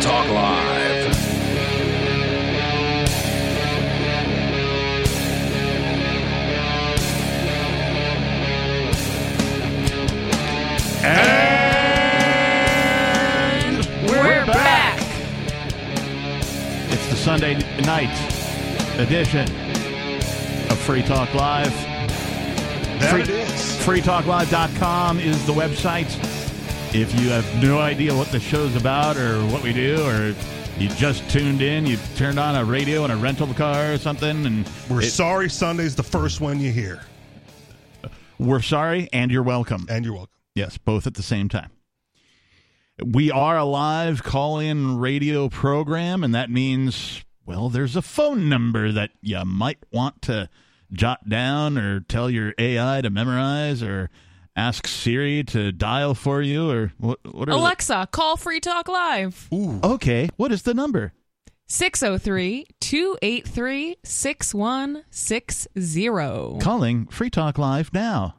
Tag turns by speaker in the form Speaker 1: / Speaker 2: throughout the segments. Speaker 1: Talk Live.
Speaker 2: We're back.
Speaker 3: It's the Sunday night edition of Free Talk Live.
Speaker 4: That
Speaker 3: Free,
Speaker 4: it is.
Speaker 3: freetalklive.com is the website. If you have no idea what the show's about or what we do, or you just tuned in, you turned on a radio in a rental car or something, and
Speaker 4: We're
Speaker 3: it-
Speaker 4: sorry Sunday's the first one you hear.
Speaker 3: we're sorry and you're welcome.
Speaker 4: And you're welcome.
Speaker 3: Yes, both at the same time. We are a live call in radio program, and that means, well, there's a phone number that you might want to jot down or tell your AI to memorize or ask Siri to dial for you or what, what are the-
Speaker 2: Alexa, call Free Talk Live.
Speaker 3: Okay, what is the number?
Speaker 2: 603 283 6160.
Speaker 3: calling Free Talk Live now.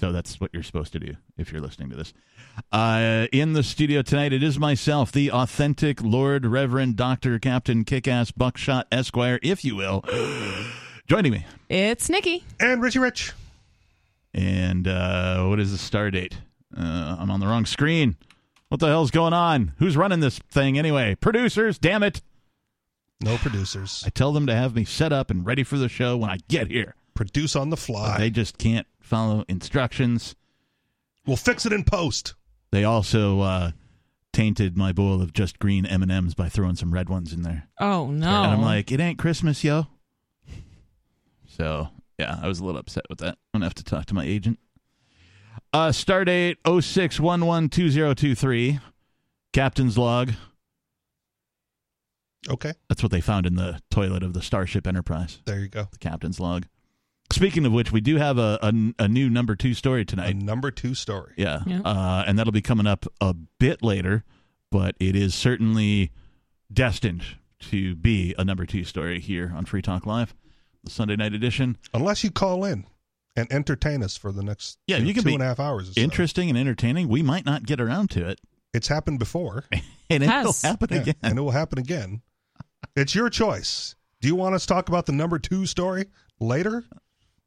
Speaker 3: So that's what you're supposed to do if you're listening to this. Uh, in the studio tonight, it is myself, the authentic Lord Reverend Dr. Captain Kickass Buckshot Esquire, if you will, joining me.
Speaker 2: It's Nikki.
Speaker 4: And Richie Rich.
Speaker 3: And uh, what is the star date? Uh, I'm on the wrong screen. What the hell's going on? Who's running this thing anyway? Producers, damn it.
Speaker 4: No producers.
Speaker 3: I tell them to have me set up and ready for the show when I get here.
Speaker 4: Produce on the fly.
Speaker 3: They just can't follow instructions.
Speaker 4: We'll fix it in post.
Speaker 3: They also uh, tainted my bowl of just green M and M's by throwing some red ones in there,
Speaker 2: Oh, no.
Speaker 3: and I'm like, it ain't Christmas, yo. So yeah, I was a little upset with that. I'm gonna have to talk to my agent. Uh, stardate 06112023, captain's log.
Speaker 4: Okay.
Speaker 3: That's what they found in the toilet of the Starship Enterprise.
Speaker 4: There you go.
Speaker 3: The captain's log. Speaking of which, we do have a a, a new number two story
Speaker 4: A
Speaker 3: tonight.
Speaker 4: number two story.
Speaker 3: Yeah.
Speaker 2: Yeah.
Speaker 3: Uh, and that'll be coming up a bit later, but it is certainly destined to be a number two story here on Free Talk Live, the Sunday night edition.
Speaker 4: Unless you call in and entertain us for the next
Speaker 3: Yeah,
Speaker 4: two,
Speaker 3: you can
Speaker 4: two
Speaker 3: be
Speaker 4: and a half hours. Or so.
Speaker 3: Interesting and entertaining. We might not get around to it,
Speaker 4: It's happened before.
Speaker 3: and it'll
Speaker 2: Has.
Speaker 3: happen
Speaker 4: Yeah,
Speaker 3: again.
Speaker 4: And it will happen again. It's your choice. Do you want us to talk about the number two story later?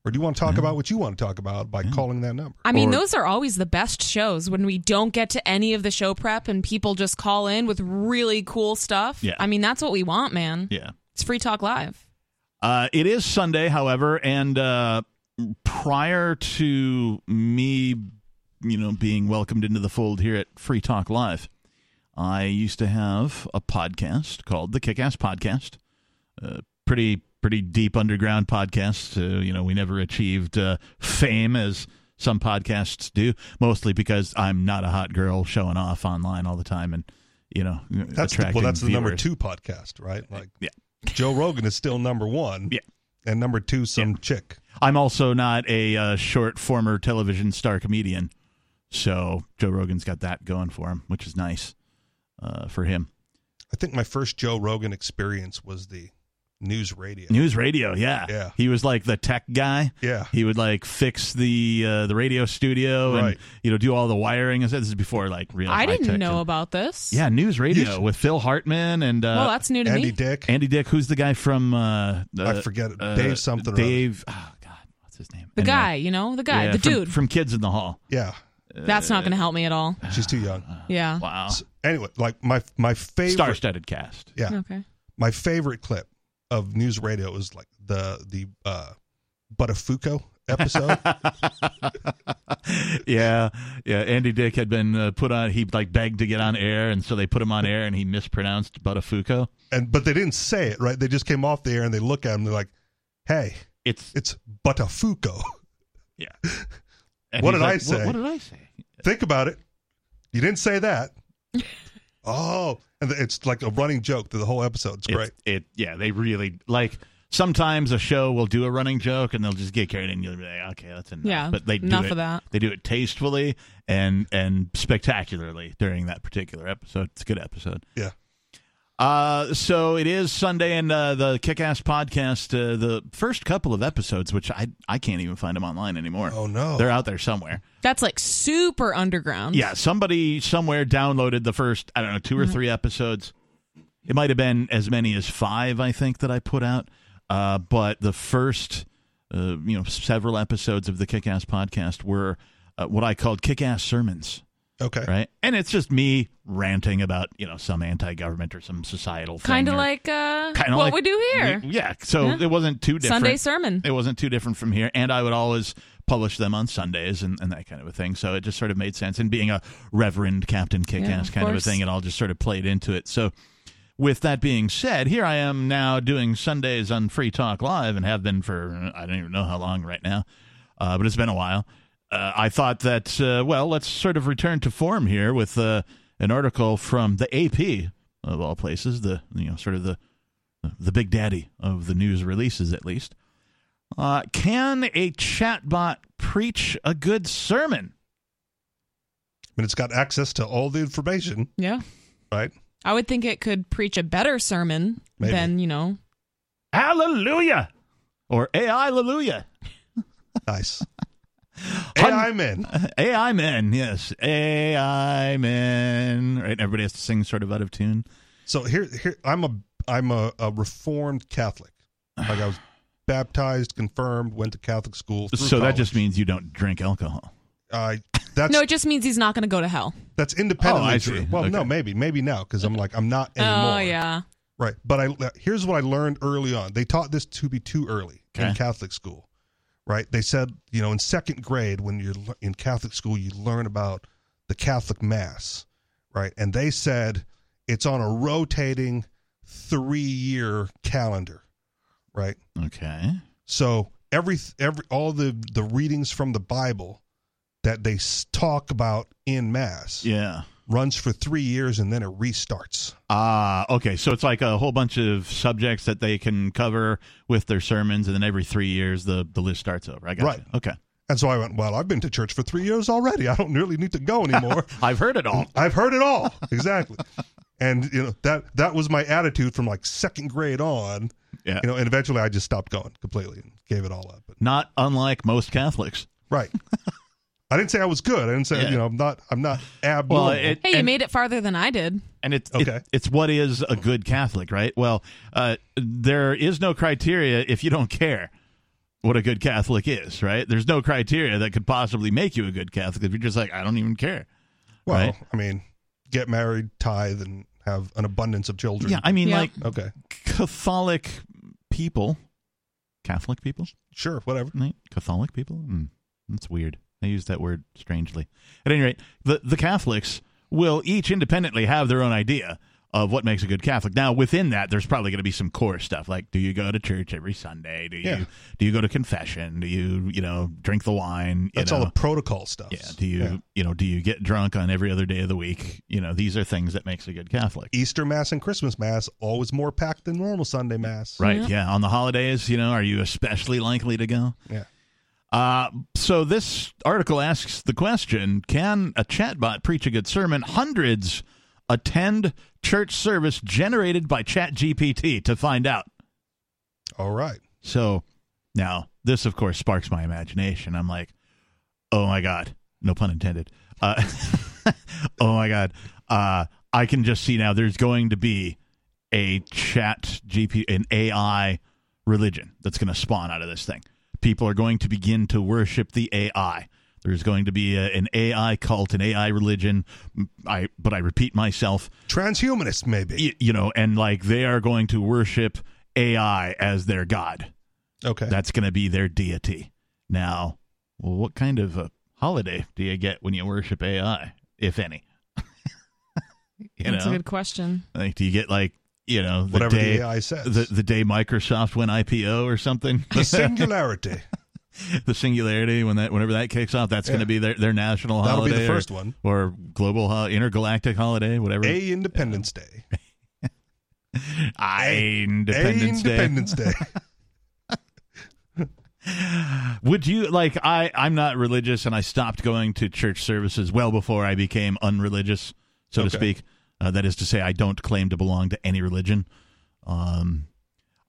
Speaker 4: Or do you want to talk about what you want to talk about by calling that number?
Speaker 2: I mean,
Speaker 3: Or-
Speaker 2: those are always the best shows when we don't get to any of the show prep and people just call in with really cool stuff.
Speaker 3: Yeah.
Speaker 2: I mean, that's what we want, man.
Speaker 3: Yeah.
Speaker 2: It's Free Talk Live.
Speaker 3: Uh, it is Sunday, however, and uh, prior to me, you know, being welcomed into the fold here at Free Talk Live, I used to have a podcast called the Kickass Podcast. Uh, pretty pretty deep underground podcast. So, you know, we never achieved uh, fame as some podcasts do, mostly because I'm not a hot girl showing off online all the time, and you know,
Speaker 4: That's the,
Speaker 3: attracting
Speaker 4: well, that's the number
Speaker 3: viewers.
Speaker 4: two podcast, right? Like,
Speaker 3: Yeah.
Speaker 4: Joe Rogan is still number one.
Speaker 3: Yeah.
Speaker 4: And number two, some chick.
Speaker 3: I'm also not a uh, short former television star comedian, so Joe Rogan's got that going for him, which is nice uh, for him.
Speaker 4: I think my first Joe Rogan experience was the news radio.
Speaker 3: News radio, yeah,
Speaker 4: Yeah.
Speaker 3: He was like the tech guy.
Speaker 4: Yeah.
Speaker 3: He would like fix the uh, the radio studio and
Speaker 4: Right.
Speaker 3: you know do all the wiring and stuff. This is before like real.
Speaker 2: I
Speaker 3: high-tech
Speaker 2: didn't know
Speaker 3: and-
Speaker 2: about this.
Speaker 3: yeah, news radio
Speaker 4: should-
Speaker 3: with Phil Hartman and
Speaker 2: well,
Speaker 3: uh,
Speaker 2: that's new to
Speaker 4: Andy
Speaker 2: me.
Speaker 4: Dick.
Speaker 3: Andy Dick. Who's the guy from? Uh,
Speaker 4: I
Speaker 3: uh,
Speaker 4: forget it.
Speaker 3: uh,
Speaker 4: Dave something. or other.
Speaker 3: Dave. Oh God, what's his name?
Speaker 2: the
Speaker 3: Anyway.
Speaker 2: guy, you know, the guy,
Speaker 3: Yeah,
Speaker 2: the
Speaker 3: from- uh,
Speaker 2: dude.
Speaker 3: from Kids in the Hall.
Speaker 4: Yeah.
Speaker 2: that's not going to help me at all.
Speaker 4: She's too young.
Speaker 2: Yeah.
Speaker 3: Wow,
Speaker 4: S- Anyway, like my my favorite
Speaker 3: star-studded cast.
Speaker 4: Yeah.
Speaker 2: Okay.
Speaker 4: My favorite clip of news radio is like the the uh Buttafuoco episode.
Speaker 3: yeah, yeah. Andy Dick had been uh, put on. He like begged to get on air, and so they put him on air, and he mispronounced Buttafuoco.
Speaker 4: and but they didn't say it, right? They just came off the air and they look at him they're like, "Hey,
Speaker 3: It's
Speaker 4: it's Buttafuoco."
Speaker 3: and
Speaker 4: What did
Speaker 3: he's
Speaker 4: I
Speaker 3: "What-
Speaker 4: say?"
Speaker 3: What, did I say?
Speaker 4: Think about it. You didn't say that. oh, and it's like a running joke through the whole episode. It's great.
Speaker 3: It, it yeah. They really like. Sometimes a show will do a running joke, and they'll just get carried in. You'll be like, okay, that's enough.
Speaker 2: Yeah,
Speaker 3: but they do
Speaker 2: enough
Speaker 3: it-
Speaker 2: of that.
Speaker 3: They do it tastefully and and spectacularly during that particular episode. It's a good episode.
Speaker 4: Yeah.
Speaker 3: Uh, so it is Sunday, and uh, the Kickass podcast, uh, the first couple of episodes, which I I can't even find them online anymore.
Speaker 4: Oh, no.
Speaker 3: they're out there somewhere.
Speaker 2: That's like super underground.
Speaker 3: Yeah, somebody somewhere downloaded the first I don't know two or three episodes. It might have been as many as five, I think, that I put out. Uh, but the first, uh, you know, several episodes of the Kickass podcast were uh, what I called Kickass sermons
Speaker 4: Okay.
Speaker 3: right? And it's just me ranting about you know some anti-government or some societal thing
Speaker 2: Kind of
Speaker 3: or-
Speaker 2: like uh,
Speaker 3: kinda
Speaker 2: what
Speaker 3: like-
Speaker 2: we do here.
Speaker 3: we- yeah, so
Speaker 2: Yeah.
Speaker 3: it wasn't too different.
Speaker 2: Sunday sermon.
Speaker 3: It wasn't too different from here, and I would always publish them on Sundays and, and that kind of a thing. So it just sort of made sense. And being a Reverend Captain Kickass
Speaker 2: Yeah, of
Speaker 3: kind of a
Speaker 2: course.
Speaker 3: thing, it all just sort of played into it. So. With that being said, here I am now doing Sundays on Free Talk Live and have been for uh, I don't even know how long right now, uh, but it's been a while. Uh, I thought that, uh, well, let's sort of return to form here with uh, an article from the AP, of all places, the, you know, sort of the, the big daddy of the news releases, at least. Uh, can a chatbot preach a good sermon?
Speaker 4: And it's got access to all the information,
Speaker 2: Yeah.
Speaker 4: right?
Speaker 2: I would think it could preach a better sermon
Speaker 4: Maybe.
Speaker 2: than, you know,
Speaker 3: Hallelujah! Or AI Hallelujah.
Speaker 4: Nice. And I'm in.
Speaker 3: AI men, yes. AI men. Right? Everybody has to sing sort of out of tune.
Speaker 4: So here, here I'm a I'm a, a reformed Catholic. Like I was baptized, confirmed, went to Catholic school. through
Speaker 3: so that
Speaker 4: college.
Speaker 3: just means you don't drink alcohol.
Speaker 4: I that's
Speaker 2: no, it just means he's not going to go to hell.
Speaker 4: that's independently
Speaker 3: Oh, I
Speaker 4: true.
Speaker 3: see.
Speaker 4: Well, no,
Speaker 3: Okay.
Speaker 4: maybe maybe now because I'm like I'm not anymore.
Speaker 2: Oh, yeah.
Speaker 4: Right. But I here's what I learned early on. They taught this to be too early in
Speaker 3: Okay.
Speaker 4: Catholic school. Right? They said, you know, in second grade when you're l- in Catholic school, you learn about the Catholic mass, right? And they said it's on a rotating 3-year calendar, right?
Speaker 3: Okay.
Speaker 4: So every every all the the readings from the Bible that they s- talk about in mass
Speaker 3: Yeah.
Speaker 4: runs for 3 years and then it restarts.
Speaker 3: Ah, okay. So it's like a whole bunch of subjects that they can cover with their sermons, and then every three years the, the list starts over. I got
Speaker 4: Right.
Speaker 3: Okay.
Speaker 4: And so I went, well, I've been to church for three years already. I don't really need to go anymore.
Speaker 3: I've heard it all.
Speaker 4: I've heard it all. Exactly. and you know, that that was my attitude from like second grade on.
Speaker 3: Yeah.
Speaker 4: You know, and eventually I just stopped going completely and gave it all up. But,
Speaker 3: Not unlike most Catholics.
Speaker 4: right. I didn't say I was good. I didn't say,
Speaker 3: Yeah.
Speaker 4: you know, I'm not I'm not abnormal.
Speaker 3: Well, it,
Speaker 2: Hey, you
Speaker 3: and,
Speaker 2: made it farther than I did.
Speaker 3: and it's
Speaker 4: Okay.
Speaker 3: it- it's what is a good Catholic, right? Well, uh, there is no criteria if you don't care what a good Catholic is, right? There's no criteria that could possibly make you a good Catholic if you're just like I don't even care.
Speaker 4: well,
Speaker 3: right.
Speaker 4: I mean, get married, tithe, and have an abundance of children.
Speaker 3: Yeah, I mean,
Speaker 2: Yeah.
Speaker 3: like
Speaker 4: Okay.
Speaker 3: Catholic people, Catholic people.
Speaker 4: Sure, whatever.
Speaker 3: Right? Catholic people? Mm, that's weird. They use that word strangely. At any rate, the, the Catholics will each independently have their own idea of what makes a good Catholic. Now, within that, there's probably going to be some core stuff like do you go to church every Sunday? Do you
Speaker 4: Yeah.
Speaker 3: do you go to confession? Do you you know drink the wine? You
Speaker 4: That's
Speaker 3: know?
Speaker 4: all the protocol stuff.
Speaker 3: yeah. Do you you know do you get drunk on every other day of the week? You know these are things that makes a good Catholic.
Speaker 4: Easter mass and Christmas mass always more packed than normal Sunday mass.
Speaker 3: Right. yeah. On the holidays, you know, are you especially likely to go?
Speaker 4: Yeah.
Speaker 3: Uh, so this article asks the question Can a chatbot preach a good sermon? Hundreds attend church service generated by ChatGPT to find out.
Speaker 4: All right.
Speaker 3: So now, this of course sparks my imagination. I'm like, oh my God, no pun intended. Uh, oh my God. Uh, I can just see now there's going to be a chat GP, an AI religion that's going to spawn out of this thing. People are going to begin to worship the AI. There's going to be a, an AI cult, an AI religion. I, but I repeat myself,
Speaker 4: Transhumanist maybe.
Speaker 3: y- you know, and like they are going to worship AI as their god.
Speaker 4: Okay.
Speaker 3: That's going to be their deity. Now, well, what kind of a holiday do you get when you worship AI, if any? you
Speaker 2: That's
Speaker 3: know,
Speaker 2: a good question.
Speaker 3: like, do you get like you know the
Speaker 4: Whatever
Speaker 3: day
Speaker 4: the AI says.
Speaker 3: the, the day Microsoft went IPO or something?
Speaker 4: The singularity.
Speaker 3: the singularity when that whenever that kicks off, that's going
Speaker 4: Yeah.
Speaker 3: to be their their national
Speaker 4: That'll be
Speaker 3: holiday.
Speaker 4: the first
Speaker 3: or,
Speaker 4: one.
Speaker 3: or global ho- intergalactic holiday, whatever.
Speaker 4: A Independence Day.
Speaker 3: I-
Speaker 4: A-
Speaker 3: Independence
Speaker 4: a
Speaker 3: Day.
Speaker 4: Independence Day.
Speaker 3: Would you like I I'm not religious and I stopped going to church services well before I became unreligious, so
Speaker 4: Okay.
Speaker 3: to speak. Uh, that is to say, I don't claim to belong to any religion. Um,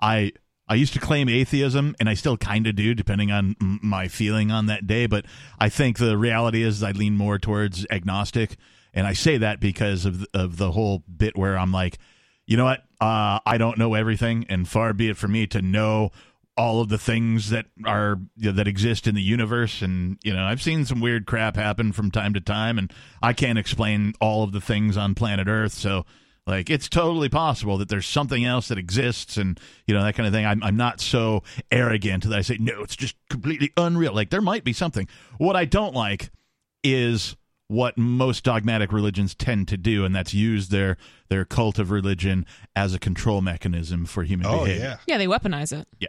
Speaker 3: I I used to claim atheism, and I still kind of do, depending on m- my feeling on that day. But I think the reality is I lean more towards agnostic, and I say that because of th- of the whole bit where I'm like, you know what, uh, I don't know everything, and far be it for me to know all of the things that are you know, that exist in the universe and you know i've seen some weird crap happen from time to time and i can't explain all of the things on planet earth so like it's totally possible that there's something else that exists and you know that kind of thing i'm, I'm not so arrogant that i say no it's just completely unreal like there might be something what i don't like is what most dogmatic religions tend to do and that's use their their cult of religion as a control mechanism for human
Speaker 4: Oh
Speaker 3: behavior
Speaker 4: yeah.
Speaker 2: Yeah, they weaponize it.
Speaker 3: Yeah.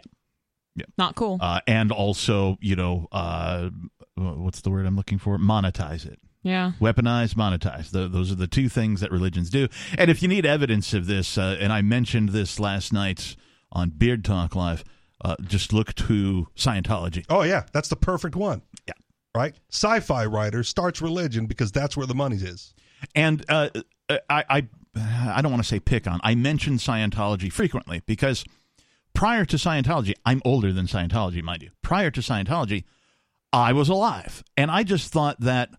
Speaker 3: Yeah.
Speaker 2: Not cool.
Speaker 3: uh, and also you know uh, what's the word I'm looking for? Monetize it.
Speaker 2: yeah.
Speaker 3: Weaponize, monetize. Tho- those are the two things that religions do. And if you need evidence of this, uh, and I mentioned this last night on Beard Talk Live, uh, just look to Scientology.
Speaker 4: Oh yeah, that's the perfect one.
Speaker 3: Yeah.
Speaker 4: Right? Sci-fi writer starts religion because that's where the money is.
Speaker 3: And uh, I, I, I don't want to say pick on. I mention Scientology frequently because prior to Scientology, I'm older than Scientology, mind you. Prior to Scientology, I was alive, and I just thought that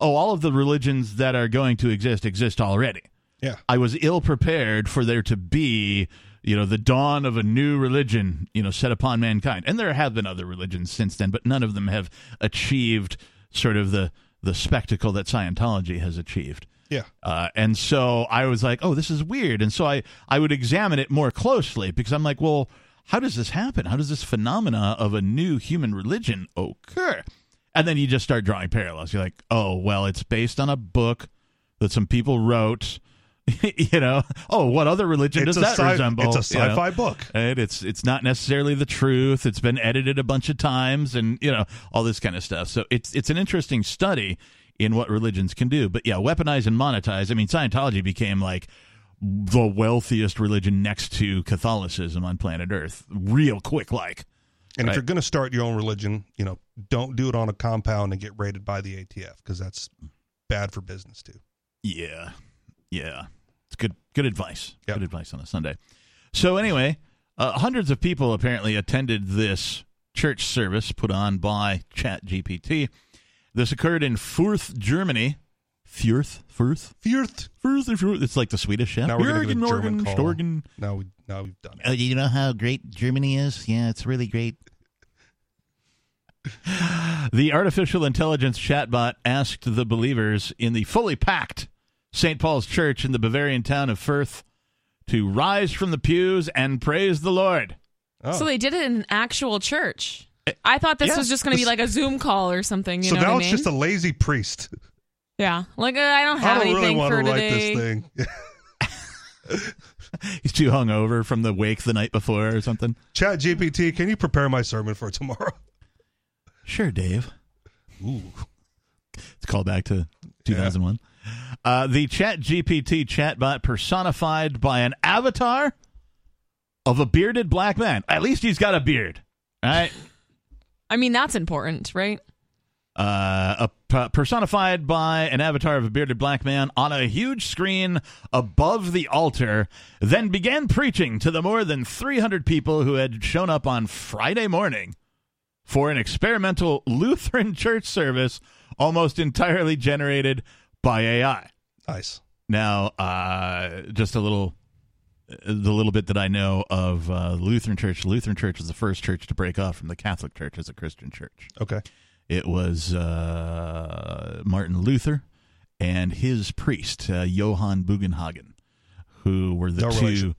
Speaker 3: oh, all of the religions that are going to exist exist already.
Speaker 4: Yeah.
Speaker 3: I was ill prepared for there to be, you know, the dawn of a new religion, you know, set upon mankind. And there have been other religions since then, but none of them have achieved sort of the the spectacle that Scientology has achieved.
Speaker 4: Yeah.
Speaker 3: Uh, and so I was like, oh, this is weird. And so I, I would examine it more closely because I'm like, well, how does this happen? How does this phenomena of a new human religion occur? And then you just start drawing parallels. You're like, oh, well, it's based on a book that some people wrote. you know, oh, what other religion does
Speaker 4: a
Speaker 3: that
Speaker 4: sci-
Speaker 3: resemble?
Speaker 4: It's a
Speaker 3: You know?
Speaker 4: sci-fi book.
Speaker 3: Right? It's it's not necessarily the truth. It's been edited a bunch of times, and you know all this kind of stuff. So it's it's an interesting study in what religions can do. But yeah, weaponize and monetize. I mean, Scientology became like the wealthiest religion next to Catholicism on planet Earth, real quick, like.
Speaker 4: And
Speaker 3: Right.
Speaker 4: if you're going to start your own religion, you know, don't do it on a compound and get raided by the ATF because that's bad for business too.
Speaker 3: Yeah, yeah, it's good. Good advice.
Speaker 4: Yep.
Speaker 3: Good advice on a Sunday. So anyway, uh, hundreds of people apparently attended this church service put on by ChatGPT. This occurred in Furth, Germany. Furth, Furth,
Speaker 4: Fürth.
Speaker 3: Furth. Furth. It's like the Swedish. Yeah.
Speaker 4: Now we're gonna do
Speaker 3: Jürgen,
Speaker 4: the German
Speaker 3: Norgen,
Speaker 4: call.
Speaker 3: Storgen.
Speaker 4: Now we now we've done it.
Speaker 3: Oh, you know how great Germany is? Yeah, it's really great. the artificial intelligence chatbot asked the believers in the fully packed St. Paul's Church in the Bavarian town of Firth to rise from the pews and praise the Lord.
Speaker 4: Oh. Eh,
Speaker 2: So they did it in an actual church. I thought this
Speaker 3: yeah.
Speaker 2: was just going to be like a Zoom call or something. You
Speaker 4: So
Speaker 2: know
Speaker 4: now
Speaker 2: what I
Speaker 4: it's
Speaker 2: mean?
Speaker 4: just a lazy priest.
Speaker 2: yeah. Like uh, I don't have
Speaker 4: I don't really
Speaker 2: anything
Speaker 4: want
Speaker 2: for
Speaker 4: to write
Speaker 2: today.
Speaker 4: this thing.
Speaker 3: He's too hungover from the wake the night before or something.
Speaker 4: Chat GPT, can you prepare my sermon for tomorrow?
Speaker 3: Sure, Dave.
Speaker 4: Ooh.
Speaker 3: It's a call back to 2001. Uh, the Chat GPT chatbot personified by an avatar of a bearded black man. At least he's got a beard, right?
Speaker 2: I mean, that's important, right?
Speaker 3: Uh, a, p- personified by an avatar of a bearded black man on a huge screen above the altar, then began preaching to the more than 300 people who had shown up on Friday morning for an experimental Lutheran church service almost entirely generated by AI.
Speaker 4: Nice.
Speaker 3: Now, uh, just a little, the little bit that I know of uh, Lutheran Church. Lutheran Church was the first church to break off from the Catholic Church as a Christian church.
Speaker 4: Okay.
Speaker 3: It was uh, Martin Luther and his priest uh, Johann Bugenhagen, who were the
Speaker 4: No
Speaker 3: two,
Speaker 4: relation.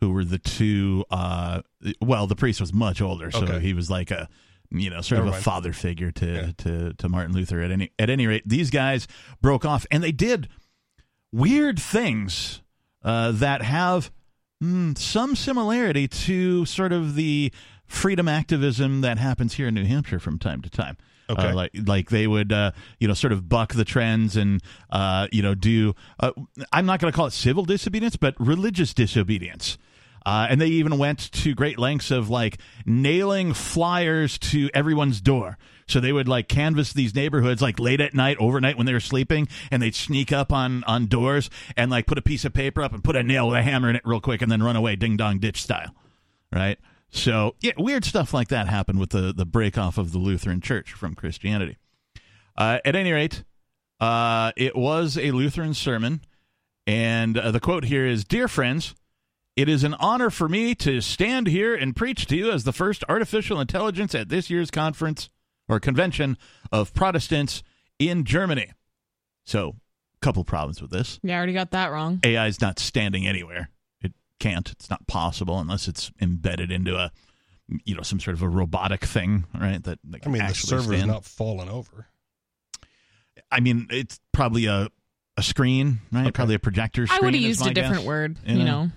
Speaker 3: who were the two. Uh, well, the priest was much older, so
Speaker 4: Okay.
Speaker 3: he was like a, you know, sort
Speaker 4: Never
Speaker 3: of a
Speaker 4: mind.
Speaker 3: father figure to
Speaker 4: Yeah.
Speaker 3: to to Martin Luther. At any at any rate, these guys broke off, and they did weird things uh, that have mm, some similarity to sort of the freedom activism that happens here in New Hampshire from time to time.
Speaker 4: Okay.
Speaker 3: Uh, like like they would uh, you know sort of buck the trends and uh, you know do uh, I'm not going to call it civil disobedience, but religious disobedience. Uh, and they even went to great lengths of like nailing flyers to everyone's door. So they would like canvass these neighborhoods like late at night, overnight when they were sleeping, and they'd sneak up on on doors and like put a piece of paper up and put a nail with a hammer in it real quick and then run away, ding dong ditch style, right? So yeah, weird stuff like that happened with the the break off of the Lutheran Church from Christianity. Uh, at any rate, uh, it was a Lutheran sermon, and uh, the quote here is Dear friends, it is an honor for me to stand here and preach to you as the first artificial intelligence at this year's conference or convention of Protestants in Germany. So, couple problems with this.
Speaker 2: Yeah, I already got that wrong.
Speaker 3: AI is not standing anywhere. It can't. It's not possible unless it's embedded into a, you know, some sort of a robotic thing, right? That, that
Speaker 4: I
Speaker 3: can
Speaker 4: mean, the
Speaker 3: actually
Speaker 4: server's
Speaker 3: stand.
Speaker 4: not falling over.
Speaker 3: I mean, it's probably a a screen, right? Probably a projector.
Speaker 2: I
Speaker 3: screen
Speaker 2: would have
Speaker 3: is
Speaker 2: used
Speaker 3: my
Speaker 2: a different
Speaker 3: guess.
Speaker 2: word,
Speaker 3: you
Speaker 2: you
Speaker 3: know.
Speaker 2: know.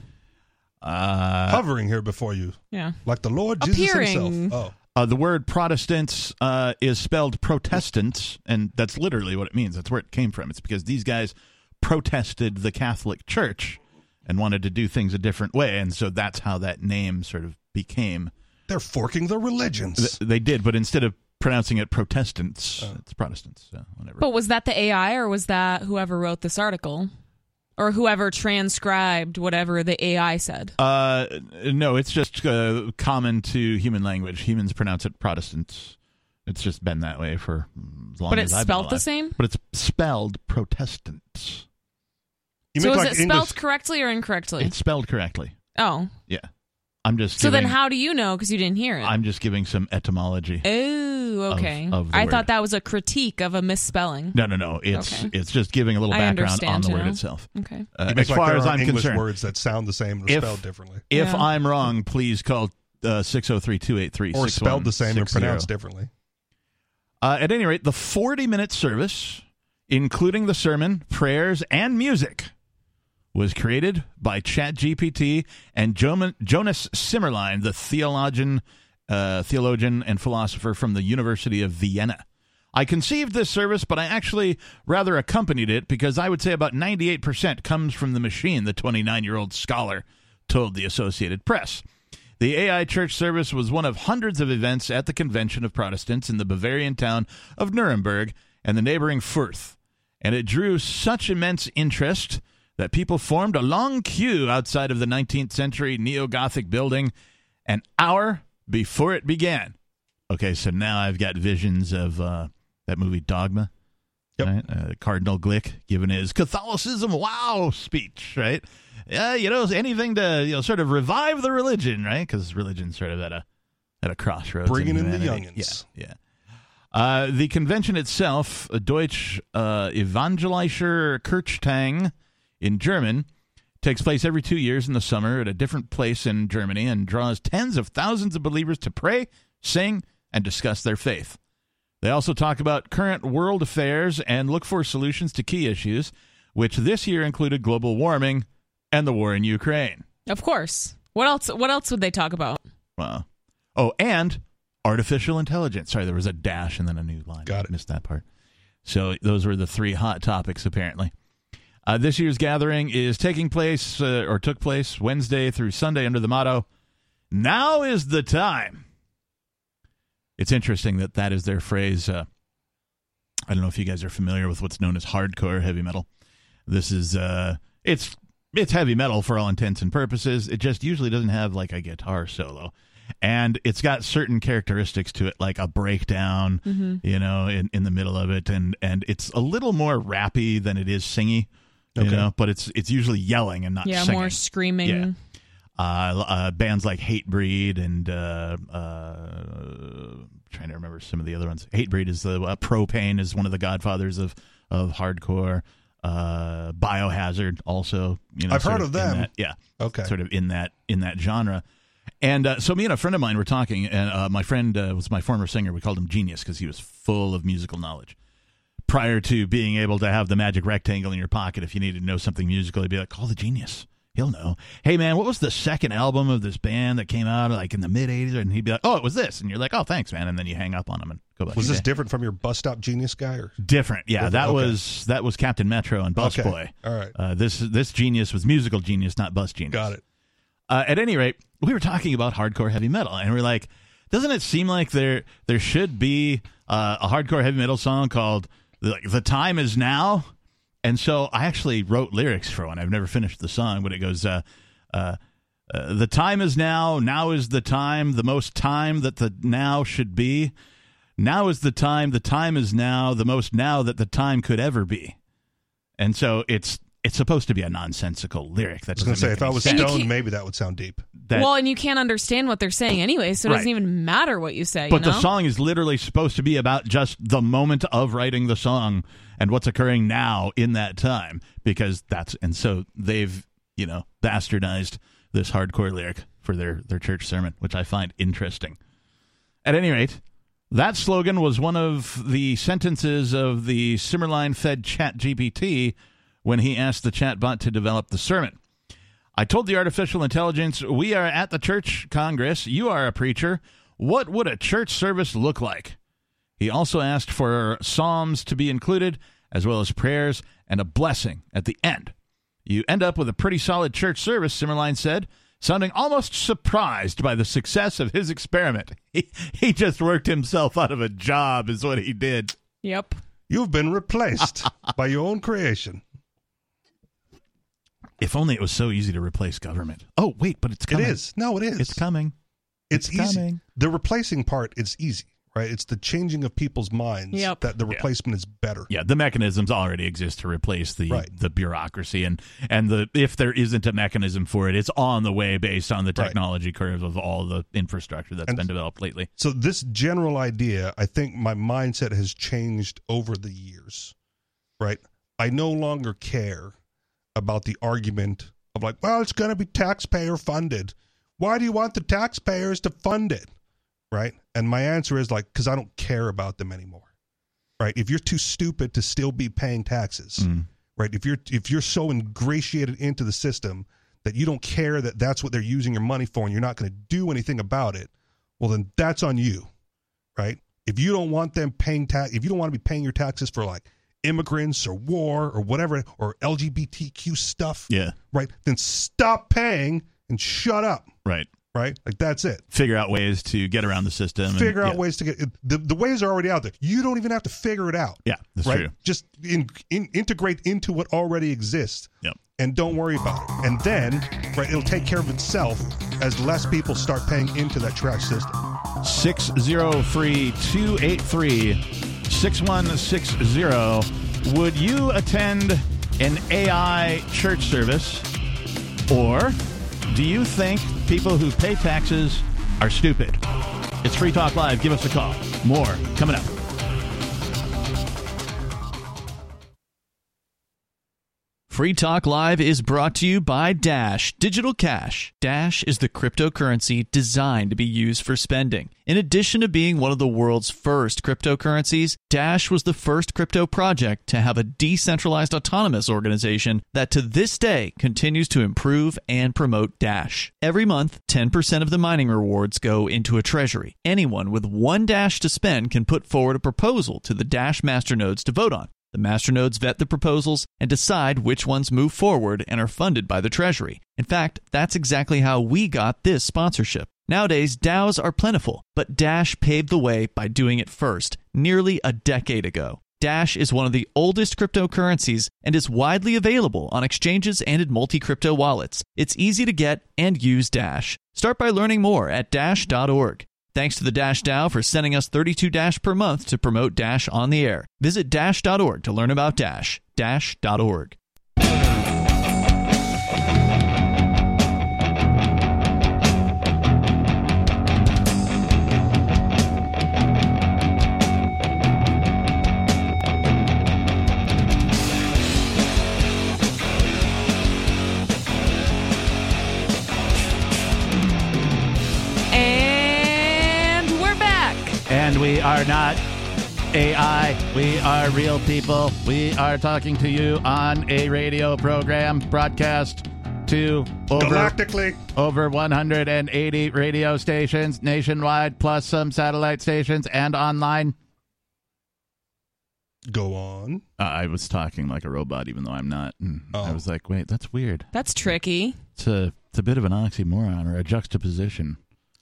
Speaker 3: Uh,
Speaker 4: Hovering here before you,
Speaker 2: Yeah.
Speaker 4: like the Lord Jesus
Speaker 2: Appearing.
Speaker 4: himself. Oh,
Speaker 3: uh, the word Protestants uh, is spelled Protestants, and that's literally what it means. That's where it came from. It's because these guys protested the Catholic Church and wanted to do things a different way, and so that's how that name sort of became.
Speaker 4: they're forking their religions.
Speaker 3: Th- they did, but instead of pronouncing it Protestants,
Speaker 4: Oh.
Speaker 3: it's Protestants. So whatever.
Speaker 2: But was that the AI or was that whoever wrote this article? Or whoever transcribed whatever the AI said?
Speaker 3: Uh, no, it's just uh, common to human language. Humans pronounce it Protestants. It's just been that way for as long
Speaker 2: But
Speaker 3: as
Speaker 2: it's
Speaker 3: I've been
Speaker 2: spelled the
Speaker 3: alive.
Speaker 2: same?
Speaker 3: But it's spelled Protestants.
Speaker 4: you
Speaker 2: So is
Speaker 4: make like
Speaker 2: it spelled
Speaker 4: English.
Speaker 2: correctly or incorrectly?
Speaker 3: It's spelled correctly.
Speaker 2: oh.
Speaker 3: Yeah, I'm just.
Speaker 2: So then
Speaker 3: giving-
Speaker 2: how do you know because you didn't hear it?
Speaker 3: I'm just giving some etymology.
Speaker 2: oh,
Speaker 3: of-
Speaker 2: okay.
Speaker 3: of the
Speaker 2: I
Speaker 3: word.
Speaker 2: thought that was a critique of a misspelling.
Speaker 3: no, no, no. It's
Speaker 2: Okay.
Speaker 3: it's just giving a little
Speaker 2: I
Speaker 3: background on
Speaker 2: understand
Speaker 3: the word
Speaker 2: now.
Speaker 3: itself.
Speaker 2: Okay.
Speaker 3: Uh,
Speaker 4: You make
Speaker 3: as
Speaker 4: like
Speaker 3: far
Speaker 4: there
Speaker 3: as
Speaker 4: are
Speaker 3: I'm
Speaker 4: English
Speaker 3: concerned,
Speaker 4: words that sound the same or
Speaker 3: If-
Speaker 4: spelled differently,
Speaker 3: if
Speaker 2: Yeah.
Speaker 3: I'm wrong, please call uh, 603-283-6160.
Speaker 4: or spelled the same or pronounced differently.
Speaker 3: Uh, at any rate, the 40 minute service, including the sermon, prayers, and music, was created by ChatGPT and jo- Jonas Simmerlein, the theologian, uh, theologian and philosopher from the University of Vienna. I conceived this service, but I actually rather accompanied it because I would say about 98% comes from the machine, the 29 year old scholar told the Associated Press. The AI Church service was one of hundreds of events at the Convention of Protestants in the Bavarian town of Nuremberg and the neighboring Furth, and it drew such immense interest that people formed a long queue outside of the 19th century neo Gothic building an hour before it began. Okay, so now I've got visions of uh, that movie Dogma.
Speaker 4: Yep.
Speaker 3: Right? Uh, Cardinal Glick giving his Catholicism wow speech, right? Yeah, you know, anything to you know sort of revive the religion, right? Because religion's sort of at a at a crossroads.
Speaker 4: Bringing in the
Speaker 3: humanity.
Speaker 4: youngins.
Speaker 3: Yeah, yeah. Uh, the convention itself, uh, Deutsch uh, Evangelischer Kirchtag in German, takes place every two years in the summer at a different place in Germany and draws tens of thousands of believers to pray, sing, and discuss their faith. They also talk about current world affairs and look for solutions to key issues, which this year included global warming and the war in Ukraine.
Speaker 2: Of course. What else what else would they talk about?
Speaker 3: Wow. Oh, and artificial intelligence. Sorry, there was a dash and then a new line.
Speaker 4: Got it.
Speaker 3: Missed that part. So those were the three hot topics, apparently. Uh, this year's gathering is taking place uh, or took place Wednesday through Sunday under the motto, Now is the time. It's interesting that that is their phrase. Uh, I don't know if you guys are familiar with what's known as hardcore heavy metal. This is uh, it's it's heavy metal for all intents and purposes. It just usually doesn't have like a guitar solo, and it's got certain characteristics to it, like a breakdown,
Speaker 2: Mm-hmm.
Speaker 3: you know, in, in the middle of it, and and it's a little more rappy than it is singy, you
Speaker 4: Okay.
Speaker 3: know. But it's it's usually yelling and not
Speaker 2: Yeah,
Speaker 3: singing
Speaker 2: more screaming.
Speaker 3: Yeah. uh, l- uh, bands like Hatebreed and uh, uh, trying to remember some of the other ones. Hatebreed is the uh, Propane is one of the godfathers of of hardcore. Uh, Biohazard also, you know,
Speaker 4: I've
Speaker 3: sort
Speaker 4: heard of
Speaker 3: in
Speaker 4: them.
Speaker 3: that- yeah,
Speaker 4: Okay.
Speaker 3: sort of in that in that genre. And uh, so me and a friend of mine were talking, and uh, my friend uh, was my former singer. We called him Genius because he was full of musical knowledge. Prior to being able to have the magic rectangle in your pocket, if you needed to know something musical, he'd be like, "Call the Genius." He'll know. Hey man, what was the second album of this band that came out like in the mid '80s? And he'd be like, "Oh, it was this," and you're like, "Oh, thanks, man." And then you hang up on him and go back.
Speaker 4: Was
Speaker 3: to
Speaker 4: this
Speaker 3: your day.
Speaker 4: different from your bus stop genius guy? Or
Speaker 3: different? Yeah,
Speaker 4: Different,
Speaker 3: that
Speaker 4: okay.
Speaker 3: was that was Captain Metro and Busboy.
Speaker 4: All right.
Speaker 3: Uh, this this genius was musical genius, not bus genius.
Speaker 4: Got it.
Speaker 3: Uh, at any rate, we were talking about hardcore heavy metal, and we are like, doesn't it seem like there there should be uh, a hardcore heavy metal song called like, "The Time Is Now"? And so I actually wrote lyrics for one. I've never finished the song, but it goes, uh, uh, uh, "The time is now. Now is the time. The most time that the now should be. Now is the time. The time is now. The most now that the time could ever be." And so it's it's supposed to be a nonsensical lyric. That
Speaker 4: I was going to
Speaker 3: doesn't
Speaker 4: say,
Speaker 3: make
Speaker 4: if I
Speaker 3: any
Speaker 4: was
Speaker 3: sense.
Speaker 2: You
Speaker 4: stoned,
Speaker 2: can't-
Speaker 4: maybe that would sound deep.
Speaker 3: That-
Speaker 2: well, and you can't understand what they're saying anyway, so it
Speaker 3: Right.
Speaker 2: doesn't even matter what you say.
Speaker 3: But
Speaker 2: you know?
Speaker 3: the song is literally supposed to be about just the moment of writing the song and what's occurring now in that time because that's and so they've you know bastardized this hardcore lyric for their their church sermon, which I find interesting. At any rate, that slogan was one of the sentences of the Simmerline fed chat GPT when he asked the chatbot to develop the sermon. I told the artificial intelligence, We are at the church congress. You are a preacher. What would a church service look like? He also asked for psalms to be included, as well as prayers and a blessing at the end. You end up with a pretty solid church service, Simmerline said, sounding almost surprised by the success of his experiment. He, he just worked himself out of a job, is what he did.
Speaker 2: Yep.
Speaker 4: You've been replaced by your own creation.
Speaker 3: If only it was so easy to replace government. Oh, wait, but it's
Speaker 4: It
Speaker 3: coming.
Speaker 4: is. No, it is.
Speaker 3: It's coming.
Speaker 4: It's,
Speaker 3: it's
Speaker 4: easy.
Speaker 3: coming.
Speaker 4: The replacing part is easy, right? It's the changing of people's minds
Speaker 2: Yep.
Speaker 4: that the replacement is better.
Speaker 3: Yeah, the mechanisms already exist to replace the
Speaker 4: Right.
Speaker 3: the bureaucracy and and the if there isn't a mechanism for it, it's on the way based on the
Speaker 4: Right.
Speaker 3: technology curves of all the infrastructure that's
Speaker 4: And-
Speaker 3: been developed lately.
Speaker 4: So this general idea, I think my mindset has changed over the years, right? I no longer care about the argument of like, well, it's going to be taxpayer funded. Why do you want the taxpayers to fund it? Right? And my answer is like cuz I don't care about them anymore. Right? If you're too stupid to still be paying taxes, right? If you're if you're so ingratiated into the system that you don't care that that's what they're using your money for and you're not going to do anything about it, well then that's on you, right? If you don't want them paying tax, if you don't want to be paying your taxes for like immigrants or war or whatever or LGBTQ stuff,
Speaker 3: Yeah,
Speaker 4: right? Then stop paying and shut up,
Speaker 3: right.
Speaker 4: right? Like that's it.
Speaker 3: Figure out ways to get around the system. and-
Speaker 4: Figure out
Speaker 3: yeah.
Speaker 4: ways to get the, the ways are already out there. You don't even have to figure it out.
Speaker 3: Yeah, that's
Speaker 4: right?
Speaker 3: true.
Speaker 4: Just in, in, integrate into what already exists
Speaker 3: Yep.
Speaker 4: and don't worry about it. And then, right, it'll take care of itself as less people start paying into that trash system.
Speaker 3: 603-283-6160. Would you attend an AI church service or do you think people who pay taxes are stupid? It's Free Talk Live. Give us a call. More coming up.
Speaker 1: Free Talk Live is brought to you by Dash Digital Cash. Dash is the cryptocurrency designed to be used for spending. In addition to being one of the world's first cryptocurrencies, Dash was the first crypto project to have a decentralized autonomous organization that to this day continues to improve and promote Dash. Every month, 10% of the mining rewards go into a treasury. Anyone with one Dash to spend can put forward a proposal to the Dash masternodes to vote on. The masternodes vet the proposals and decide which ones move forward and are funded by the Treasury. In fact, that's exactly how we got this sponsorship. Nowadays, DAOs are plentiful, but Dash paved the way by doing it first, nearly a decade ago. Dash is one of the oldest cryptocurrencies and is widely available on exchanges and in multi crypto wallets. It's easy to get and use Dash. Start by learning more at Dash.org. Thanks to the Dash DAO for sending us 32 Dash per month to promote Dash on the air. Visit Dash.org to learn about Dash. Dash.org.
Speaker 2: And we're back.
Speaker 3: And we are not AI. We are real people. We are talking to you on a radio program broadcast to over
Speaker 4: Galactically,
Speaker 3: over 180 radio stations nationwide, plus some satellite stations and online.
Speaker 4: go on.
Speaker 3: Uh, I was talking like a robot, even though I'm not. And I
Speaker 4: Oh.
Speaker 3: was like, wait, that's weird.
Speaker 2: That's tricky.
Speaker 3: It's a It's a bit of an oxymoron or a juxtaposition.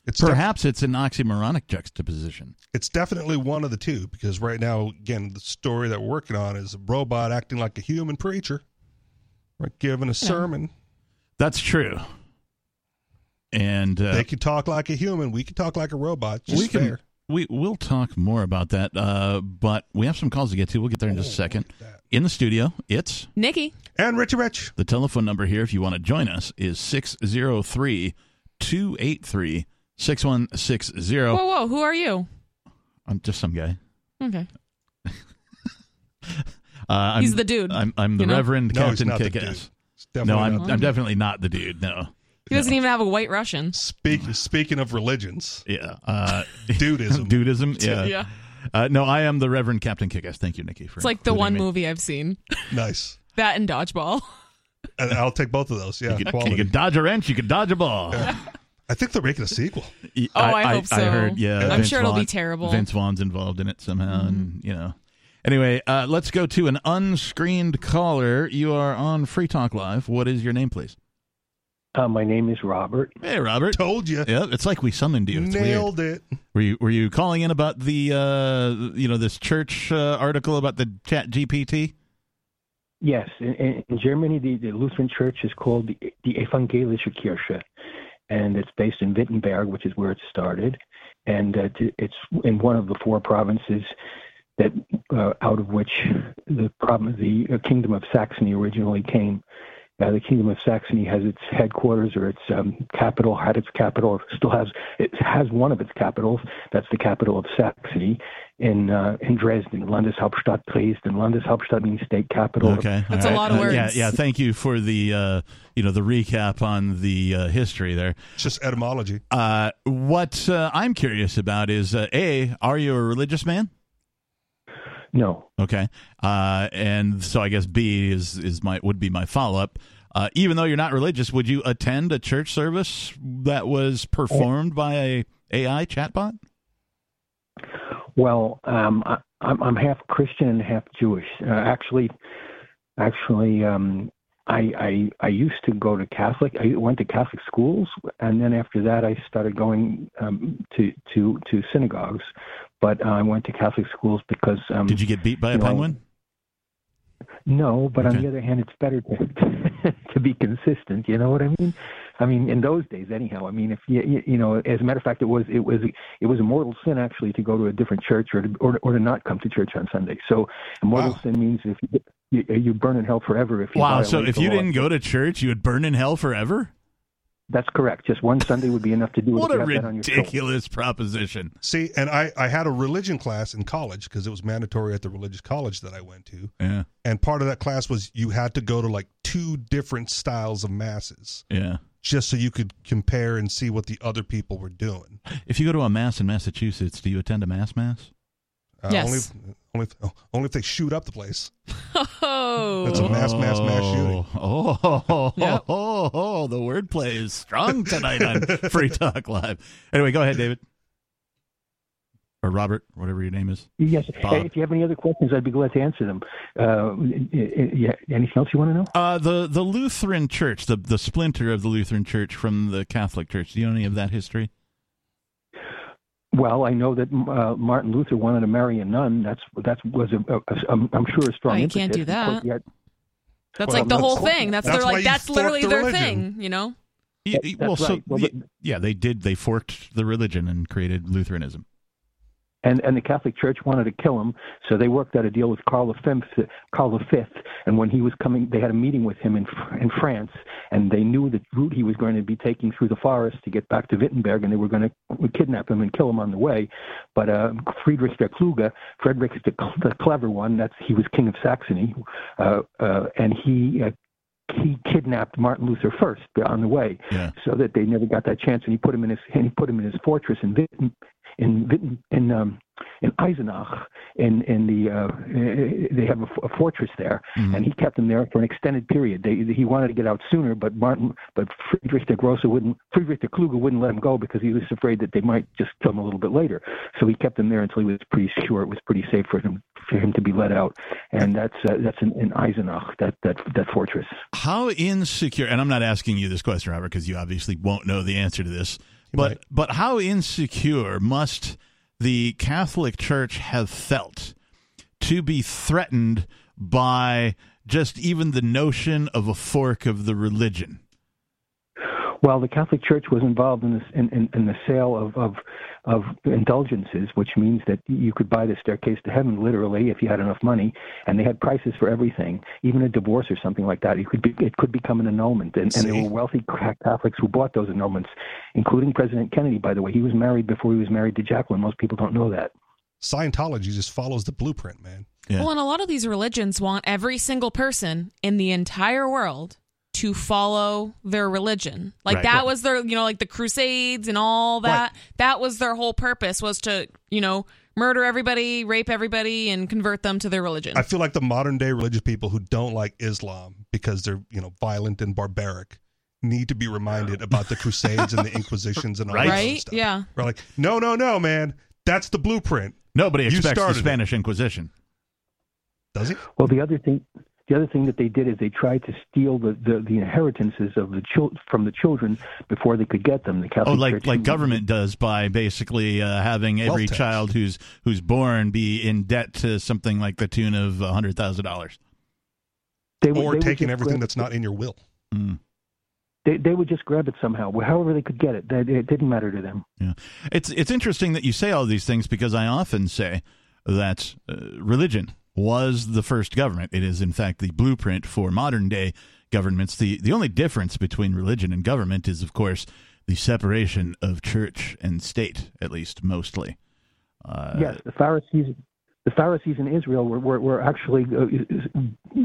Speaker 4: It's def-
Speaker 3: Perhaps it's an oxymoronic juxtaposition.
Speaker 4: it's definitely one of the two because right now, again, the story that we're working on is a robot acting like a human preacher, right, giving a sermon.
Speaker 3: That's true. And uh,
Speaker 4: They can talk like a human. We can talk like a robot. Just
Speaker 3: we can
Speaker 4: fair.
Speaker 3: we we'll talk more about that. Uh, but we have some calls to get to. We'll get there in just
Speaker 4: Oh,
Speaker 3: a second. In the studio, it's
Speaker 2: Nikki.
Speaker 4: And Richie Rich.
Speaker 3: the telephone number here. If you want to join us, is 603 283 6160. Oh.
Speaker 2: Whoa, whoa, who are you?
Speaker 3: I'm just some guy.
Speaker 2: Okay.
Speaker 3: Uh,
Speaker 2: He's
Speaker 3: I'm,
Speaker 2: the dude.
Speaker 3: I'm, I'm the
Speaker 2: you know?
Speaker 3: Reverend
Speaker 4: No, he's
Speaker 3: Captain
Speaker 4: not the dude.
Speaker 3: Kickass.
Speaker 4: It's definitely
Speaker 3: No, I'm,
Speaker 4: not-
Speaker 3: I'm definitely not the dude. No.
Speaker 2: He doesn't even have a white Russian.
Speaker 4: Speak, speaking of religions,
Speaker 3: Yeah. Uh,
Speaker 4: Dudism.
Speaker 3: Dudism. Yeah. Uh, no, I am the Reverend Captain Kickass. Thank you, Nikki. For
Speaker 2: It's like the
Speaker 3: including
Speaker 2: one
Speaker 3: me.
Speaker 2: movie I've seen.
Speaker 4: nice.
Speaker 2: That and Dodgeball.
Speaker 4: And I'll take both of those. Yeah,
Speaker 3: You could, you
Speaker 4: quality.
Speaker 3: could dodge a wrench. You could dodge a ball.
Speaker 4: I think they're making a sequel.
Speaker 3: Y-
Speaker 2: Oh, I hope
Speaker 3: I
Speaker 2: so.
Speaker 3: heard. Yeah,
Speaker 2: I'm
Speaker 3: Vince
Speaker 2: sure it'll be
Speaker 3: Vaughn-
Speaker 2: terrible. Mm-hmm.
Speaker 3: Vince Vaughn's involved in it somehow, and you know. Anyway, uh, let's go to an unscreened caller. You are on Free Talk Live. What is your name, please?
Speaker 5: Uh, my name is Robert.
Speaker 3: Hey, Robert.
Speaker 4: Told you.
Speaker 3: Yeah, it's like we summoned you. It's weird.
Speaker 4: Nailed it.
Speaker 3: Were you were you calling in about the uh, you know this church uh, article about the Chat GPT?
Speaker 5: Yes, in, in, in Germany, the, the Lutheran Church is called the, the Evangelische Kirche, and it's based in Wittenberg, which is where it started, and uh, t- it's in one of the four provinces that uh, out of which the province, the uh, Kingdom of Saxony originally came. Uh, the Kingdom of Saxony has its headquarters or its um, capital, had its capital, still has it has one of its capitals. That's the capital of Saxony in uh, in Dresden, Landeshauptstadt Dresden. Landeshauptstadt means state capital.
Speaker 3: Okay,
Speaker 2: That's a
Speaker 3: All
Speaker 2: lot of
Speaker 3: Uh, yeah,
Speaker 2: words.
Speaker 3: yeah. Thank you for the uh, you know the recap on the uh, history there.
Speaker 4: It's just etymology.
Speaker 3: Uh, what uh, I'm curious about is uh, a are you a religious man?
Speaker 5: No,
Speaker 3: Okay, uh, and so I guess B is is my would be my follow up. Uh, even though you're not religious, would you attend a church service that was performed by a AI chatbot?
Speaker 5: Well, um, I, I'm, I'm half Christian and half Jewish. Uh, actually, actually, um, I, I I used to go to Catholic. I went to Catholic schools, and then after that, I started going um, to to to synagogues. But uh, I went to Catholic schools because um,
Speaker 3: Did you get beat by a
Speaker 5: No.
Speaker 3: penguin?
Speaker 5: no, but
Speaker 3: Okay.
Speaker 5: on the other hand, it's better to, to be consistent. You know what I mean? I mean, in those days, anyhow. I mean, if you, you you know, as a matter of fact, it was it was it was a mortal sin actually to go to a different church or to, or, to- or to not come to church on Sunday. So, a mortal
Speaker 4: Wow.
Speaker 5: sin means if you, you you burn in hell forever. If you
Speaker 3: Wow!
Speaker 5: violate
Speaker 3: So if
Speaker 5: the
Speaker 3: you
Speaker 5: law.
Speaker 3: didn't go to church, you would burn in hell forever.
Speaker 5: that's correct. Just one Sunday would be enough to do it.
Speaker 3: What
Speaker 5: if
Speaker 3: a
Speaker 5: you have that on your soul.
Speaker 3: ridiculous proposition!
Speaker 4: See, and I, I had a religion class in college because it was mandatory at the religious college that I went to.
Speaker 3: Yeah,
Speaker 4: And part of that class was you had to go to like two different styles of masses
Speaker 3: yeah.
Speaker 4: just so you could compare and see what the other people were doing.
Speaker 3: If you go to a mass in Massachusetts, do you attend a mass mass?
Speaker 4: Uh,
Speaker 2: Yes.
Speaker 4: Only, only, if, oh, only if they shoot up the place.
Speaker 2: Oh.
Speaker 4: That's a mass, mass, mass shooting.
Speaker 3: Oh, oh, oh,
Speaker 2: Yep.
Speaker 3: oh, oh, the wordplay is strong tonight on Free Talk Live. Anyway, go ahead, David. Or Robert, whatever your name is.
Speaker 5: Yes.
Speaker 3: Bob.
Speaker 5: If you have any other questions, I'd be glad to answer them. Uh, yeah. Anything else you want to know?
Speaker 3: Uh, the, the Lutheran Church, the, the splinter of the Lutheran Church from the Catholic Church. Do you know any of that history?
Speaker 5: Well, I know that uh, Martin Luther wanted to marry a nun. That's that was a, a, a, I'm I'm sure a strong.
Speaker 2: Oh, you can't
Speaker 5: impetus.
Speaker 2: do
Speaker 5: Of course,
Speaker 2: that.
Speaker 5: yeah,
Speaker 2: That's
Speaker 4: Well,
Speaker 2: like the
Speaker 4: that's-
Speaker 2: whole thing. That's,
Speaker 4: that's
Speaker 2: their
Speaker 4: why
Speaker 2: like
Speaker 4: you
Speaker 2: that's
Speaker 4: forked
Speaker 2: literally
Speaker 4: the
Speaker 2: their
Speaker 4: religion.
Speaker 2: thing, you know?
Speaker 3: Y- y-
Speaker 5: That-
Speaker 3: well,
Speaker 5: that's
Speaker 3: so
Speaker 5: right. Well,
Speaker 3: y-
Speaker 5: but-
Speaker 3: yeah, they did. They forked the religion and created Lutheranism.
Speaker 5: and and the Catholic Church wanted to kill him, so they worked out a deal with Carl V. Carl V. And when he was coming, they had a meeting with him in Fr- in France, and they knew the route he was going to be taking through the forest to get back to Wittenberg, and they were going to kidnap him and kill him on the way. But uh, Friedrich der Kluge, Frederick the, Cl- the clever one, that's he was king of Saxony, uh, uh, and he. Uh, he kidnapped Martin Luther first on the way,
Speaker 3: Yeah.
Speaker 5: so that they never got that chance. And he put him in his and he put him in his fortress in Witten, in Witten, in um, in Eisenach, in in the uh, they have a, f- a fortress there, and he kept them there for an extended period. They, he wanted to get out sooner, but Martin, but Friedrich der Grosse wouldn't, Friedrich der Kluge wouldn't let him go because he was afraid that they might just kill him a little bit later. So he kept him there until he was pretty sure it was pretty safe for him for him to be let out, and that's uh, that's in, in Eisenach that that that fortress.
Speaker 3: How insecure? And I'm not asking you this question, Robert, because you obviously won't know the answer to this. But
Speaker 4: might.
Speaker 3: but how insecure must the Catholic Church have felt to be threatened by just even the notion of a fork of the religion?
Speaker 5: Well, the Catholic Church was involved in, this, in, in, in the sale of, of, of indulgences, which means that you could buy the staircase to heaven literally if you had enough money, and they had prices for everything, even a divorce or something like that. It could be, it could become an annulment, and, and there
Speaker 4: See?
Speaker 5: were wealthy ca- Catholics who bought those annulments, including President Kennedy. By the way, he was married before he was married to Jacqueline. Most people don't know that.
Speaker 4: Scientology just follows the blueprint, man.
Speaker 3: Yeah.
Speaker 2: Well, and a lot of these religions want every single person in the entire world to follow their religion. Like
Speaker 3: Right.
Speaker 2: that
Speaker 3: Right.
Speaker 2: was their, you know, like the crusades and all that. That was their whole purpose was to, you know, murder everybody, rape everybody and convert them to their religion.
Speaker 4: I feel like the modern day religious people who don't like Islam because they're you know violent and barbaric need to be reminded about the Crusades and the Inquisitions and all
Speaker 3: Right.
Speaker 4: that other
Speaker 2: Right?
Speaker 4: stuff.
Speaker 2: Yeah.
Speaker 4: we're like, no, no, no, man, that's the blueprint,
Speaker 3: Nobody
Speaker 4: You
Speaker 3: expects the
Speaker 4: started it.
Speaker 3: Spanish Inquisition.
Speaker 4: does it?
Speaker 5: Well, the other thing, the other thing that they did is they tried to steal the, the, the inheritances of the chil- from the children before they could get them. The Catholic
Speaker 3: Oh, like
Speaker 5: Church
Speaker 3: like government does by basically uh, having every
Speaker 4: Wealth tax.
Speaker 3: child who's who's born be in debt to something like the tune of hundred thousand dollars.
Speaker 5: They would-
Speaker 4: Or
Speaker 5: they would
Speaker 4: taking
Speaker 5: just
Speaker 4: everything
Speaker 5: grab-
Speaker 4: that's not in your will.
Speaker 5: They, they would just grab it somehow, however they could get it. That it didn't matter to them.
Speaker 3: Yeah, it's it's interesting that you say all these things because I often say that uh, religion was the first government. It is in fact the blueprint for modern day governments. the The only difference between religion and government is, of course, the separation of church and state, at least mostly. Uh,
Speaker 5: yes, the Pharisees, the Pharisees in Israel were were, were actually uh,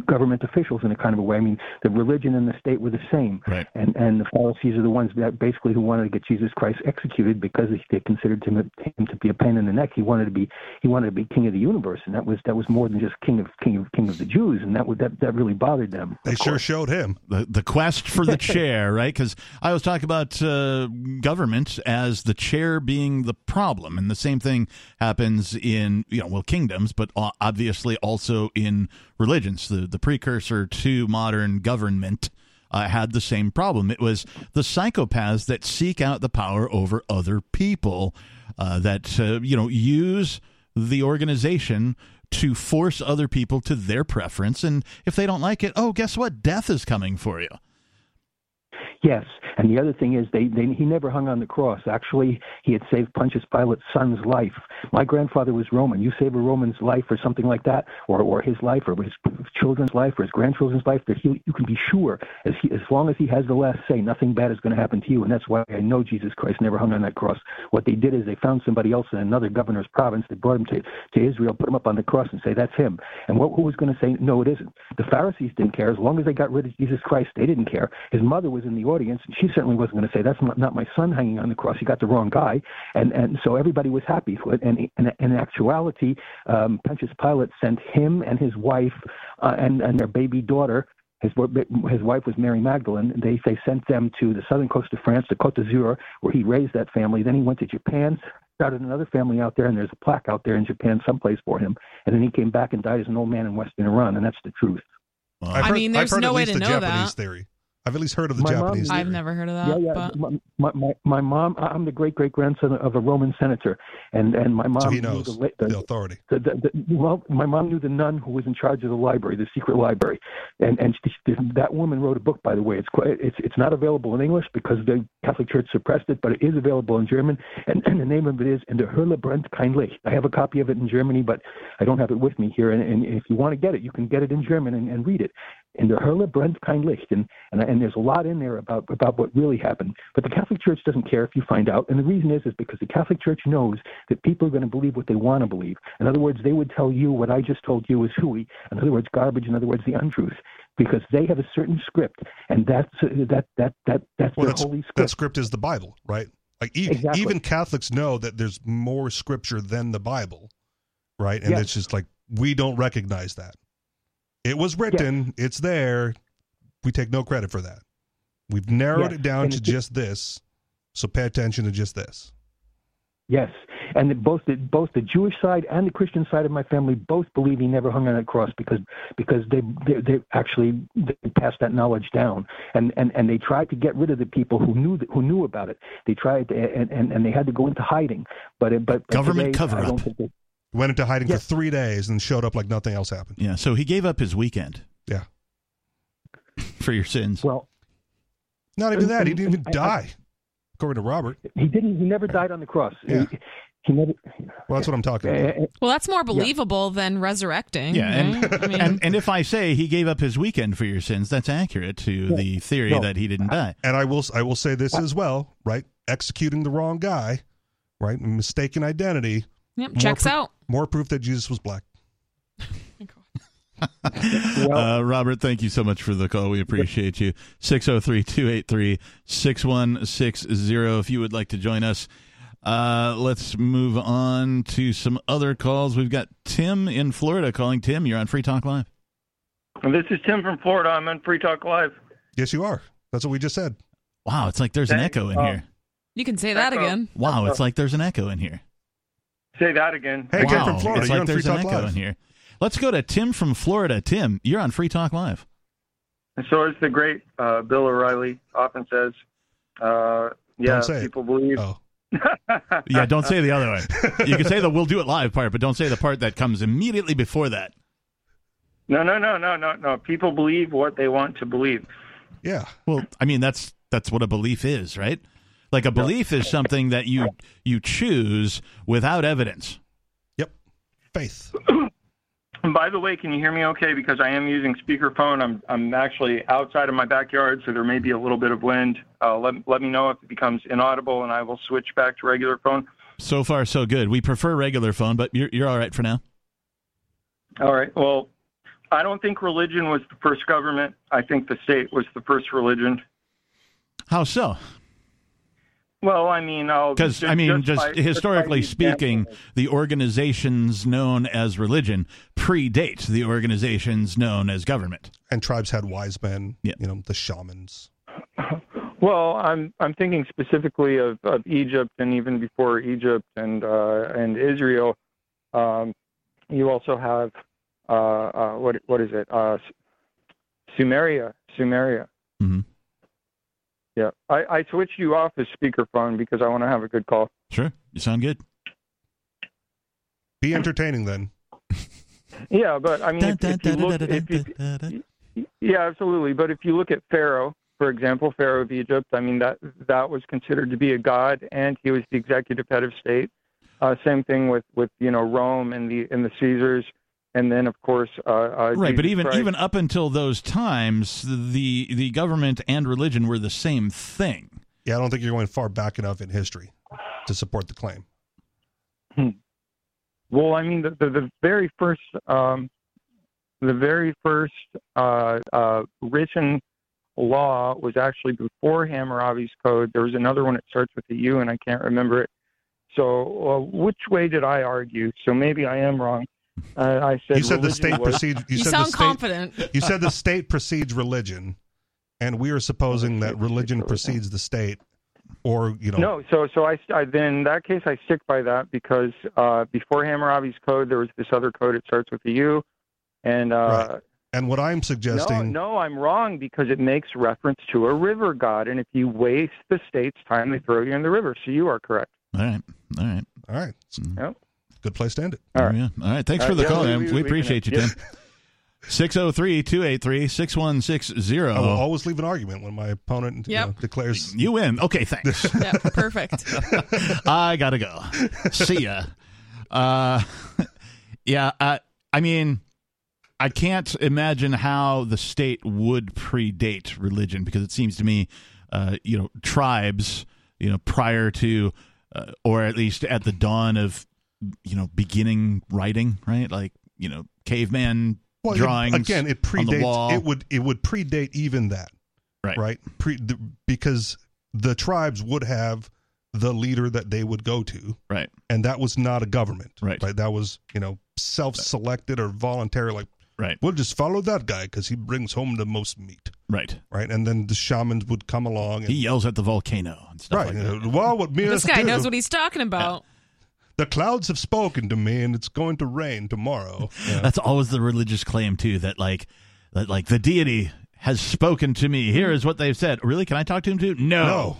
Speaker 5: government officials in a kind of a way. I mean, the religion and the state were the same,
Speaker 3: Right.
Speaker 5: and and the Pharisees are the ones that basically who wanted to get Jesus Christ executed because they considered him, him to be a pain in the neck. He wanted to be he wanted to be king of the universe, and that was that was more than just king of king of king of the Jews, and that would that that really bothered them.
Speaker 4: They
Speaker 5: of
Speaker 4: sure
Speaker 5: course.
Speaker 4: showed him.
Speaker 3: the the quest for the chair, right? Because I always talk about uh, government as the chair being the problem, and the same thing happens in you know well kingdoms, but o- obviously also in religions. The the precursor to modern government uh, had the same problem. It was the psychopaths that seek out the power over other people, uh, that uh, you know use the organization to force other people to their preference. And if they don't like it, oh, guess what? Death is coming for you.
Speaker 5: Yes, and the other thing is they, they he never hung on the cross. Actually, he had saved Pontius Pilate's son's life. My grandfather was Roman. You save a Roman's life or something like that, or or his life, or his children's life, or his grandchildren's life. That he, you can be sure as he, as long as he has the last say, nothing bad is going to happen to you. And that's why I know Jesus Christ never hung on that cross. What they did is they found somebody else in another governor's province. They brought him to to Israel, put him up on the cross, and say that's him. And what who was going to say no? It isn't. The Pharisees didn't care. As long as they got rid of Jesus Christ, they didn't care. His mother was in the audience, and she certainly wasn't going to say, "That's not not my son hanging on the cross. He got the wrong guy." And and so everybody was happy. for it. And and in actuality, um, Pontius Pilate sent him and his wife uh, and and their baby daughter. His, wa- his wife was Mary Magdalene. They, they sent them to the southern coast of France, to Côte d'Azur, where he raised that family. Then he went to Japan, started another family out there, and there's a plaque out there in Japan someplace for him. And then he came back and died as an old man in western Iran, and that's the truth.
Speaker 3: Well,
Speaker 4: I've
Speaker 2: I
Speaker 4: heard,
Speaker 2: mean,
Speaker 4: I've
Speaker 2: there's
Speaker 4: heard
Speaker 2: no
Speaker 4: at
Speaker 2: way
Speaker 4: least
Speaker 2: to
Speaker 4: the
Speaker 2: know that.
Speaker 4: Japanese theory. I've at least heard of the
Speaker 5: My mom-
Speaker 4: Japanese theory.
Speaker 2: I've never heard of
Speaker 5: yeah,
Speaker 2: that.
Speaker 5: yeah.
Speaker 2: But
Speaker 5: My, my, my, my mom, I- I'm the great great grandson of a Roman senator, and and my mom
Speaker 4: So he
Speaker 5: knew
Speaker 4: knows
Speaker 5: the,
Speaker 4: the,
Speaker 5: la- the,
Speaker 4: authority.
Speaker 5: the, the, the, well, my mom knew the nun who was in charge of the library, the secret library, and and she, she- that woman wrote a book. By the way, it's quite, it's it's not available in English because the Catholic Church suppressed it, but it is available in German, and, and the name of it is "In der Hölle brennt kein Licht." I have a copy of it in Germany, but I don't have it with me here. And, and if you want to get it, you can get it in German and, and read it. "In der Hölle brennt kein Licht," and, and and there's a lot in there about about what really happened. But the Catholic Church doesn't care if you find out, and the reason is is because the Catholic Church knows that people are going to believe what they want to believe. In other words, they would tell you what I just told you is hooey. In other words, garbage. In other words, the untruth, because they have a certain script, and that's uh, that that that that's
Speaker 4: Well,
Speaker 5: their
Speaker 4: that's,
Speaker 5: holy
Speaker 4: that
Speaker 5: script.
Speaker 4: script is the Bible, right? Like e-
Speaker 5: Exactly.
Speaker 4: even Catholics know that there's more scripture than the Bible, right? And
Speaker 5: Yes.
Speaker 4: it's just like we don't recognize that. It was written, it's there. We take no credit for that. We've narrowed
Speaker 5: Yeah.
Speaker 4: it down
Speaker 5: And
Speaker 4: to
Speaker 5: it's-
Speaker 4: just this. So pay attention to just this.
Speaker 5: Yes, and the, both the both the Jewish side and the Christian side of my family both believe he never hung on that cross because because they they, they actually they passed that knowledge down and, and and they tried to get rid of the people who knew th- who knew about it. They tried to, and, and and they had to go into hiding. But it- but but
Speaker 3: Government
Speaker 5: today, I
Speaker 3: cover-up.
Speaker 5: don't think they-
Speaker 4: Went into hiding
Speaker 5: Yes.
Speaker 4: for three days and showed up like nothing else happened.
Speaker 3: Yeah, so he gave up his weekend.
Speaker 4: Yeah.
Speaker 3: For your sins.
Speaker 5: well,
Speaker 4: Not even
Speaker 5: And-
Speaker 4: that. He
Speaker 5: and-
Speaker 4: didn't even
Speaker 5: and I- I-
Speaker 4: die, according to Robert.
Speaker 5: he didn't. He never died on the cross.
Speaker 4: Yeah.
Speaker 5: He, he never.
Speaker 4: Well, that's what I'm talking about.
Speaker 5: eh, eh,
Speaker 2: Well, that's more believable than resurrecting.
Speaker 3: Yeah, and-
Speaker 2: right? I mean,
Speaker 3: And and if I say he gave up his weekend for your sins, that's accurate to the theory
Speaker 5: No.
Speaker 3: that he didn't die.
Speaker 4: And I will I will say this as well, right? Executing the wrong guy, right? Mistaken identity,
Speaker 2: yep, checks
Speaker 4: pro-
Speaker 2: out.
Speaker 4: more proof that Jesus was black.
Speaker 3: uh, Robert, thank you so much for the call. We appreciate you. 603 283 6160. If you would like to join us, uh, let's move on to some other calls. We've got Tim in Florida calling. Tim, you're on Free Talk Live.
Speaker 6: This is Tim from Florida. I'm on Free Talk Live.
Speaker 4: Yes, you are. That's what we just said.
Speaker 3: Wow, it's like there's an
Speaker 6: Thank-
Speaker 3: echo
Speaker 5: uh,
Speaker 3: in
Speaker 6: oh.
Speaker 3: here.
Speaker 2: You can say that
Speaker 6: Echo.
Speaker 2: again.
Speaker 3: Wow, it's like there's an echo in here.
Speaker 6: Say that again.
Speaker 4: Uh, Hey,
Speaker 3: wow,
Speaker 4: Ken from Florida,
Speaker 3: it's
Speaker 4: you're
Speaker 3: like
Speaker 4: on Free
Speaker 3: there's
Speaker 4: Talk
Speaker 3: an echo
Speaker 4: Live.
Speaker 3: in here. Let's go to Tim from Florida. Tim, you're on Free Talk Live.
Speaker 6: So as the great uh, Bill O'Reilly often says, uh, yeah,
Speaker 4: Don't say it.
Speaker 6: people believe.
Speaker 4: Oh,
Speaker 3: Yeah, don't say the other way. You can say the we'll do it live part, but don't say the part that comes immediately before that.
Speaker 6: No, no, no, no, no, no. People believe what they want to believe.
Speaker 4: yeah.
Speaker 3: Well, I mean that's that's what a belief is, right? Like a belief is something that you you choose without evidence.
Speaker 4: Yep. Faith.
Speaker 6: And by the way, can you hear me okay? Because I am using speakerphone. I'm I'm actually outside of my backyard, so there may be a little bit of wind. Uh, let let me know if it becomes inaudible, and I will switch back to regular phone.
Speaker 3: So far, so good. We prefer regular phone, but you're you're all right for now.
Speaker 6: All right. Well, I don't think religion was the first government. I think the state was the first religion.
Speaker 3: How so?
Speaker 6: Well, I mean, I'll
Speaker 3: Because I mean, just,
Speaker 6: by-
Speaker 3: historically
Speaker 6: by the
Speaker 3: speaking,
Speaker 6: example.
Speaker 3: the organizations known as religion predate the organizations known as government.
Speaker 4: And tribes had wise men,
Speaker 3: Yeah.
Speaker 4: you know, the shamans.
Speaker 6: Well, I'm I'm thinking specifically of, of Egypt, and even before Egypt and uh, and Israel, um, you also have uh, uh, what what is it? Uh, S- Sumeria, Sumeria.
Speaker 3: Mhm.
Speaker 6: Yeah, I, I switched you off as speakerphone because I want to have a good call.
Speaker 3: Sure, you sound good.
Speaker 4: Be entertaining then.
Speaker 6: Yeah, but I mean, if, if you look, if you, Yeah, absolutely. But if you look at Pharaoh, for example, Pharaoh of Egypt, I mean that that was considered to be a god, and he was the executive head of state. Uh, same thing with with you know Rome and the and the Caesars, and then of course uh, uh,
Speaker 3: Right, but
Speaker 6: Jesus
Speaker 3: even
Speaker 6: Christ.
Speaker 3: even up until those times, the the government and religion were the same thing.
Speaker 4: Yeah, I don't think you're going far back enough in history to support the claim.
Speaker 6: Well, I mean, the, the, the very first, um, the very first uh, uh, written law was actually before Hammurabi's code. There was another one that starts with a U, and I can't remember it. So, uh, which way did I argue? So maybe I am wrong. Uh, I said
Speaker 4: you said the
Speaker 6: religion
Speaker 4: state
Speaker 6: was-
Speaker 4: proceeds you,
Speaker 2: You,
Speaker 4: said
Speaker 2: sound
Speaker 4: the state
Speaker 2: confident.
Speaker 4: you said the state precedes religion, and we are supposing that religion precedes the state or, you know,
Speaker 6: No, so so I, I then in that case I stick by that because uh, before Hammurabi's code there was this other code. It starts with a U, and uh,
Speaker 4: Right. and what I'm suggesting
Speaker 6: No, no, I'm wrong because it makes reference to a river god, and if you waste the state's time, they throw you in the river. So you are correct.
Speaker 3: All right, all right, Mm-hmm.
Speaker 4: All right. It's a
Speaker 6: Yep.
Speaker 4: Good place to end it.
Speaker 6: All right.
Speaker 3: Yeah. all right. Thanks
Speaker 6: All
Speaker 3: for
Speaker 6: right,
Speaker 3: the
Speaker 6: yeah,
Speaker 3: call,
Speaker 6: we-
Speaker 3: Em.
Speaker 6: we-
Speaker 3: We,
Speaker 6: we can-
Speaker 3: appreciate you,
Speaker 6: yeah.
Speaker 3: Tim. 603-283-6160.
Speaker 4: I will always leave an argument when my opponent you
Speaker 2: Yep.
Speaker 4: know, declares
Speaker 3: you win. Okay, thanks.
Speaker 2: yeah, perfect.
Speaker 3: I gotta go. See ya. Uh, yeah, I, I mean, I can't imagine how the state would predate religion because it seems to me, uh, you know, tribes, you know, prior to, uh, or at least at the dawn of, you know, beginning writing, right? Like, you know, caveman
Speaker 4: Well, it-
Speaker 3: drawings.
Speaker 4: again, it
Speaker 3: on the wall.
Speaker 4: predates. It would it would predate even that,
Speaker 3: Right.
Speaker 4: Right, Pre, the, because the tribes would have the leader that they would go to,
Speaker 3: Right.
Speaker 4: and that was not a government,
Speaker 3: Right.
Speaker 4: That was you know self-selected or voluntary. Like,
Speaker 3: Right.
Speaker 4: we'll just follow that guy because he brings home the most meat,
Speaker 3: Right.
Speaker 4: right? And then the shamans would come along. And,
Speaker 3: He yells at the volcano and stuff
Speaker 4: right.
Speaker 3: like that.
Speaker 4: and, uh, well, what
Speaker 2: This
Speaker 4: Miras
Speaker 2: guy
Speaker 4: do-
Speaker 2: knows what he's talking about.
Speaker 4: the clouds have spoken to me, and it's going to rain tomorrow. Yeah.
Speaker 3: That's always the religious claim too. That like, that like the deity has spoken to me. Here is what they've said. Really? Can I talk to him too? No.
Speaker 4: no.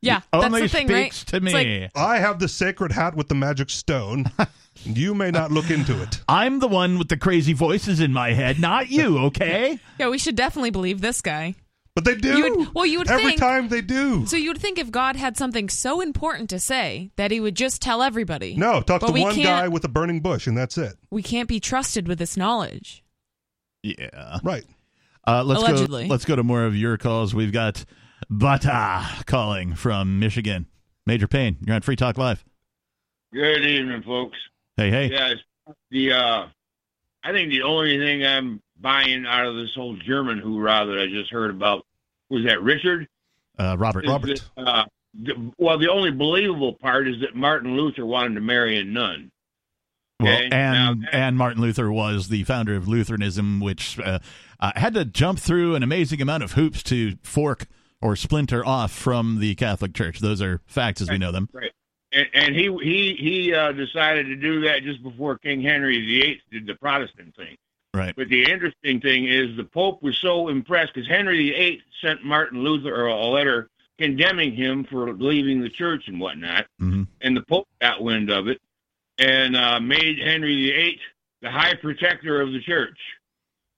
Speaker 2: Yeah,
Speaker 3: He
Speaker 2: that's
Speaker 3: only
Speaker 2: the thing, right?
Speaker 3: speaks to me.
Speaker 2: It's like-
Speaker 4: I have the sacred hat with the magic stone. you may not look into it.
Speaker 3: I'm the one with the crazy voices in my head, not you. Okay.
Speaker 2: yeah, we should definitely believe this guy.
Speaker 4: But they do.
Speaker 2: You would- well, you would
Speaker 4: Every
Speaker 2: think-
Speaker 4: time they do.
Speaker 2: So you would think if God had something so important to say that he would just tell everybody.
Speaker 4: No, talk
Speaker 2: But
Speaker 4: to
Speaker 2: we
Speaker 4: one
Speaker 2: can't-
Speaker 4: guy with a burning bush, and that's it.
Speaker 2: We can't be trusted with this knowledge.
Speaker 3: Yeah.
Speaker 4: Right.
Speaker 3: Uh, let's
Speaker 2: Allegedly.
Speaker 3: go. Let's go to more of your calls. We've got Bata calling from Michigan. Major Payne, you're on Free Talk Live.
Speaker 7: Good evening, folks.
Speaker 3: Hey, hey.
Speaker 7: Yes, the uh, I think the only thing I'm buying out of this whole German hoorah that I just heard about was that Richard.
Speaker 3: Uh, Robert.
Speaker 7: Is that, uh, the, well, the only believable part is that Martin Luther wanted to marry a nun.
Speaker 3: Well,
Speaker 7: Okay, now
Speaker 3: and
Speaker 7: that-
Speaker 3: and Martin Luther was the founder of Lutheranism, which uh, uh, had to jump through an amazing amount of hoops to fork or splinter off from the Catholic Church. Those are facts as we know them.
Speaker 7: And, and he he he uh, decided to do that just before King Henry VIII did the Protestant thing.
Speaker 3: Right.
Speaker 7: But the interesting thing is the Pope was so impressed because Henry VIII sent Martin Luther a letter condemning him for leaving the church and whatnot,
Speaker 3: Mhm.
Speaker 7: and the Pope got wind of it and uh, made Henry VIII the High Protector of the Church.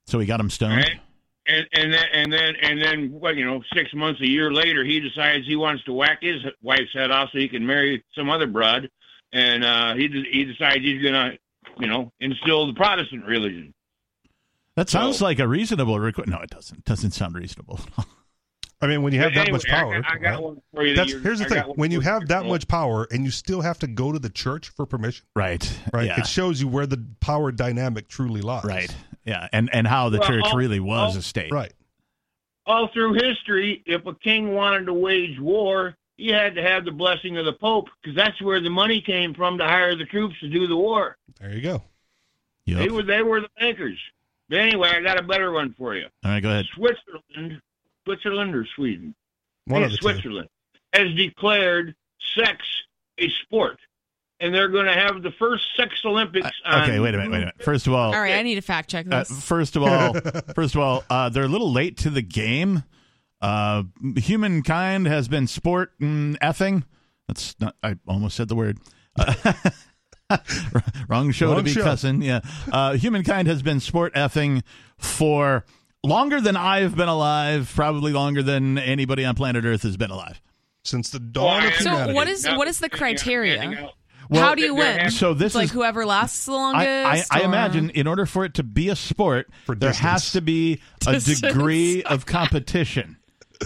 Speaker 3: So we got him stoned.
Speaker 7: Right. And and then and then and then what you know six months a year later he decides he wants to whack his wife's head off so he can marry some other broad, and uh, he de- he decides he's gonna you know instill the Protestant religion.
Speaker 3: That sounds
Speaker 7: So-
Speaker 3: like a reasonable request. No, it doesn't. It doesn't sound reasonable.
Speaker 4: I mean, when you have
Speaker 7: But
Speaker 4: that much
Speaker 7: anyway,
Speaker 4: power.
Speaker 7: I got, I got
Speaker 4: right?
Speaker 7: one for you. that
Speaker 4: That's
Speaker 7: you're-
Speaker 4: here's the
Speaker 7: I
Speaker 4: thing.
Speaker 7: got one
Speaker 4: When
Speaker 7: for
Speaker 4: you have that
Speaker 7: you're-
Speaker 4: much power and you still have to go to the church for permission,
Speaker 3: right.
Speaker 4: right?
Speaker 3: Yeah.
Speaker 4: It shows you where the power dynamic truly lies.
Speaker 3: Right. Yeah. And and how the
Speaker 7: Well,
Speaker 3: church
Speaker 7: all-
Speaker 3: really was
Speaker 7: all-
Speaker 3: a state.
Speaker 4: Right.
Speaker 7: all through history, if a king wanted to wage war, he had to have the blessing of the Pope because that's where the money came from to hire the troops to do the war.
Speaker 4: There you go.
Speaker 3: Yep.
Speaker 7: They were they were the bankers. But anyway, I got a better one for you.
Speaker 3: All right. Go ahead.
Speaker 7: Switzerland, Switzerland or Sweden?
Speaker 4: One
Speaker 7: Yeah,
Speaker 4: of the two.
Speaker 7: Switzerland has declared sex a sport, and they're going to have the first sex Olympics. on
Speaker 3: Uh, Okay. Wait a minute. Wait a minute. First of all,
Speaker 2: All right, I need to fact check
Speaker 3: Uh,
Speaker 2: this.
Speaker 3: first of all, first of all, uh, they're a little late to the game. Uh, humankind has been sport and effing. That's not. I almost said the word. Uh, wrong show to
Speaker 4: Wrong
Speaker 3: be
Speaker 4: show.
Speaker 3: cussing. Yeah. Uh, humankind has been sport effing for longer than I've been alive. Probably longer than anybody on planet Earth has been alive.
Speaker 4: Since the dawn
Speaker 7: Oh,
Speaker 4: of
Speaker 7: I-
Speaker 2: So
Speaker 4: humanity.
Speaker 2: what is- what is the
Speaker 7: Yeah,
Speaker 2: criteria?
Speaker 7: handing out-
Speaker 2: How do you
Speaker 7: they're
Speaker 2: win?
Speaker 7: having-
Speaker 3: So this
Speaker 2: it's like
Speaker 3: is
Speaker 2: whoever lasts the longest.
Speaker 3: I, I, I
Speaker 2: or-
Speaker 3: imagine in order for it to be a sport,
Speaker 4: For
Speaker 3: there
Speaker 4: distance.
Speaker 3: has to be a
Speaker 2: Distance.
Speaker 3: degree of competition.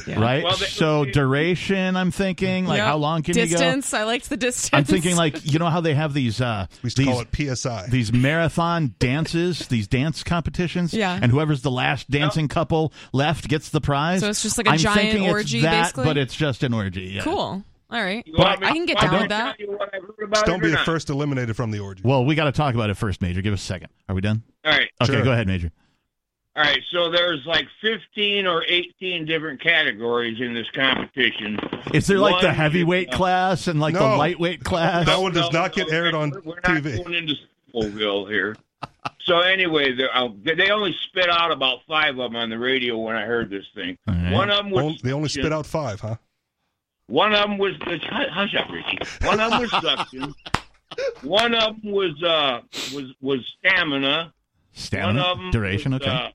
Speaker 2: Yeah.
Speaker 3: Right?
Speaker 7: Well, they-
Speaker 3: so duration, I'm thinking, like
Speaker 2: Yep.
Speaker 3: how long can
Speaker 2: distance,
Speaker 3: you go?
Speaker 2: I liked the distance.
Speaker 3: I'm thinking like you know how they have these uh
Speaker 4: we used to
Speaker 3: these
Speaker 4: call it PSI.
Speaker 3: these marathon dances, these dance competitions,
Speaker 2: Yeah.
Speaker 3: and whoever's the last dancing couple left gets the prize.
Speaker 2: So it's just like a
Speaker 3: I'm
Speaker 2: giant
Speaker 3: thinking it's
Speaker 2: orgy,
Speaker 3: that,
Speaker 2: basically?
Speaker 3: but it's just an orgy. Yeah.
Speaker 2: cool. All right,
Speaker 7: You want
Speaker 3: But
Speaker 7: me-
Speaker 2: I can get
Speaker 7: want
Speaker 2: down
Speaker 7: me
Speaker 2: with
Speaker 7: to
Speaker 2: that.
Speaker 7: tell you what I've heard about
Speaker 4: Don't
Speaker 7: it or
Speaker 4: be the
Speaker 7: not?
Speaker 4: first eliminated from the orgy.
Speaker 3: Well, we got to talk about it first, Major. Give us a second. Are we done?
Speaker 7: All right.
Speaker 3: Okay,
Speaker 4: Sure.
Speaker 3: go ahead, Major.
Speaker 7: All right, so there's like 15 or 18 different categories in this competition.
Speaker 3: Is there like the
Speaker 7: One-
Speaker 3: heavyweight class and like the
Speaker 4: No.
Speaker 3: lightweight class?
Speaker 4: That one does not get aired on
Speaker 7: we're- we're
Speaker 4: TV.
Speaker 7: Not going into Scoville here. so anyway, there- uh, they only spit out about five of them on the radio when I heard this thing.
Speaker 3: All right.
Speaker 7: One of them was
Speaker 4: Only- they only spit out five, huh?
Speaker 7: One of them was the hush up, Richie. One of them was suction. One of them was uh was was stamina.
Speaker 3: Stamina,
Speaker 7: One of them
Speaker 3: duration,
Speaker 7: was,
Speaker 3: okay.
Speaker 7: uh,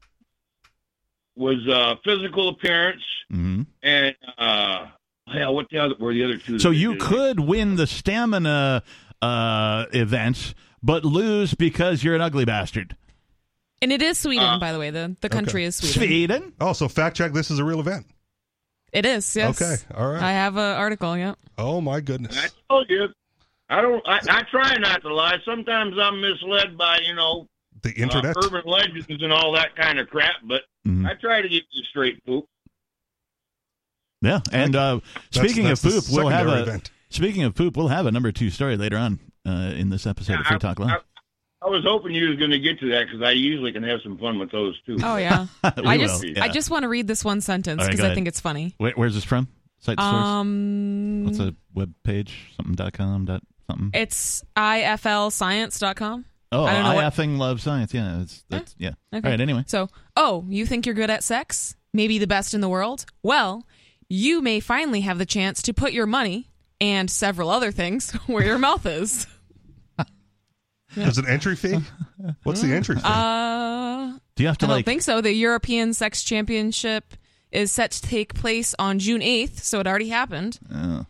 Speaker 7: was uh, physical appearance
Speaker 3: Mhm.
Speaker 7: and uh, hell, what the other were the other two? that
Speaker 3: So
Speaker 7: they
Speaker 3: you
Speaker 7: did?
Speaker 3: could win the stamina uh, event, but lose because you're an ugly bastard.
Speaker 2: And it is Sweden,
Speaker 7: Uh,
Speaker 2: by the way. The the country is Sweden.
Speaker 3: Sweden.
Speaker 4: Oh, so fact check this is a real event.
Speaker 2: It is. Yes.
Speaker 4: Okay. All right.
Speaker 2: I have an article. Yep.
Speaker 4: Oh my goodness.
Speaker 7: I told you. I don't. I, I try not to lie. Sometimes I'm misled by you know
Speaker 4: the
Speaker 7: uh,
Speaker 4: internet. Mm-hmm.
Speaker 7: urban legends and all that kind of crap. But
Speaker 3: Mhm.
Speaker 7: I try to give you straight poop.
Speaker 3: Yeah, and uh,
Speaker 4: That's-
Speaker 3: speaking
Speaker 4: that's the
Speaker 3: of poop, we'll have
Speaker 4: secondary
Speaker 3: a
Speaker 4: event.
Speaker 3: speaking of poop, we'll have a number two story later on uh, in this episode of Free Talk Live.
Speaker 7: I, I was hoping you was going to get to that because I usually can have some fun with those too.
Speaker 2: Oh yeah.
Speaker 3: We
Speaker 2: I just
Speaker 3: will,
Speaker 2: I
Speaker 3: yeah.
Speaker 2: just want to read this one sentence
Speaker 3: All right,
Speaker 2: because
Speaker 3: go
Speaker 2: I
Speaker 3: ahead.
Speaker 2: think it's funny.
Speaker 3: Wait, where's this from? Site source?
Speaker 2: Um
Speaker 3: What's a web page? Something dot com dot something.
Speaker 2: it's iflscience.com.
Speaker 3: oh,
Speaker 2: I
Speaker 3: I,
Speaker 2: don't know what-
Speaker 3: effing love science. Yeah, it's that's yeah.
Speaker 2: Okay.
Speaker 3: All right. Anyway,
Speaker 2: So, oh, you think you're good at sex? Maybe the best in the world? Well, you may finally have the chance to put your money and several other things where your mouth is.
Speaker 4: There's an entry fee. What's the entry fee?
Speaker 2: Mm. Uh
Speaker 3: do you have to
Speaker 2: I don't
Speaker 3: like?
Speaker 2: think so. The European Sex Championship is set to take place on June 8th, so it already happened.
Speaker 3: uh,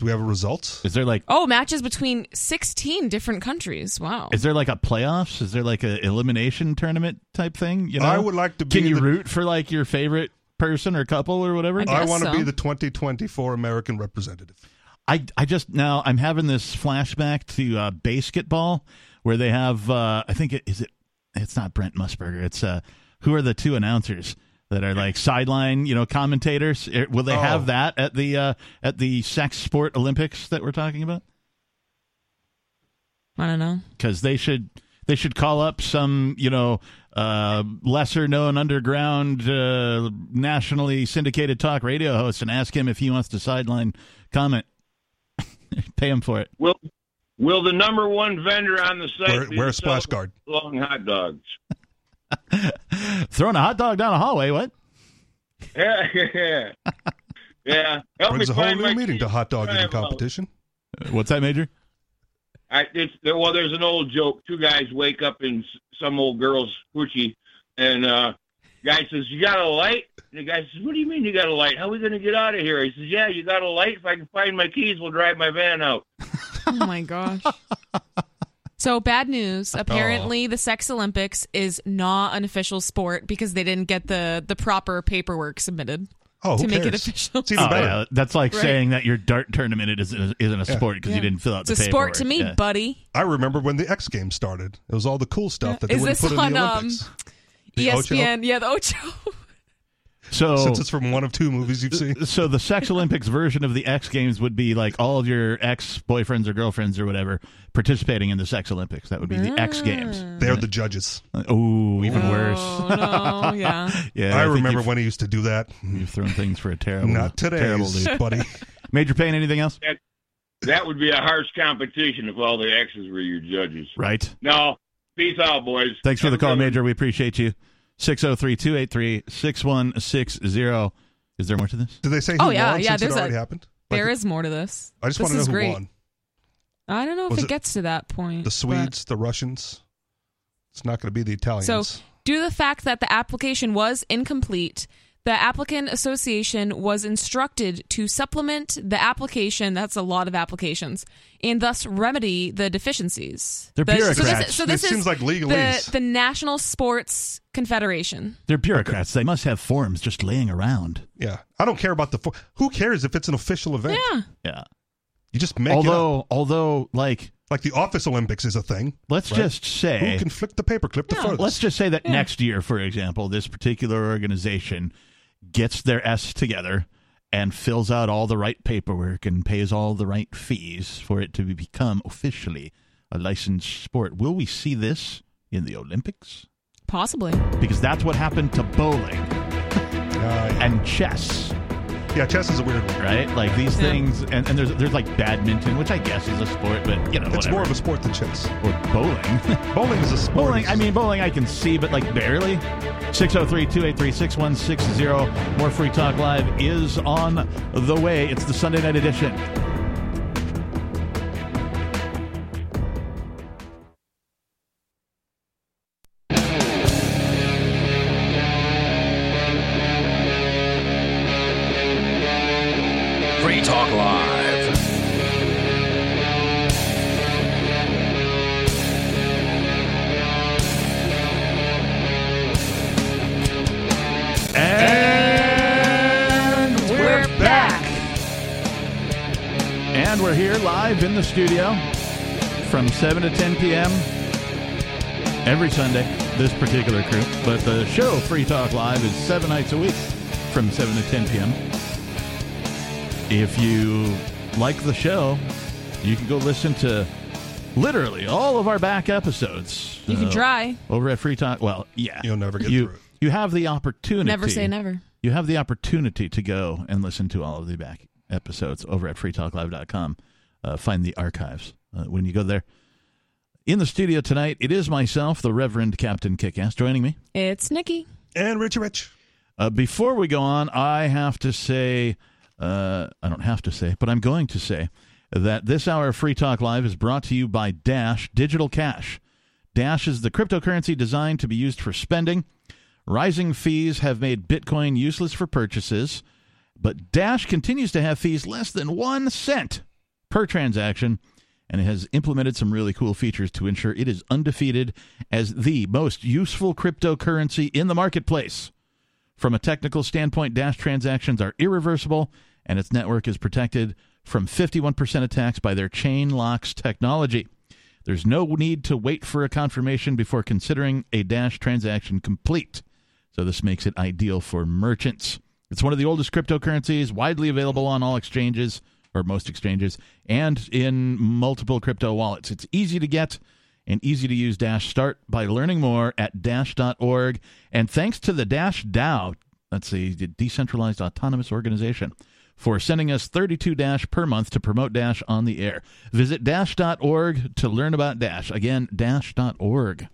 Speaker 4: Do we have results?
Speaker 3: is there like?
Speaker 2: Oh, matches between 16 different countries. Wow.
Speaker 3: Is there like a playoffs? Is there like a elimination tournament type thing? You know,
Speaker 4: I would like to be.
Speaker 3: Can you
Speaker 4: the,
Speaker 3: root for like your favorite person or couple or whatever?
Speaker 2: I
Speaker 4: I
Speaker 2: guess
Speaker 4: want to
Speaker 2: so.
Speaker 4: be the 2024 American representative.
Speaker 3: I, I just now I'm having this flashback to uh, basketball where they have uh, I think it is it it's not Brent Musburger it's uh who are the two announcers that are like sideline you know commentators Eh, will they
Speaker 4: Oh.
Speaker 3: have that at the uh, at the sex sport Olympics that we're talking about
Speaker 2: I don't know.
Speaker 3: because they should they should call up some you know uh, lesser known underground uh, nationally syndicated talk radio host and ask him if he wants to sideline comment pay him for it.
Speaker 7: Will Will the number one vendor on the site
Speaker 4: Wear,
Speaker 7: be
Speaker 4: wear a
Speaker 7: the
Speaker 4: splash
Speaker 7: Southern
Speaker 4: guard.
Speaker 7: Long hot dogs.
Speaker 3: Throwing a hot dog down a hallway. What?
Speaker 7: Yeah, yeah, yeah. Help
Speaker 4: Brings
Speaker 7: me
Speaker 4: a whole
Speaker 7: find
Speaker 4: new
Speaker 7: my
Speaker 4: meaning to
Speaker 7: keys.
Speaker 4: hot dog
Speaker 7: Sorry
Speaker 4: eating
Speaker 7: about-
Speaker 4: competition.
Speaker 3: What's that, Major?
Speaker 7: I, it's, there- well, there's an old joke. Two guys wake up in s- some old girl's hoochie, and uh, guy says, "You got a light?" And the guy says, "What do you mean you got a light? How are we going to get out of here?" He says, "Yeah, you got a light. If I can find my keys, we'll drive my van out."
Speaker 2: Oh my gosh. So bad news.
Speaker 4: Oh.
Speaker 2: Apparently, the Sex Olympics is not an official sport because they didn't get the the proper paperwork submitted
Speaker 4: Oh, who
Speaker 2: to make it
Speaker 4: cares?
Speaker 2: official.
Speaker 4: It's even better.
Speaker 3: Oh, that's like
Speaker 2: Right.
Speaker 3: saying that your dart tournament it isn't isn't a sport because you
Speaker 2: Yeah.
Speaker 3: didn't fill out
Speaker 2: It's
Speaker 3: the
Speaker 2: a sport to me,
Speaker 3: paperwork. Yeah.
Speaker 2: buddy.
Speaker 4: I remember when the X Games started. It was all the cool stuff that they
Speaker 2: Is
Speaker 4: wouldn't
Speaker 2: this
Speaker 4: put in the
Speaker 2: on, um, E
Speaker 4: Olympics. The Ocho?
Speaker 2: ESPN, yeah, the Ocho.
Speaker 3: so
Speaker 4: Since it's from one of two movies you've seen.
Speaker 3: so the Sex Olympics version of the X Games would be like all of your ex boyfriends or girlfriends or whatever participating in the Sex Olympics. That would be the X Games.
Speaker 4: Ah. They're the judges.
Speaker 3: Oh, even worse.
Speaker 2: Oh no, yeah.
Speaker 3: Yeah,
Speaker 4: I,
Speaker 3: think
Speaker 4: remember
Speaker 3: you've,
Speaker 4: when he used to do that.
Speaker 3: you've thrown things for a terrible,
Speaker 4: Not today,
Speaker 3: terrible loop.
Speaker 4: buddy.
Speaker 3: Major Payne, anything else?
Speaker 7: That would be a harsh competition if all the exes were your judges.
Speaker 3: Right.
Speaker 7: No, peace out, boys.
Speaker 3: Thanks for the
Speaker 7: Have a
Speaker 3: call,
Speaker 7: good one.
Speaker 3: Major. We appreciate you. 603-283-6160. Is there more to this?
Speaker 4: Did they say who
Speaker 2: Oh, yeah,
Speaker 4: won
Speaker 2: yeah,
Speaker 4: since it
Speaker 2: there's a-
Speaker 4: already happened? Like,
Speaker 2: There is more to this.
Speaker 4: I just
Speaker 2: this
Speaker 4: want to know
Speaker 2: is
Speaker 4: who
Speaker 2: great.
Speaker 4: won.
Speaker 2: I don't know if
Speaker 4: Was
Speaker 2: it,
Speaker 4: it
Speaker 2: gets to that point.
Speaker 4: The
Speaker 2: but-
Speaker 4: Swedes, the Russians. It's not going to be the Italians.
Speaker 2: So, due to the fact that the application was incomplete, the applicant association was instructed to supplement the application. That's a lot of applications, and thus remedy the deficiencies.
Speaker 3: They're
Speaker 2: The- so this-
Speaker 3: bureaucrats.
Speaker 2: So this,
Speaker 4: It seems
Speaker 2: is
Speaker 4: like legalese.
Speaker 2: the, the National Sports Confederation.
Speaker 3: They're bureaucrats. They must have forms just laying around.
Speaker 4: yeah. I don't care about the. Fo- who cares if it's an official event?
Speaker 2: Yeah,
Speaker 3: Yeah.
Speaker 4: You just make it up.
Speaker 3: although, although, like,
Speaker 4: Like the Office Olympics is a thing.
Speaker 3: let's
Speaker 4: Right.
Speaker 3: just say,
Speaker 4: Who can flick the paperclip the
Speaker 2: Yeah,
Speaker 4: furthest?
Speaker 3: let's just say that
Speaker 2: Yeah.
Speaker 3: next year, for example, this particular organization gets their S together and fills out all the right paperwork and pays all the right fees for it to be- become officially a licensed sport. Will we see this in the Olympics?
Speaker 2: possibly.
Speaker 3: because that's what happened to bowling
Speaker 4: Uh, Yeah,
Speaker 3: and chess,
Speaker 4: yeah, chess is a weird one.
Speaker 3: right? Like these
Speaker 2: Yeah.
Speaker 3: things, and, and there's there's like badminton, which I guess is a sport, but you know,
Speaker 4: It's more of a sport than chess.
Speaker 3: a or bowling.
Speaker 4: Bowling is a sport.
Speaker 3: bowling, I mean, bowling, I can see, but like barely. 603-283-6160. More Free Talk Live is on the way. It's the Sunday night edition.
Speaker 8: Free Talk Live.
Speaker 3: And we're back. And we're here live in the studio from 7 to 10 p.m. every Sunday, this particular crew. But the show, Free Talk Live, is seven nights a week from 7 to 10 p.m. If you like the show, you can go listen to literally all of our back episodes. uh,
Speaker 2: You can try.
Speaker 3: Over at Free Talk. Well, yeah.
Speaker 4: You'll never get
Speaker 3: you,
Speaker 4: through it.
Speaker 3: You have the opportunity.
Speaker 2: Never say never.
Speaker 3: You have the opportunity to go and listen to all of the back episodes over at freetalklive.com. Uh, find the archives uh, when you go there. In the studio tonight, it is myself, the Reverend Captain Kickass, joining me.
Speaker 2: It's Nikki.
Speaker 4: And Richie Rich.
Speaker 3: Uh, before we go on, I have to say, uh, I don't have to say, but I'm going to say that this hour of Free Talk Live is brought to you by Dash Digital Cash. Dash is the cryptocurrency designed to be used for spending. Rising fees have made Bitcoin useless for purchases, but Dash continues to have fees less than one cent per transaction, and it has implemented some really cool features to ensure it is undefeated as the most useful cryptocurrency in the marketplace. From a technical standpoint, Dash transactions are irreversible, and its network is protected from 51% attacks by their chain locks technology. There's no need to wait for a confirmation before considering a Dash transaction complete. So, this makes it ideal for merchants. It's one of the oldest cryptocurrencies, widely available on all exchanges, or most exchanges, and in multiple crypto wallets. It's easy to get and easy to use Dash. Start by learning more at dash.org. And thanks to the Dash DAO, that's the decentralized autonomous organization, for sending us 32 Dash per month to promote Dash on the air. Visit dash.org to learn about Dash. Again, dash.org.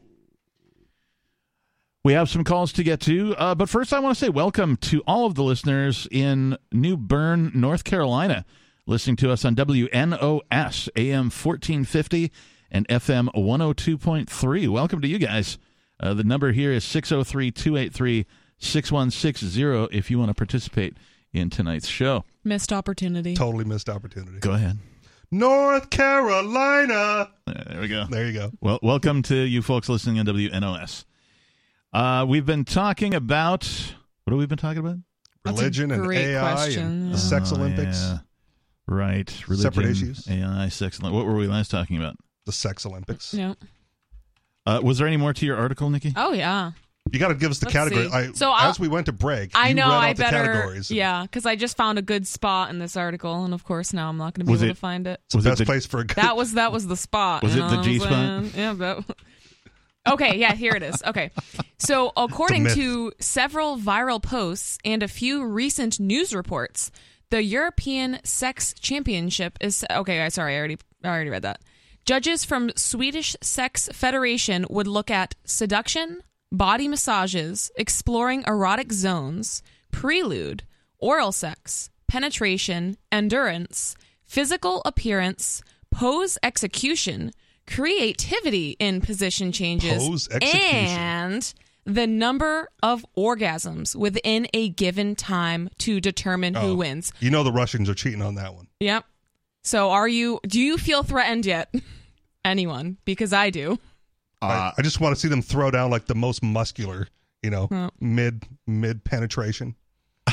Speaker 3: We have some calls to get to, uh, but first I want to say welcome to all of the listeners in New Bern, North Carolina, listening to us on WNOS AM 1450 and FM 102.3. Welcome to you guys. Uh, the number here is 603 283 6160 if you want to participate in tonight's show.
Speaker 2: Missed opportunity.
Speaker 4: Totally missed opportunity.
Speaker 3: Go ahead.
Speaker 4: North Carolina.
Speaker 3: Uh, There we go.
Speaker 4: There you go.
Speaker 3: Well, welcome to you folks listening on WNOS. Uh, we've been talking about what have we been talking about?
Speaker 2: That's a
Speaker 4: Religion and
Speaker 2: great
Speaker 4: AI
Speaker 2: question,
Speaker 4: and
Speaker 2: yeah.
Speaker 4: the sex
Speaker 3: Oh,
Speaker 4: Olympics.
Speaker 3: yeah. Right. Religion,
Speaker 4: Separate issues.
Speaker 3: AI, sex. What were we last talking about?
Speaker 4: The sex Olympics.
Speaker 2: No.
Speaker 3: Uh, was there any more to your article, Nikki?
Speaker 2: Oh yeah.
Speaker 4: You got to give us the
Speaker 2: Let's
Speaker 4: category.
Speaker 2: see.
Speaker 4: I,
Speaker 2: So I'll-
Speaker 4: as we went to break,
Speaker 2: I
Speaker 4: you
Speaker 2: know.
Speaker 4: Read out
Speaker 2: I
Speaker 4: the
Speaker 2: better.
Speaker 4: Categories and
Speaker 2: yeah, because I just found a good spot in this article, and of course now I'm not going to be
Speaker 3: Was
Speaker 2: able
Speaker 3: it-
Speaker 2: to find it.
Speaker 4: It's the
Speaker 3: Was it
Speaker 4: best
Speaker 3: the-
Speaker 4: place for a good.
Speaker 2: That was that was the spot.
Speaker 3: Was
Speaker 2: you
Speaker 3: it
Speaker 2: know
Speaker 3: the
Speaker 2: what I'm
Speaker 3: G spot?
Speaker 2: saying? Yeah, but. Okay, yeah, here it is. Okay. So, according
Speaker 4: myth.
Speaker 2: to several viral posts and a few recent news reports, the European Sex Championship is Okay, I sorry, I already I already read that. Judges from Swedish Sex Federation would look at seduction, body massages, exploring erotic zones, prelude, oral sex, penetration, endurance, physical appearance, pose execution, creativity in position changes,
Speaker 4: Pose execution.
Speaker 2: and the number of orgasms within a given time to determine
Speaker 4: Oh.
Speaker 2: who wins.
Speaker 4: You know the Russians are cheating on that one.
Speaker 2: Yep. So are you do you feel threatened yet? Anyone? Because I do.
Speaker 3: Uh,
Speaker 4: I, I just want to see them throw down like the most muscular, you know,
Speaker 2: Yeah.
Speaker 4: mid mid penetration,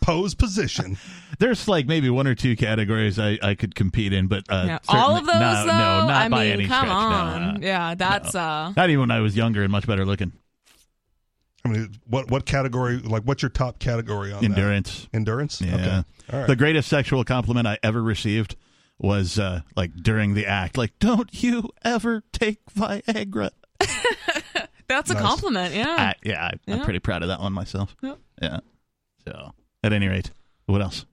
Speaker 4: pose position.
Speaker 3: There's like maybe one or two categories I, I could compete in, but uh,
Speaker 2: Yeah. All
Speaker 3: certainly-
Speaker 2: of those though.
Speaker 3: no, No, not
Speaker 2: I
Speaker 3: by
Speaker 2: mean,
Speaker 3: any
Speaker 2: come
Speaker 3: stretch. No,
Speaker 2: on.
Speaker 3: no, no.
Speaker 2: yeah, that's uh
Speaker 3: Not even when I was younger and much better looking.
Speaker 4: I mean, what what category? Like, what's your top category on that?
Speaker 3: Endurance.
Speaker 4: Endurance.
Speaker 3: Yeah.
Speaker 4: Okay. All right.
Speaker 3: The greatest sexual compliment I ever received was uh, like during the act, like "Don't you ever take Viagra?"
Speaker 2: that's a
Speaker 4: Nice.
Speaker 2: compliment, yeah.
Speaker 3: I, yeah, I, I'm
Speaker 2: Yeah.
Speaker 3: pretty proud of that one myself.
Speaker 2: Yeah.
Speaker 3: Yeah. So, at any rate, what else?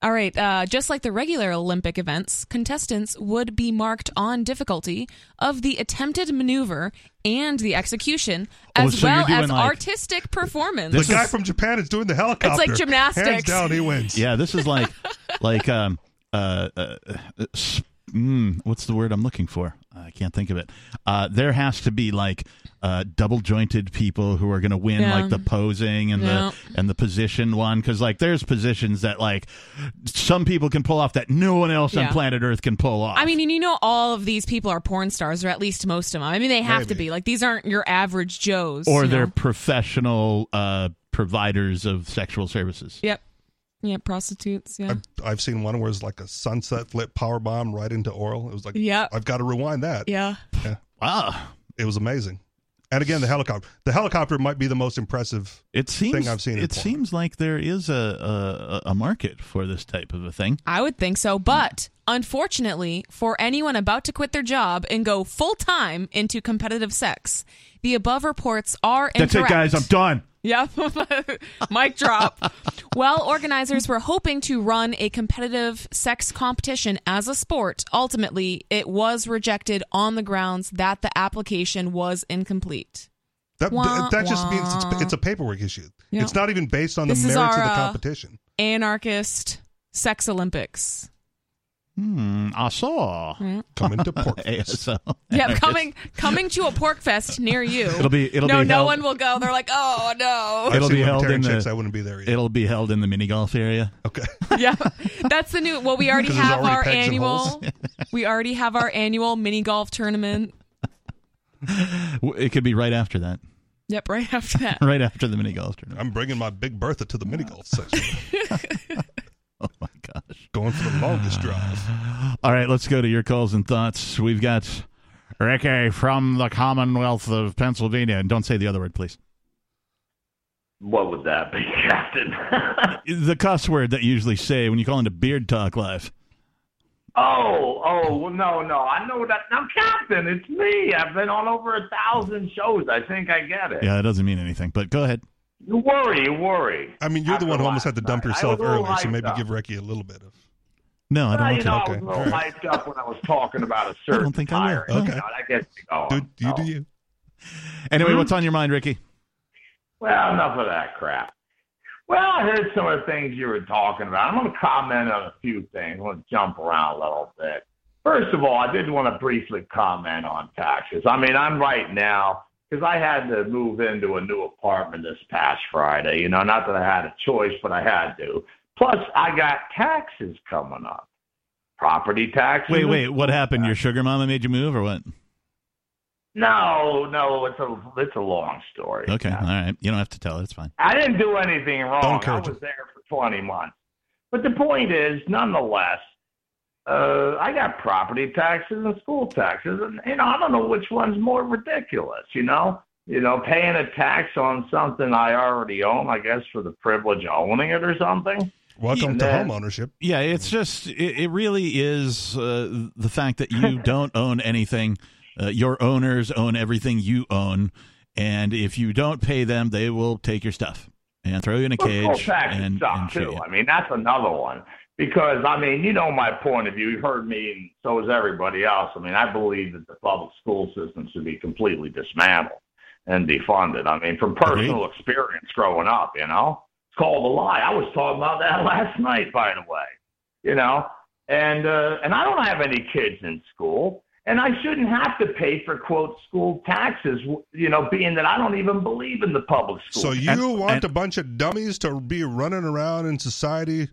Speaker 2: All right. Uh, just like the regular Olympic events, contestants would be marked on difficulty of the attempted maneuver and the execution,
Speaker 3: Oh,
Speaker 2: as
Speaker 3: so you're
Speaker 2: well as
Speaker 3: doing, like-
Speaker 2: artistic performance.
Speaker 4: the
Speaker 3: This
Speaker 4: guy
Speaker 3: is-
Speaker 4: from Japan is doing the helicopter.
Speaker 2: gymnastics.
Speaker 4: Hands down, he wins.
Speaker 3: Yeah, this is like, like, um, uh, uh, uh, s- mm, what's the word I'm looking for? I can't think of it. Uh, there has to be like uh, double jointed people who are going to win,
Speaker 2: Yeah.
Speaker 3: like the posing and
Speaker 2: Yeah.
Speaker 3: the and the position one, because like there's positions that like some people can pull off that no one else on
Speaker 2: Yeah.
Speaker 3: planet Earth can pull off.
Speaker 2: I mean, and you know, all of these people are porn stars, or at least most of them. I mean, they have to
Speaker 4: Maybe.
Speaker 2: be. Like, these aren't your average Joes.
Speaker 3: or
Speaker 2: you
Speaker 3: they're
Speaker 2: know?
Speaker 3: professional uh, providers of sexual services.
Speaker 2: Yep. Yeah, prostitutes. Yeah.
Speaker 4: I've, I've seen one where it's like a sunset flip power bomb right into oral. It was like,
Speaker 2: Yeah.
Speaker 4: I've got to rewind that.
Speaker 2: yeah.
Speaker 3: Wow,
Speaker 4: It was amazing. And again, the helicopter. The helicopter might be the most impressive.
Speaker 3: it seems
Speaker 4: I've seen in
Speaker 3: it
Speaker 4: porn.
Speaker 3: seems like there is a, a a market for this type of a thing.
Speaker 2: I would think so. But Unfortunately, for anyone about to quit their job and go full time into competitive sex, the above reports are incorrect.
Speaker 3: That's it, guys. I'm done.
Speaker 2: Yep. Mic drop. well, organizers were hoping to run a competitive sex competition as a sport. Ultimately, it was rejected on the grounds that the application was incomplete.
Speaker 4: That that just means it's, it's a paperwork issue.
Speaker 2: Yeah.
Speaker 4: It's not even based on the
Speaker 2: This is
Speaker 4: merits of
Speaker 2: our,
Speaker 4: the
Speaker 2: uh,
Speaker 4: competition.
Speaker 2: Anarchist Sex Olympics.
Speaker 3: Hmm, I saw.
Speaker 4: Coming to port.
Speaker 3: ASL.
Speaker 2: Yeah, coming coming to a pork fest near you.
Speaker 3: It'll be- it'll
Speaker 2: no,
Speaker 3: be
Speaker 2: no
Speaker 3: held-
Speaker 2: one will go. They're like, oh no.
Speaker 4: I've
Speaker 3: It'll
Speaker 4: seen
Speaker 3: be held
Speaker 4: libertarian
Speaker 3: in the-
Speaker 4: chicks, I wouldn't be there. Either.
Speaker 3: It'll be held in the mini golf area.
Speaker 4: Okay.
Speaker 2: yeah, that's the new. Well, we already
Speaker 4: 'Cause there's
Speaker 2: have
Speaker 4: already
Speaker 2: our
Speaker 4: pegs and
Speaker 2: annual.
Speaker 4: holes.
Speaker 2: we already have our annual mini golf tournament.
Speaker 3: W- It could be right after that.
Speaker 2: Yep, right after that.
Speaker 3: Right after the mini golf tournament.
Speaker 4: I'm bringing my big Bertha to the mini golf section.
Speaker 3: Oh my gosh.
Speaker 4: Going for the longest drive.
Speaker 3: All right, let's go to your calls and thoughts. We've got Ricky from the Commonwealth of Pennsylvania. And don't say the other word, please.
Speaker 9: What would that be, Captain?
Speaker 3: The cuss word that you usually say when you call into Beard Talk Live.
Speaker 9: oh, oh, well, no, no. I know that. Now, Captain, it's me. I've been on over a thousand shows. I think I get it.
Speaker 3: Yeah, that doesn't mean anything, but go ahead.
Speaker 9: You worry, you worry.
Speaker 4: I mean, you're the
Speaker 9: After
Speaker 4: one who almost had
Speaker 9: last
Speaker 4: to dump
Speaker 9: night. I
Speaker 4: yourself
Speaker 9: was a little
Speaker 4: earlier, so
Speaker 9: hyped
Speaker 4: maybe
Speaker 9: up.
Speaker 4: give Ricky a little bit of.
Speaker 3: No, I don't
Speaker 9: Well,
Speaker 3: want
Speaker 9: you
Speaker 3: to.
Speaker 9: know, I was a little
Speaker 4: Okay.
Speaker 9: hyped up when I was talking about a certain
Speaker 3: I don't think I will.
Speaker 9: tire. You
Speaker 4: Okay.
Speaker 9: know, that gets me going.
Speaker 4: Dude, you
Speaker 9: So-
Speaker 4: do you.
Speaker 3: Anyway, what's on your mind, Ricky?
Speaker 9: Mm-hmm. Well, enough of that crap. Well, I heard some of the things you were talking about. I'm going to comment on a few things. I'm going to jump around a little bit. First of all, I did want to briefly comment on taxes. I mean, I'm right now because I had to move into a new apartment this past Friday. You know, not that I had a choice, but I had to. Plus, I got taxes coming up. Property taxes.
Speaker 3: Wait, wait, what happened? Your sugar mama made you move or what?
Speaker 9: No, no, it's a it's a long story.
Speaker 3: Okay, all right. You don't have to tell it. It's fine.
Speaker 9: I didn't do anything wrong.
Speaker 4: Don't encourage
Speaker 9: I was there for 20 months. But the point is, nonetheless, uh, I got property taxes and school taxes, and you know I don't know which one's more ridiculous. You know, you know, paying a tax on something I already own, I guess, for the privilege of owning it or something.
Speaker 4: Welcome
Speaker 9: And
Speaker 4: to
Speaker 9: then-
Speaker 4: home ownership.
Speaker 3: Yeah, it's just it, it really is uh, the fact that you don't own anything. Uh, your owners own everything you own, and if you don't pay them, they will take your stuff and throw you in a
Speaker 9: Well, school
Speaker 3: cage
Speaker 9: taxes
Speaker 3: and,
Speaker 9: suck
Speaker 3: and shoot
Speaker 9: too.
Speaker 3: you.
Speaker 9: I mean, that's another one because I mean, you know my point of view. You heard me, and so has everybody else. I mean, I believe that the public school system should be completely dismantled and defunded. I mean, from personal experience growing up, you know, it's called a lie. I was talking about that last night, by the way. You know, and uh, and I don't have any kids in school. And I shouldn't have to pay for quote school taxes, you know, being that I don't even believe in the public school.
Speaker 4: So you
Speaker 3: And-
Speaker 4: want
Speaker 3: and-
Speaker 4: a bunch of dummies to be running around in society,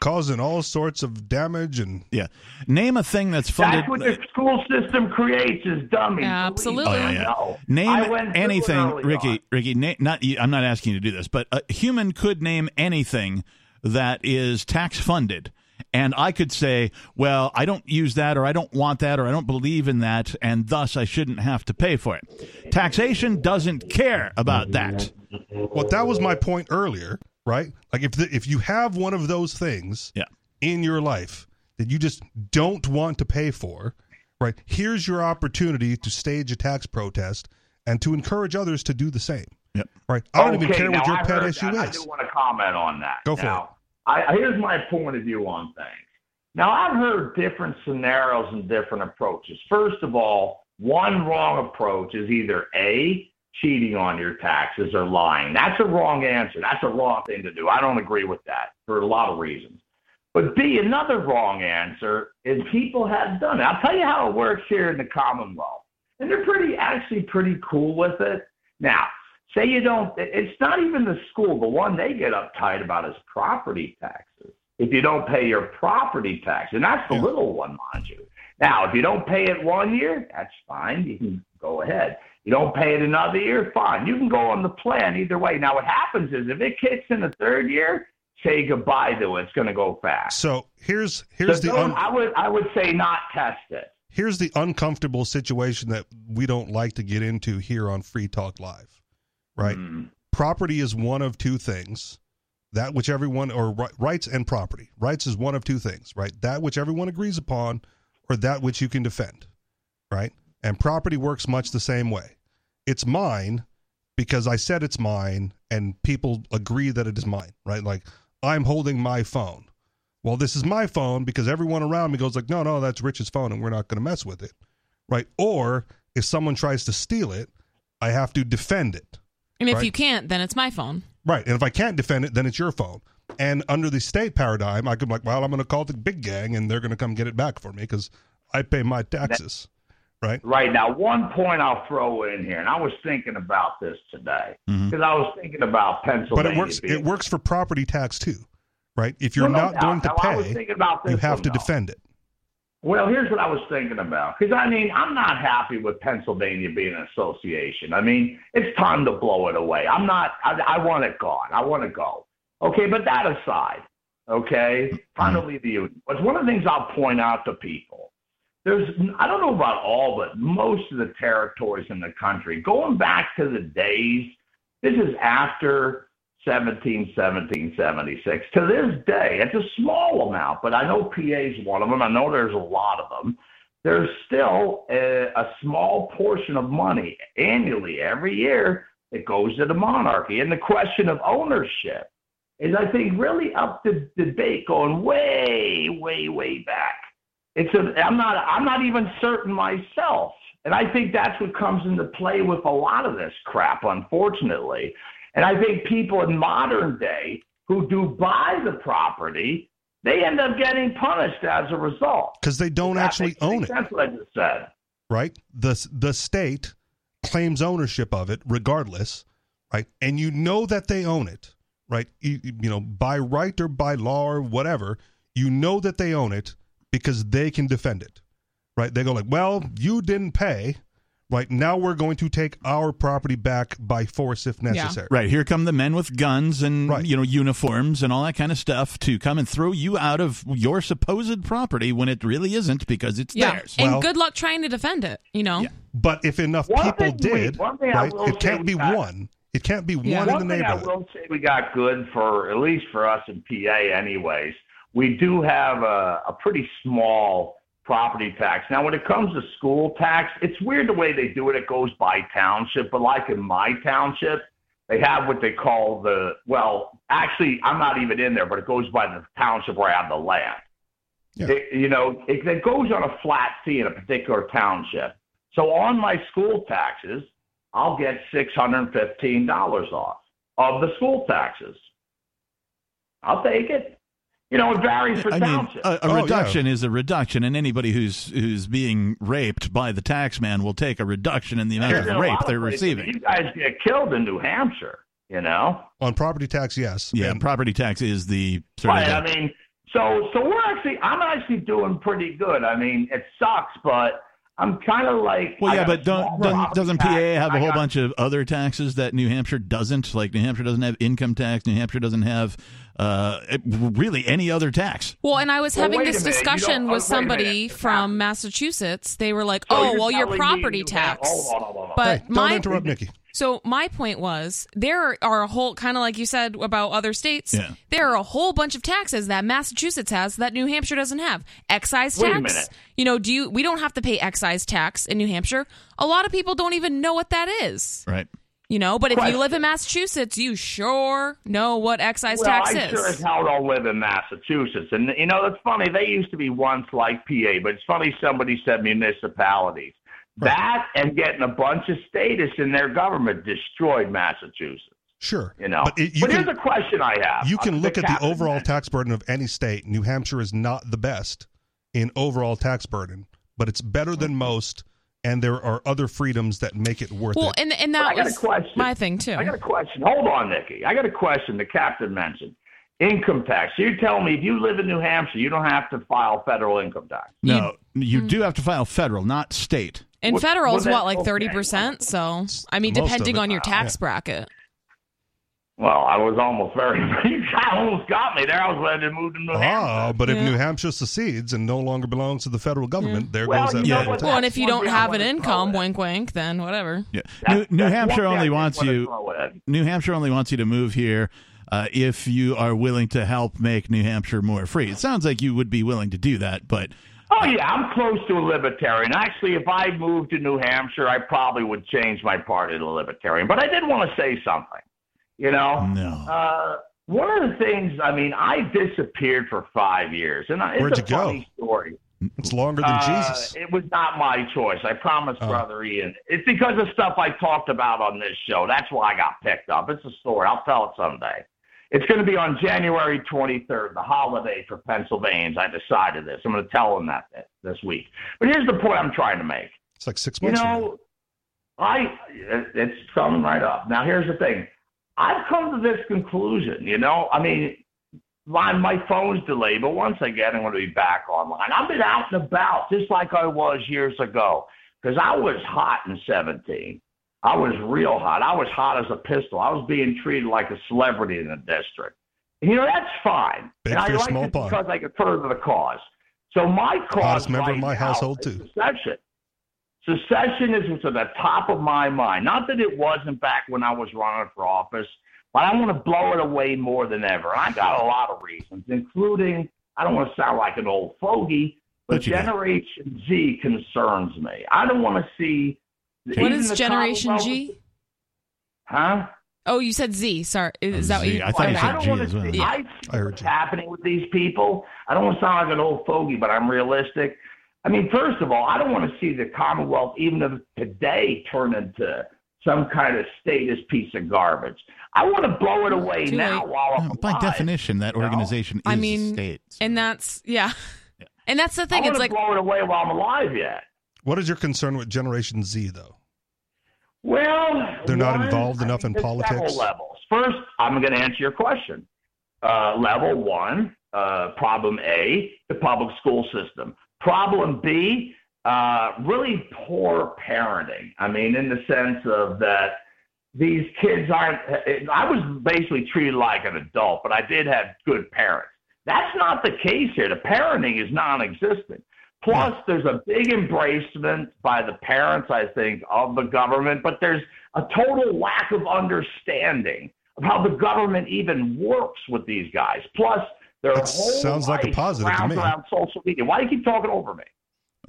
Speaker 4: causing all sorts of damage and
Speaker 3: Yeah, name a thing that's funded.
Speaker 9: That's what the school system creates is dummies.
Speaker 2: Yeah, absolutely.
Speaker 3: Oh, yeah, yeah.
Speaker 9: No. I
Speaker 3: Name
Speaker 9: went through
Speaker 3: anything,
Speaker 9: it early
Speaker 3: Ricky.
Speaker 9: on.
Speaker 3: Ricky, na- not you- I'm not asking you to do this, but a human could name anything that is tax funded, and I could say, "Well, I don't use that, or I don't want that, or I don't believe in that, and thus I shouldn't have to pay for it." Taxation doesn't care about that.
Speaker 4: Well, that was my point earlier, right? Like if the, if you have one of those things
Speaker 3: Yeah.
Speaker 4: in your life that you just don't want to pay for, right? Here's your opportunity to stage a tax protest and to encourage others to do the same.
Speaker 3: Yep.
Speaker 4: Right? I don't even
Speaker 9: Okay,
Speaker 4: care what
Speaker 9: now
Speaker 4: your
Speaker 9: I
Speaker 4: pet
Speaker 9: heard
Speaker 4: issue
Speaker 9: that. I
Speaker 4: is.
Speaker 9: do want to comment on that.
Speaker 4: Go for
Speaker 9: now, I, here's my point of view on things. Now, I've heard different scenarios and different approaches. First of all, one wrong approach is either A, cheating on your taxes or lying. That's a wrong answer. That's a wrong thing to do. I don't agree with that for a lot of reasons. But B, another wrong answer is people have done it. I'll tell you how it works here in the Commonwealth. And they're pretty, actually pretty cool with it. Now, say you don't, it's not even the school. The one they get uptight about is property taxes. If you don't pay your property tax, and that's the
Speaker 4: Yeah.
Speaker 9: little one, mind you. Now, if you don't pay it one year, that's fine. You can go ahead. You don't pay it another year, fine. You can go on the plan either way. Now, what happens is if it kicks in the third year, say goodbye to it. It's going to go fast.
Speaker 4: So here's here's
Speaker 9: So
Speaker 4: the
Speaker 9: don't-
Speaker 4: un-
Speaker 9: I would I would say not test it.
Speaker 4: here's the uncomfortable situation that we don't like to get into here on Free Talk Live, right?
Speaker 9: Mm.
Speaker 4: Property is one of two things that which everyone or ri- rights and property rights is one of two things right that which everyone agrees upon or that which you can defend right and property works much the same way it's mine because i said it's mine and people agree that it is mine right like i'm holding my phone well this is my phone because everyone around me goes like no no that's rich's phone and we're not going to mess with it right or if someone tries to steal it i have to defend it
Speaker 2: And if
Speaker 4: Right.
Speaker 2: you can't, then it's my phone.
Speaker 4: Right. And if I can't defend it, then it's your phone. And under the state paradigm, I could be like, well, I'm going to call the big gang and they're going to come get it back for me because I pay my taxes. Right.
Speaker 9: Right now, one point I'll throw in here, and I was thinking about this today because I was thinking about Pennsylvania.
Speaker 4: Mm-hmm. But it works.
Speaker 9: being-
Speaker 4: It works for property tax too, right? If you're
Speaker 9: No, no
Speaker 4: not
Speaker 9: doubt.
Speaker 4: going to
Speaker 9: Now, I was
Speaker 4: pay,
Speaker 9: thinking about this
Speaker 4: you have
Speaker 9: one,
Speaker 4: to
Speaker 9: though.
Speaker 4: defend it.
Speaker 9: Well, here's what I was thinking about. Because, I mean, I'm not happy with Pennsylvania being an association. I mean, it's time to blow it away. I'm not, I, I want it gone. I want to go. Okay, but that aside, okay, time to leave the union. But one of the things I'll point out to people there's, I don't know about all, but most of the territories in the country, going back to the days, this is after 17, 17, 76. To this day, it's a small amount, but I know PA's one of them. I know there's a lot of them. There's still a, a small portion of money annually every year that goes to the monarchy. And the question of ownership is, I think, really up to debate going way, way, way back. It's a, I'm not I'm not even certain myself. And I think that's what comes into play with a lot of this crap, unfortunately. And I think people in modern day who do buy the property, they end up getting punished as a result.
Speaker 4: Because they don't actually own it.
Speaker 9: That's what I just said.
Speaker 4: right? The the state claims ownership of it regardless, right? And you know that they own it, right? You, you know, by right or by law or whatever, you know that they own it because they can defend it. Right? They go like, "Well, you didn't pay, right? Now we're going to take our property back by force if necessary."
Speaker 3: Right. Here come the men with guns and you know uniforms and all that kind of stuff to come and throw you out of your supposed property when it really isn't because it's
Speaker 2: Yeah.
Speaker 3: theirs.
Speaker 2: And good luck trying to defend it, you know?
Speaker 4: But if enough
Speaker 9: One
Speaker 4: people
Speaker 9: thing we-
Speaker 4: did,
Speaker 9: one thing I
Speaker 4: right?
Speaker 9: will
Speaker 4: It
Speaker 9: say
Speaker 4: can't be
Speaker 9: about it-
Speaker 4: one. It can't be
Speaker 9: Yeah.
Speaker 4: one in the
Speaker 9: One thing
Speaker 4: neighborhood.
Speaker 9: I will say we got good for at least for us in PA, anyways. We do have a, a pretty small property tax. Now, when it comes to school tax, it's weird the way they do it. It goes by township, but like in my township, they have what they call the well. Actually, I'm not even in there, but it goes by the township where I have the land. It, you know, it, it goes on a flat fee in a particular township. So on my school taxes, I'll get $615 off of the school taxes. I'll take it. You know, it varies for
Speaker 3: I mean,
Speaker 9: township.
Speaker 3: a, a
Speaker 4: Oh,
Speaker 3: reduction is a reduction, and anybody who's who's being raped by the tax man will take a reduction in the amount
Speaker 9: There's a
Speaker 3: of
Speaker 9: lot
Speaker 3: rape
Speaker 9: of
Speaker 3: they're
Speaker 9: places.
Speaker 3: receiving.
Speaker 9: You guys get killed in New Hampshire, you know?
Speaker 4: On property tax, yes.
Speaker 3: Yeah, property tax is the sort
Speaker 9: Right.
Speaker 3: of
Speaker 9: I
Speaker 3: the-
Speaker 9: mean, so so we're actually I'm actually doing pretty good. I mean, it sucks, but I'm kind of like
Speaker 3: well,
Speaker 9: I
Speaker 3: yeah,
Speaker 9: got a
Speaker 3: but
Speaker 9: small
Speaker 3: don't, doesn't,
Speaker 9: property
Speaker 3: doesn't PA
Speaker 9: tax.
Speaker 3: have a
Speaker 9: I
Speaker 3: whole
Speaker 9: got-
Speaker 3: bunch of other taxes that New Hampshire doesn't? Like New Hampshire doesn't have income tax. New Hampshire doesn't have uh, really any other tax.
Speaker 2: Well, and I was
Speaker 3: Well,
Speaker 2: having
Speaker 3: wait a
Speaker 2: this
Speaker 3: minute, you
Speaker 2: discussion
Speaker 3: don't-
Speaker 2: with
Speaker 3: oh, wait a minute.
Speaker 2: somebody from Massachusetts. They were like,
Speaker 3: So
Speaker 2: "Oh,
Speaker 3: you're
Speaker 2: well, your
Speaker 3: telling me
Speaker 2: property
Speaker 3: you have-
Speaker 2: tax."
Speaker 3: hold on, hold on, hold on.
Speaker 2: But
Speaker 4: Hey, don't
Speaker 2: my
Speaker 4: interrupt Nikki.
Speaker 2: So my point was there are a whole kind of like you said about other states.
Speaker 4: Yeah.
Speaker 2: There are a whole bunch of taxes that Massachusetts has that New Hampshire doesn't have. Excise
Speaker 10: Wait a
Speaker 2: tax.
Speaker 10: minute.
Speaker 2: You know, do you we don't have to pay excise tax in New Hampshire. A lot of people don't even know what that is.
Speaker 3: Right.
Speaker 2: You know, but if you
Speaker 9: Question.
Speaker 2: live in Massachusetts, you sure know what excise
Speaker 9: well,
Speaker 2: tax
Speaker 9: I
Speaker 2: is.
Speaker 9: sure as hell don't live in Massachusetts. And, you know, it's funny. They used to be once like PA, but it's funny somebody said municipalities. That and getting a bunch of status in their government destroyed Massachusetts.
Speaker 4: Sure.
Speaker 9: You know,
Speaker 4: But it- you
Speaker 9: here's
Speaker 4: can-
Speaker 9: a question I have.
Speaker 4: You can
Speaker 9: Uh,
Speaker 4: look at the
Speaker 9: Captain
Speaker 4: overall tax burden of any state. New Hampshire is not the best in overall tax burden, but it's better than most, and there are other freedoms that make it worth
Speaker 2: well,
Speaker 4: it.
Speaker 2: and and
Speaker 9: Well, I
Speaker 2: that
Speaker 9: got a
Speaker 2: was
Speaker 9: question.
Speaker 2: my thing too.
Speaker 9: I got a question. Hold on, Nikki. I got a question the captain mentioned. Income tax. So you're telling me if you live in New Hampshire, you don't have to file federal income tax.
Speaker 3: No, you do have to file federal, not state.
Speaker 2: Hmm. And
Speaker 9: Well-
Speaker 2: federal
Speaker 9: well,
Speaker 2: is
Speaker 9: that-
Speaker 2: what, like
Speaker 9: okay.
Speaker 2: thirty percent. So I mean,
Speaker 9: Most of
Speaker 2: depending
Speaker 9: it.
Speaker 2: on your
Speaker 9: Wow.
Speaker 2: tax
Speaker 9: Yeah.
Speaker 2: bracket.
Speaker 9: Well, I was almost very. you almost got me there. I was ready to move to New Hampshire.
Speaker 4: Ah, but if
Speaker 2: Yeah.
Speaker 4: New Hampshire secedes and no longer belongs to the federal government, there goes that. federal tax.
Speaker 2: Well, and if you don't have an income, wink, wink, then whatever.
Speaker 3: Yeah. New, New
Speaker 2: that's one
Speaker 3: Hampshire
Speaker 2: thing I
Speaker 3: only
Speaker 2: didn't
Speaker 3: wants
Speaker 2: wanna
Speaker 3: you.
Speaker 2: throw
Speaker 3: New Hampshire only wants you to move here uh, if you are willing to help make New Hampshire more free. It sounds like you would be willing to do that, but
Speaker 9: Oh yeah, I'm close to a libertarian. Actually, if I moved to New Hampshire, I probably would change my party to libertarian. But I did want to say something. You know,
Speaker 3: No.
Speaker 9: uh, one of the things. I mean, I disappeared for five years, and I- it's
Speaker 4: Where'd
Speaker 9: a
Speaker 4: you go?
Speaker 9: funny story.
Speaker 4: It's longer than
Speaker 9: Uh,
Speaker 4: Jesus.
Speaker 9: It was not my choice. I promise,
Speaker 4: Oh.
Speaker 9: brother Ian. It's because of stuff I talked about on this show. That's why I got picked up. It's a story. I'll tell it someday. It's going to be on January 23rd, the holiday for Pennsylvanians. I decided this. I'm going to tell them that th- this week. But here's the point I'm trying to make.
Speaker 4: It's like six
Speaker 9: You
Speaker 4: months. from now.
Speaker 9: know, I it- it's coming right up. Now here's the thing. I've come to this conclusion. You know, I mean, my my phone's delayed, but once I get, I'm going to be back online. I've been out and about, just like I was years ago, because I was hot in 17. I was real hot. I was hot as a pistol. I was being treated like a celebrity in the district. And, you know, that's fine.
Speaker 4: Big
Speaker 9: and I
Speaker 4: fish,
Speaker 9: like
Speaker 4: small
Speaker 9: it
Speaker 4: pond.
Speaker 9: because I could further the cause. So my cause
Speaker 4: hottest member of
Speaker 9: right
Speaker 4: my
Speaker 9: now
Speaker 4: household,
Speaker 9: is
Speaker 4: too.
Speaker 9: Secession. Secessionism is at the top of my mind. Not that it wasn't back when I was running for office, but I want to blow it away more than ever. And I got a lot of reasons, including I don't want to sound like an old fogey, but
Speaker 3: What you got?
Speaker 9: Generation Z concerns me. I don't want to see.
Speaker 2: What
Speaker 9: even
Speaker 2: is
Speaker 9: the
Speaker 2: Generation
Speaker 9: Commonwealth-
Speaker 2: G?
Speaker 9: Huh?
Speaker 2: Oh, you said Z. Sorry, is that what
Speaker 3: Z.
Speaker 2: you?
Speaker 3: I thought you
Speaker 2: okay.
Speaker 9: I
Speaker 3: said
Speaker 9: don't
Speaker 3: G
Speaker 9: want
Speaker 3: as well.
Speaker 9: to see.
Speaker 3: Yeah.
Speaker 9: I see
Speaker 4: I heard
Speaker 9: what's
Speaker 4: you.
Speaker 9: happening with these people. I don't want to sound like an old fogey, but I'm realistic. I mean, first of all, I don't want to see the Commonwealth, even of today, turn into some kind of statist piece of garbage. I want to blow it away
Speaker 2: Too
Speaker 9: now
Speaker 2: late.
Speaker 9: while I'm
Speaker 3: No, by
Speaker 9: alive.
Speaker 3: definition, that
Speaker 9: you know?
Speaker 3: organization
Speaker 2: I
Speaker 3: is
Speaker 2: mean,
Speaker 3: a state. so-
Speaker 2: And that's yeah, and that's the
Speaker 9: I
Speaker 2: thing.
Speaker 9: want
Speaker 2: It's
Speaker 9: to
Speaker 2: like
Speaker 9: blow it away while I'm alive yet.
Speaker 4: What is your concern with Generation Z, though?
Speaker 9: Well,
Speaker 4: They're not
Speaker 9: one,
Speaker 4: involved enough in
Speaker 9: there's
Speaker 4: politics?
Speaker 9: Several levels. First, I'm going to answer your question. Uh, level one, uh, problem A, the public school system. Problem B, uh, really poor parenting. I mean, in the sense of that these kids aren't. I was basically treated like an adult, but I did have good parents. That's not the case here. The parenting is non-existent. Plus,
Speaker 4: Hmm.
Speaker 9: there's a big embracement by the parents, I think, of the government, but there's a total lack of understanding of how the government even works with these guys. Plus, their
Speaker 4: That
Speaker 9: whole
Speaker 4: sounds like a
Speaker 9: life
Speaker 4: positive to
Speaker 9: rounds
Speaker 4: me.
Speaker 9: around social media. Why do you keep talking over me?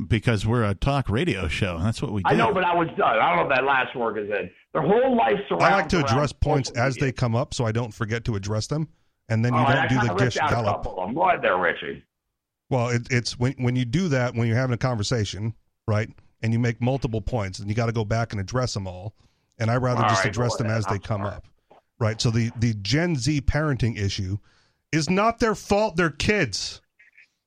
Speaker 3: because we're a talk radio show. That's what we do.
Speaker 9: I know, but I was done. I don't know if that last word is in. Their whole life surrounds.
Speaker 4: I like to address
Speaker 9: around
Speaker 4: points
Speaker 9: social
Speaker 4: as
Speaker 9: media.
Speaker 4: they come up, so I don't forget to address them, and then you
Speaker 9: All right, I
Speaker 4: don't do
Speaker 9: kinda
Speaker 4: the
Speaker 9: ripped
Speaker 4: dish
Speaker 9: out a
Speaker 4: gallop.
Speaker 9: couple of them. Go ahead there, Richie.
Speaker 4: Well, it, it's when when you do that when you're having a conversation, right? And you make multiple points, and you got to go back and address them all. And I rather
Speaker 9: All
Speaker 4: just
Speaker 9: right,
Speaker 4: address
Speaker 9: go
Speaker 4: them
Speaker 9: ahead.
Speaker 4: as they
Speaker 9: I'm
Speaker 4: come
Speaker 9: sorry.
Speaker 4: up, right? So the the Gen Z parenting issue is not their fault; they're kids,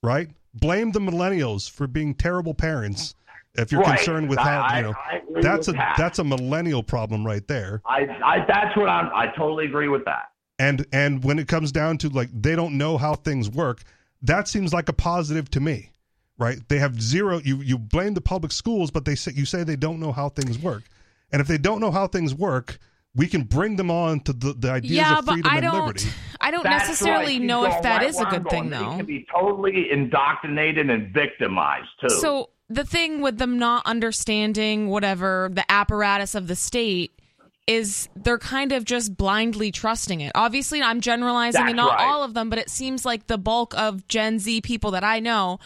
Speaker 4: right? Blame the millennials for being terrible parents. If you're
Speaker 9: Right.
Speaker 4: concerned with
Speaker 9: I-
Speaker 4: how
Speaker 9: I-
Speaker 4: you know,
Speaker 9: I agree
Speaker 4: that's a
Speaker 9: with Pat.
Speaker 4: that's a millennial problem right there.
Speaker 9: I, I that's what I'm. I totally agree with that.
Speaker 4: And and when it comes down to like they don't know how things work, that seems like a positive to me, right? They have zero. You you blame the public schools, but they say you say they don't know how things work, and if they don't know how things work, we can bring them on to the, the ideas
Speaker 2: yeah,
Speaker 4: of
Speaker 2: but
Speaker 4: freedom
Speaker 2: I
Speaker 4: and
Speaker 2: don't.
Speaker 4: liberty.
Speaker 2: I don't
Speaker 9: That's
Speaker 2: necessarily
Speaker 9: right. He's
Speaker 2: know if
Speaker 9: going
Speaker 2: that
Speaker 9: right
Speaker 2: is a
Speaker 9: where I'm
Speaker 2: good thing
Speaker 9: going. They
Speaker 2: though.
Speaker 9: can be totally indoctrinated and victimized too.
Speaker 2: So the thing with them not understanding whatever the apparatus of the state is they're kind of just blindly trusting it. Obviously, I'm generalizing and
Speaker 9: That's
Speaker 2: not
Speaker 9: right.
Speaker 2: all of them, but it seems like the bulk of Gen Z people that I know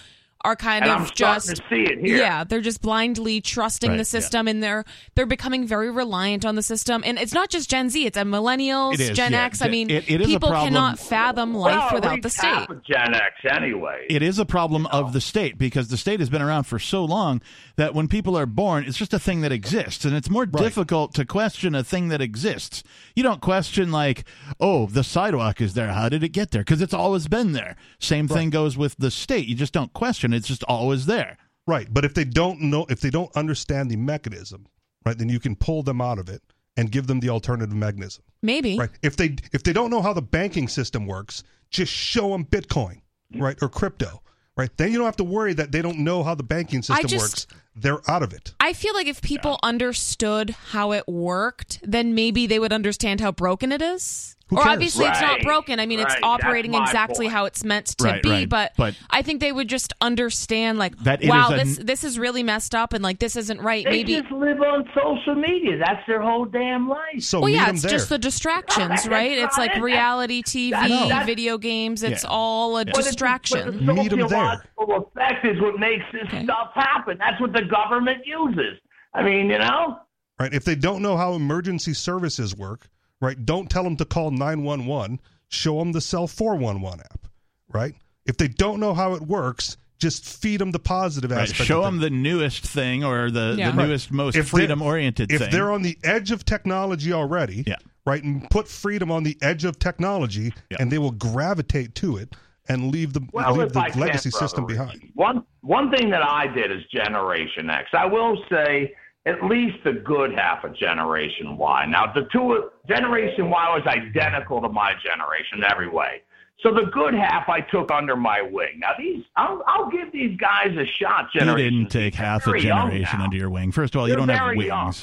Speaker 2: are kind
Speaker 9: and
Speaker 2: of
Speaker 9: I'm
Speaker 2: just
Speaker 9: starting to see it here.
Speaker 2: yeah, they're just blindly trusting
Speaker 3: Right, yeah.
Speaker 2: the system and they're they're becoming very reliant on the system. And it's not just Gen Z, it's a millennials,
Speaker 3: It is,
Speaker 2: Gen
Speaker 3: yeah.
Speaker 2: X. I
Speaker 3: It-
Speaker 2: mean,
Speaker 3: it- it is a
Speaker 2: people
Speaker 3: problem.
Speaker 2: cannot fathom life
Speaker 9: well,
Speaker 2: without the state.
Speaker 9: Half of Gen X anyway.
Speaker 3: it is a problem of the state because the state has been around for so long that when people are born, it's just a thing that exists, and it's more difficult to question a thing that exists. You don't question like, "Oh, the sidewalk is there. How did it get there?" Because it's always been there. Same thing goes with the state. You just don't question. It's just always there.
Speaker 4: Right. But if they don't know, if they don't understand the mechanism, right, then you can pull them out of it and give them the alternative mechanism.
Speaker 2: Maybe.
Speaker 4: Right. If they if they don't know how the banking system works, just show them Bitcoin, right, or crypto, right. Then you don't have to worry that they don't know how the banking system
Speaker 2: just-
Speaker 4: works. they're out of it.
Speaker 2: I feel like if people understood how it worked, then maybe they would understand how broken it is.
Speaker 4: Who
Speaker 2: or
Speaker 4: cares?
Speaker 2: obviously it's not
Speaker 9: Right,
Speaker 2: broken. I mean, it's
Speaker 9: right, that's
Speaker 2: operating
Speaker 9: my
Speaker 2: exactly
Speaker 9: point.
Speaker 2: how it's meant to
Speaker 3: Right,
Speaker 2: be.
Speaker 3: right,
Speaker 2: But,
Speaker 3: but-
Speaker 2: I think they would just understand, like,
Speaker 3: That it
Speaker 2: wow,
Speaker 3: is a-
Speaker 2: this this is really messed up, and like this isn't right.
Speaker 9: They
Speaker 2: maybe
Speaker 9: just live on social media. That's their whole damn life.
Speaker 4: So
Speaker 2: well,
Speaker 4: meet
Speaker 2: yeah,
Speaker 4: 'em
Speaker 2: it's
Speaker 4: there.
Speaker 2: just the distractions, right? It's like reality TV,
Speaker 9: No. That's-
Speaker 2: video games. It's
Speaker 3: Yeah.
Speaker 2: all a
Speaker 3: Yeah.
Speaker 9: But it's-
Speaker 2: distraction.
Speaker 9: But the
Speaker 4: Meet 'em there.
Speaker 9: sociological effect is what makes this
Speaker 2: Okay.
Speaker 9: stuff happen. That's what the government uses. I mean, you know,
Speaker 4: right? If they don't know how emergency services work, right? Don't tell them to call 911. Show them the cell 411 app, right? If they don't know how it works, just feed them the positive
Speaker 3: Right.
Speaker 4: aspect.
Speaker 3: Show
Speaker 4: of
Speaker 3: them
Speaker 4: things.
Speaker 3: the newest thing or the,
Speaker 2: Yeah.
Speaker 3: the
Speaker 2: Right.
Speaker 3: newest, most
Speaker 4: If they're-
Speaker 3: freedom oriented
Speaker 4: if
Speaker 3: thing.
Speaker 4: they're on the edge of technology already,
Speaker 3: Yeah.
Speaker 4: right, and put freedom on the edge of technology,
Speaker 3: Yeah.
Speaker 4: and they will gravitate to it and leave the
Speaker 9: well,
Speaker 4: leave
Speaker 9: if
Speaker 4: the
Speaker 9: I can,
Speaker 4: legacy
Speaker 9: Brother
Speaker 4: system
Speaker 9: Ricky.
Speaker 4: behind.
Speaker 9: One one thing that I did is Generation X. I will say at least the good half of Generation Y. Now the two Generation Y was identical to my generation in every way. So the good half I took under my wing. Now these, I'll, I'll give these guys a shot.
Speaker 3: you
Speaker 9: Generation
Speaker 3: didn't
Speaker 9: Z.
Speaker 3: take half a
Speaker 9: Very young
Speaker 3: generation
Speaker 9: now.
Speaker 3: under your wing. First of all, you
Speaker 9: They're
Speaker 3: don't have
Speaker 9: very
Speaker 3: wings.
Speaker 9: young.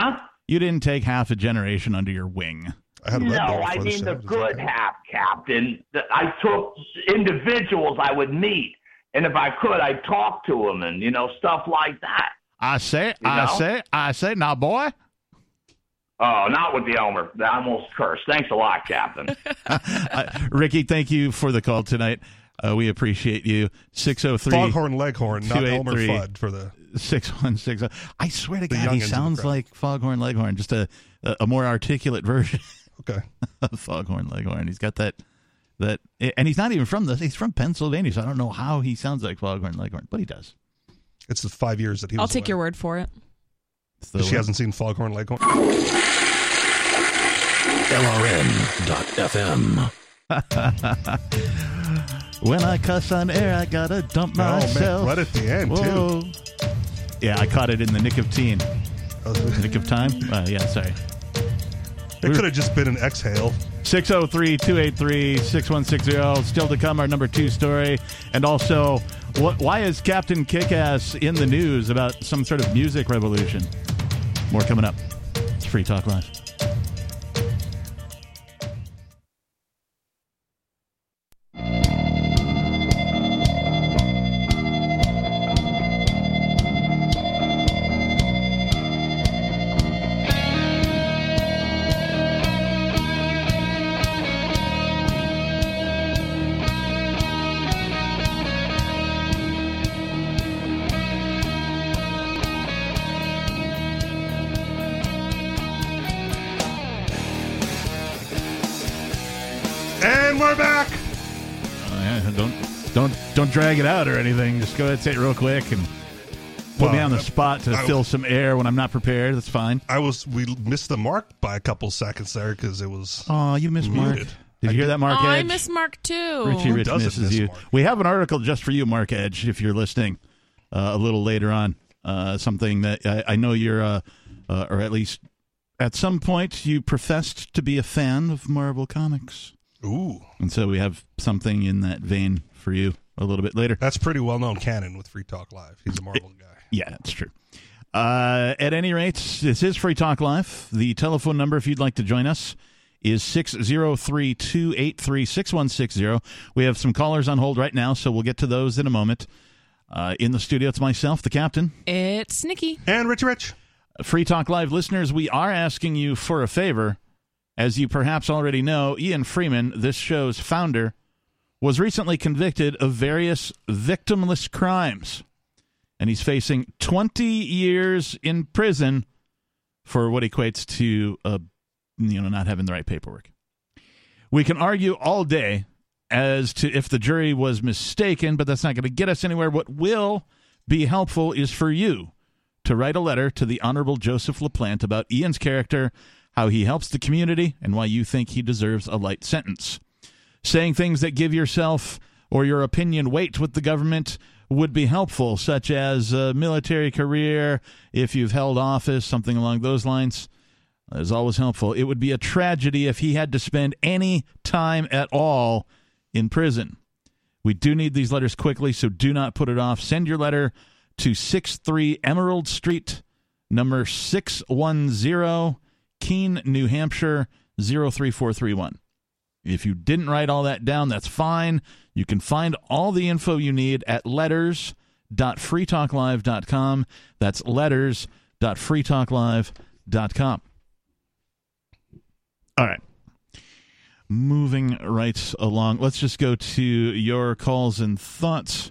Speaker 9: huh?
Speaker 3: You didn't take half a generation under your wing.
Speaker 4: I had a
Speaker 9: no,
Speaker 4: red bar
Speaker 9: I
Speaker 4: before this
Speaker 9: mean the
Speaker 4: happened.
Speaker 9: good half, Captain. The- I took individuals I would meet, and if I could, I'd talk to them and you know stuff like that.
Speaker 3: I say,
Speaker 9: You
Speaker 3: I
Speaker 9: know?
Speaker 3: say, I say, now boy,
Speaker 9: Oh, not with the Elmer. I almost cursed. Thanks a lot, Captain.
Speaker 3: Uh, Ricky, thank you for the call tonight. Uh, we appreciate you. 603
Speaker 4: Foghorn Leghorn, not Elmer
Speaker 3: 283.
Speaker 4: Fudd for the
Speaker 3: 616. oh. I swear to
Speaker 4: The
Speaker 3: God, he
Speaker 4: youngins of the
Speaker 3: sounds
Speaker 4: crowd.
Speaker 3: like Foghorn Leghorn, just a, a a more articulate version
Speaker 4: okay.
Speaker 3: of Foghorn Leghorn. He's got that, that, and he's not even from this, he's from Pennsylvania, so I don't know how he sounds like Foghorn Leghorn, but he does.
Speaker 4: It's the five years that he.
Speaker 2: I'll
Speaker 4: was
Speaker 2: take
Speaker 4: away.
Speaker 2: your word for it.
Speaker 3: So,
Speaker 4: She hasn't seen Foghorn Leghorn.
Speaker 8: LRN.FM.
Speaker 3: When I cuss on air, I gotta dump
Speaker 4: No, Oh, man,
Speaker 3: myself.
Speaker 4: right at the end too.
Speaker 3: Whoa. Yeah, I caught it in the nick of teen. Nick of time? Uh, yeah, sorry.
Speaker 4: It could have just been an exhale.
Speaker 3: 603 283 6160. oh. Still to come, our number two story. And also, what, why is Captain Kickass in the news about some sort of music revolution? More coming up. It's Free Talk Live.
Speaker 4: And we're back.
Speaker 3: Oh, yeah, don't don't don't drag it out or anything. Just go ahead and say it real quick and put me
Speaker 4: Well,
Speaker 3: on the
Speaker 4: uh,
Speaker 3: spot to
Speaker 4: I-
Speaker 3: fill some air when I'm not prepared. That's fine.
Speaker 4: I was we missed the mark by a couple seconds there because it was
Speaker 3: Oh, you missed Mark.
Speaker 4: Muted.
Speaker 3: Did you hear that, Mark
Speaker 2: Aw, Oh, I
Speaker 3: Edge?
Speaker 2: miss Mark too.
Speaker 3: Richie Rich
Speaker 4: doesn't
Speaker 3: misses
Speaker 4: miss
Speaker 3: you.
Speaker 4: Mark?
Speaker 3: We have an article just for you, Mark Edge, if you're listening uh, a little later on. Uh, something that I, I know you're, uh, uh, or at least at some point, you professed to be a fan of Marvel Comics.
Speaker 4: ooh.
Speaker 3: And so we have something in that vein for you a little bit later.
Speaker 4: That's pretty well known canon with Free Talk Live. He's a Marvel guy.
Speaker 3: Yeah, that's true. Uh, at any rate, this is Free Talk Live. The telephone number, if you'd like to join us, is 603 283 6160. We have some callers on hold right now, so we'll get to those in a moment. Uh, in the studio, it's myself, the captain.
Speaker 2: It's Nikki.
Speaker 4: And Richie Rich.
Speaker 3: Free Talk Live listeners, we are asking you for a favor. As you perhaps already know, Ian Freeman, this show's founder, was recently convicted of various victimless crimes. And he's facing 20 years in prison for what equates to uh, you know not having the right paperwork. We can argue all day as to if the jury was mistaken, but that's not going to get us anywhere. What will be helpful is for you to write a letter to the Honorable Joseph LaPlante about Ian's character, how he helps the community, and why you think he deserves a light sentence. Saying things that give yourself or your opinion weight with the government would be helpful, such as a military career, if you've held office, something along those lines. That is always helpful. It would be a tragedy if he had to spend any time at all in prison. We do need these letters quickly, so do not put it off. Send your letter to 63 Emerald Street, number 610, Keene, New Hampshire 03431. If you didn't write all that down, that's fine. You can find all the info you need at letters.freetalklive.com. That's letters.freetalklive.com. All right. Moving right along, let's just go to your calls and thoughts.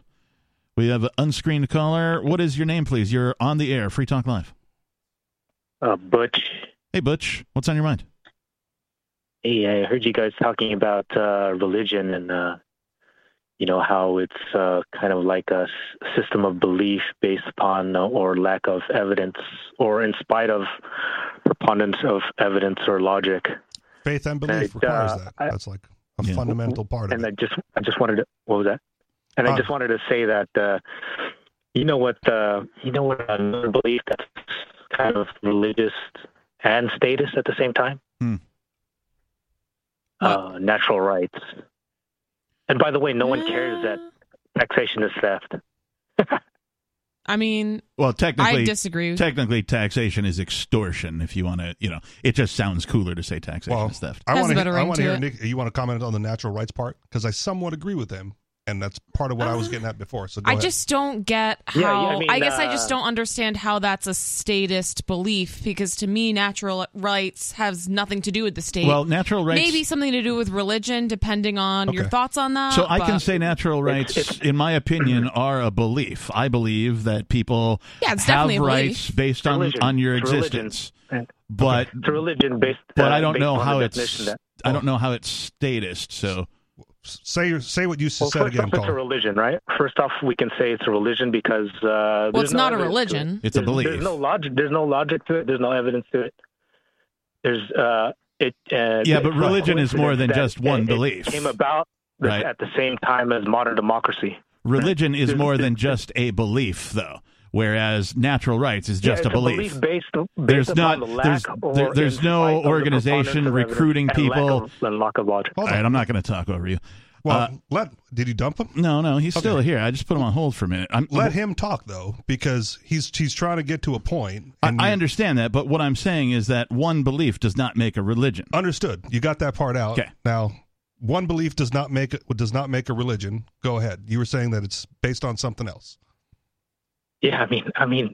Speaker 3: We have an unscreened caller. What is your name, please? You're on the air, Free Talk Live.
Speaker 10: Uh, Butch.
Speaker 3: Hey, Butch. What's on your mind?
Speaker 10: Hey, I heard you guys talking about uh, religion and uh, you know how it's uh, kind of like a s- system of belief based upon uh, or lack of evidence, or in spite of preponderance of evidence or logic.
Speaker 4: Faith and belief
Speaker 10: Uh,
Speaker 4: requires
Speaker 10: uh,
Speaker 4: that.
Speaker 10: I-
Speaker 4: That's like a fundamental part of
Speaker 10: And
Speaker 4: it.
Speaker 10: I just, I just wanted to. What was that? And
Speaker 4: Uh,
Speaker 10: I just wanted to say that uh, you know what, uh, you know what, another belief that's kind of religious and status at the same time.
Speaker 3: Hmm.
Speaker 10: Uh, natural rights. And by the way, no one cares that taxation is theft.
Speaker 2: I mean,
Speaker 3: Well, technically,
Speaker 2: I disagree with-
Speaker 3: Technically, taxation is extortion. If you want to, you know, it just sounds cooler to say taxation is theft.
Speaker 4: I
Speaker 2: Has
Speaker 4: want
Speaker 2: a
Speaker 4: to.
Speaker 2: better
Speaker 4: I
Speaker 2: ring
Speaker 4: want
Speaker 2: to
Speaker 4: to hear
Speaker 2: it.
Speaker 4: Nick. You want to comment on the natural rights part because I somewhat agree with him, and that's part of what I was getting at before. So go
Speaker 2: Uh, I
Speaker 4: ahead.
Speaker 2: just don't get how.
Speaker 10: Yeah, yeah, I
Speaker 2: I,
Speaker 10: mean,
Speaker 2: guess I just
Speaker 10: uh,
Speaker 2: don't understand how that's a statist belief because to me, natural rights has nothing to do with the state.
Speaker 3: Well, natural rights-
Speaker 2: maybe something to do with religion, depending on your
Speaker 3: Okay.
Speaker 2: thoughts on that.
Speaker 3: So I can
Speaker 2: Ah, but-
Speaker 3: say natural rights, in my opinion, are a belief. I believe that people
Speaker 2: Yeah, it's
Speaker 3: have
Speaker 2: definitely a belief.
Speaker 3: rights based on
Speaker 10: Religion.
Speaker 3: on your
Speaker 10: It's religion.
Speaker 3: existence. But
Speaker 10: It's a religion based.
Speaker 3: but
Speaker 10: uh,
Speaker 3: I don't
Speaker 10: based
Speaker 3: know
Speaker 10: on
Speaker 3: how
Speaker 10: the
Speaker 3: it's
Speaker 10: definition that-
Speaker 3: I don't know how it's statist. So
Speaker 4: say your- say what you
Speaker 10: Well,
Speaker 4: said
Speaker 10: first
Speaker 4: again,
Speaker 10: off, it's a
Speaker 4: Colin.
Speaker 10: religion, right? First off, we can say it's a religion because uh,
Speaker 2: well,
Speaker 10: there's
Speaker 2: it's
Speaker 10: no
Speaker 2: not a
Speaker 10: evidence to it.
Speaker 2: religion.
Speaker 3: it's a
Speaker 10: There's-
Speaker 3: belief.
Speaker 10: There's no logic. There's no logic to it. There's no evidence to it. There's uh, it. Uh,
Speaker 3: Yeah,
Speaker 10: it's
Speaker 3: but
Speaker 10: a
Speaker 3: religion is more than
Speaker 10: coincidence
Speaker 3: just
Speaker 10: that
Speaker 3: one
Speaker 10: it-
Speaker 3: belief.
Speaker 10: It came about the-
Speaker 3: Right.
Speaker 10: at the same time as modern democracy.
Speaker 3: Religion is more than just a belief, though. Whereas natural rights is just
Speaker 10: Yeah, it's
Speaker 3: a belief.
Speaker 10: based, based
Speaker 3: There's
Speaker 10: upon
Speaker 3: not
Speaker 10: the lack
Speaker 3: there's
Speaker 10: or
Speaker 3: there- there's
Speaker 10: in spite
Speaker 3: no
Speaker 10: of the
Speaker 3: organization
Speaker 10: preponderance of
Speaker 3: recruiting
Speaker 10: evidence and
Speaker 3: people.
Speaker 10: Lack of, the lack of logic.
Speaker 3: All right, I'm not going to talk over you.
Speaker 4: Well,
Speaker 3: Uh,
Speaker 4: let did you dump him?
Speaker 3: no, no, he's still
Speaker 4: Okay.
Speaker 3: here. I just put him on hold for a minute. I'm,
Speaker 4: Let him talk though, because he's he's trying to get to a point.
Speaker 3: I,
Speaker 4: And
Speaker 3: I
Speaker 4: you-
Speaker 3: understand that, but what I'm saying is that one belief does not make a religion.
Speaker 4: understood. You got that part out.
Speaker 3: Okay.
Speaker 4: Now, one belief does not make it does not make a religion. Go ahead. You were saying that it's based on something else.
Speaker 10: Yeah, I mean, I mean,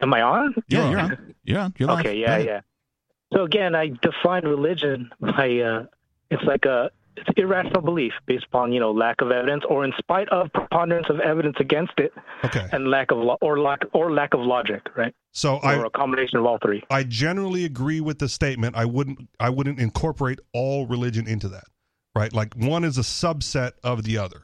Speaker 10: am I on?
Speaker 3: Yeah, you're on. You're on. You're live.
Speaker 10: Okay,
Speaker 3: Go
Speaker 10: yeah,
Speaker 3: ahead.
Speaker 10: yeah. So again, I define religion by uh, it's like a it's irrational belief based upon you know lack of evidence or in spite of preponderance of evidence against it
Speaker 4: Okay.
Speaker 10: and lack of lo- or lack or lack of logic, right?
Speaker 4: So I
Speaker 10: or a combination of all three.
Speaker 4: I generally agree with the statement. I wouldn't I wouldn't incorporate all religion into that. Right? Like one is a subset of the other.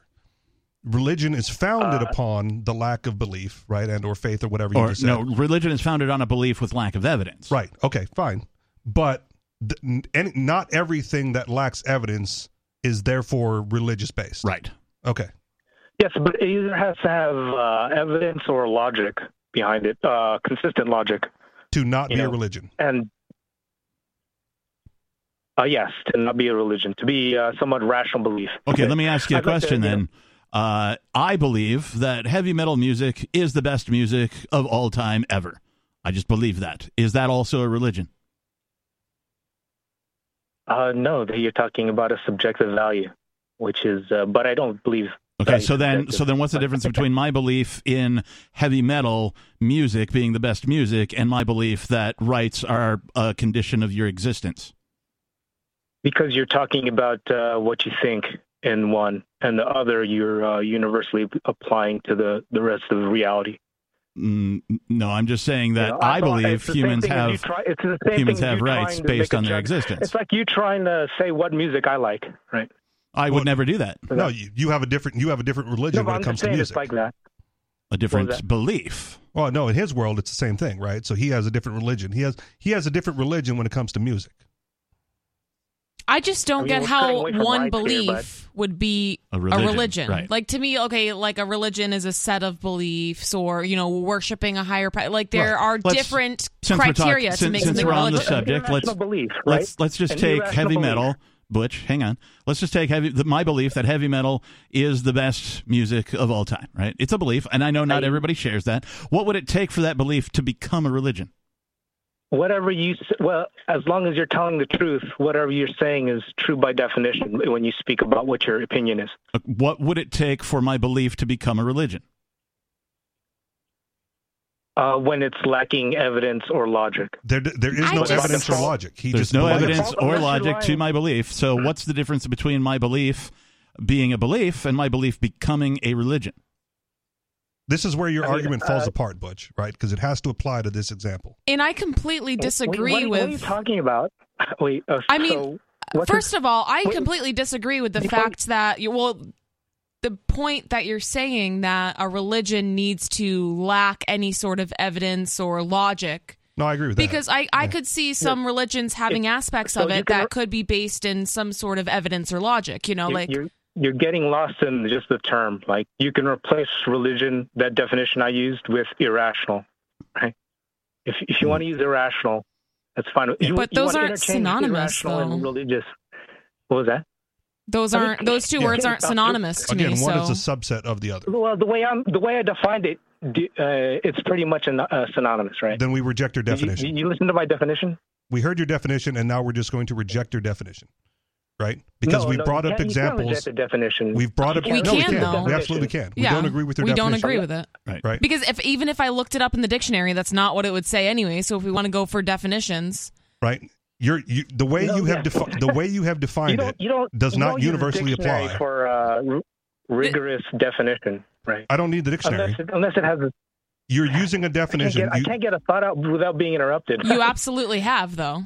Speaker 4: Religion is founded upon the lack of belief, right? And or faith or whatever you
Speaker 3: Or
Speaker 4: just said.
Speaker 3: no, religion is founded on a belief with lack of evidence.
Speaker 4: Right. Okay, fine. But th- n- any, not everything that lacks evidence is therefore religious based.
Speaker 3: Right.
Speaker 4: Okay.
Speaker 10: Yes, but it either has to have uh, evidence or logic behind it, uh, consistent logic,
Speaker 4: To not
Speaker 10: You
Speaker 4: be a
Speaker 10: know,
Speaker 4: religion.
Speaker 10: and uh, yes, to not be a religion, to be uh, somewhat rational belief.
Speaker 3: Okay, let me ask you a
Speaker 10: I'd like to,
Speaker 3: question
Speaker 10: you know-
Speaker 3: then. Uh, I believe that heavy metal music is the best music of all time ever. I just believe that. Is that also a religion?
Speaker 10: Uh, no, that you're talking about a subjective value, which is, uh, but I don't believe.
Speaker 3: Okay,
Speaker 10: value
Speaker 3: so then,
Speaker 10: subjective.
Speaker 3: so then, what's the difference between my belief in heavy metal music being the best music and my belief that rights are a condition of your existence?
Speaker 10: Because you're talking about uh, what you think in one, and the other you're uh, universally applying to the, the rest of reality.
Speaker 3: Mm, no, I'm just saying that
Speaker 10: You know,
Speaker 3: I
Speaker 10: thought-
Speaker 3: believe
Speaker 10: it's the same
Speaker 3: humans
Speaker 10: thing as you
Speaker 3: have
Speaker 10: try- it's the same
Speaker 3: humans
Speaker 10: thing as
Speaker 3: have
Speaker 10: you
Speaker 3: rights
Speaker 10: trying to
Speaker 3: based
Speaker 10: make a
Speaker 3: on their
Speaker 10: judgment.
Speaker 3: existence.
Speaker 10: It's like you trying to say what music I like, right?
Speaker 3: I would never do that.
Speaker 4: No, you, you have a different you have a different religion
Speaker 10: No, but
Speaker 4: when
Speaker 10: I'm
Speaker 4: it
Speaker 10: just
Speaker 4: comes to
Speaker 10: saying
Speaker 4: music.
Speaker 10: It's like that.
Speaker 3: A different
Speaker 10: that?
Speaker 3: belief.
Speaker 4: well, no, in his world it's the same thing, right? So he has a different religion. He has he has a different religion when it comes to music.
Speaker 2: I just don't
Speaker 10: I mean,
Speaker 2: get
Speaker 10: we're straying
Speaker 2: how
Speaker 10: away from
Speaker 2: one
Speaker 10: rights here,
Speaker 2: belief
Speaker 10: but-
Speaker 2: would be
Speaker 3: A religion, right.
Speaker 2: Like to me, okay, like a religion is a set of beliefs, or you know, worshiping a higher. Pre- like there
Speaker 4: Right.
Speaker 2: are
Speaker 3: Let's-
Speaker 2: different
Speaker 3: since we're talk-
Speaker 2: criteria to
Speaker 3: since-
Speaker 2: make
Speaker 3: since
Speaker 2: something
Speaker 3: we're
Speaker 2: a
Speaker 3: on the
Speaker 2: religion.
Speaker 3: subject, let's-
Speaker 10: Irrational belief, right?
Speaker 3: Let's let's just
Speaker 10: An
Speaker 3: take
Speaker 10: irrational
Speaker 3: heavy
Speaker 10: belief.
Speaker 3: metal Butch, hang on. Let's just take heavy, the, my belief that heavy metal is the best music of all time, right? It's a belief, and I know not everybody shares that. What would it take for that belief to become a religion?
Speaker 10: Whatever you s- well, as long as you're telling the truth, whatever you're saying is true by definition when you speak about what your opinion is.
Speaker 3: Uh, What would it take for my belief to become a religion?
Speaker 10: Uh, when it's lacking evidence or logic.
Speaker 4: There, there is
Speaker 10: I
Speaker 4: no
Speaker 10: just-
Speaker 4: evidence or logic. He
Speaker 3: There's
Speaker 4: just
Speaker 3: no
Speaker 4: believes.
Speaker 3: evidence or logic to my belief. So, what's the difference between my belief being a belief and my belief becoming a religion?
Speaker 4: This is where your
Speaker 3: I mean,
Speaker 4: argument falls
Speaker 3: uh,
Speaker 4: apart, Butch, right? Because it has to apply to this example.
Speaker 2: And I completely disagree
Speaker 10: Wait, what,
Speaker 2: with.
Speaker 10: What are you talking about? Wait. Uh,
Speaker 2: I mean,
Speaker 10: so what's the-
Speaker 2: First of all, I
Speaker 10: what-
Speaker 2: completely disagree with the fact that you well the point that you're saying that a religion needs to lack any sort of evidence or logic
Speaker 4: No, I agree with that.
Speaker 2: because I, I could see some religions having aspects
Speaker 10: so
Speaker 2: of
Speaker 10: you
Speaker 2: it
Speaker 10: can-
Speaker 2: that could be based in some sort of evidence or logic, you know,
Speaker 10: you're,
Speaker 2: like
Speaker 10: you're, you're getting lost in just the term. Like you can replace religion, that definition I used, with irrational. Right? If
Speaker 4: Mm-hmm.
Speaker 10: if you want to use irrational, that's fine. You- you
Speaker 2: But
Speaker 10: wanna
Speaker 2: those aren't
Speaker 10: interchange
Speaker 2: synonymous,
Speaker 10: irrational And
Speaker 2: though.
Speaker 10: religious. What was that?
Speaker 2: those
Speaker 10: I mean,
Speaker 2: aren't those two
Speaker 10: yeah.
Speaker 2: words aren't synonymous to
Speaker 4: Again,
Speaker 2: me.
Speaker 4: one
Speaker 2: so
Speaker 4: is a subset of the other.
Speaker 10: Well, the way I'm the way I defined it, d- uh, it's pretty much an, uh, synonymous, right?
Speaker 4: Then we reject your
Speaker 10: Did you-
Speaker 4: definition.
Speaker 10: You, you listen to my definition.
Speaker 4: we heard your definition, and now we're just going to reject your definition, right? Because
Speaker 10: No,
Speaker 4: we
Speaker 10: no,
Speaker 4: brought
Speaker 10: you
Speaker 4: up
Speaker 10: can't- you can't reject
Speaker 4: examples.
Speaker 10: the definition.
Speaker 4: We've brought up.
Speaker 2: We
Speaker 4: no,
Speaker 2: can,
Speaker 4: we can.
Speaker 2: though.
Speaker 4: We absolutely can. We
Speaker 2: Yeah.
Speaker 4: don't agree with your
Speaker 2: We
Speaker 4: definition.
Speaker 2: don't agree with it.
Speaker 3: Right.
Speaker 4: Right.
Speaker 2: Because if even if I looked it up in the dictionary, that's not what it would say anyway. So if we want to go for definitions,
Speaker 4: Right. You're you, the way
Speaker 10: No,
Speaker 4: you have
Speaker 10: yeah.
Speaker 4: defi- the way you have
Speaker 10: You
Speaker 4: defined
Speaker 10: don't.
Speaker 4: it
Speaker 10: You don't.
Speaker 4: does
Speaker 10: you
Speaker 4: not
Speaker 10: don't use the
Speaker 4: universally
Speaker 10: dictionary
Speaker 4: apply.
Speaker 10: for uh, r- rigorous definition, right?
Speaker 4: I don't need the dictionary.
Speaker 10: Unless it, unless it has a
Speaker 4: You're using a
Speaker 10: I can't,
Speaker 4: definition.
Speaker 10: get, I
Speaker 4: You-
Speaker 10: can't get a thought out without being interrupted.
Speaker 2: you absolutely have though.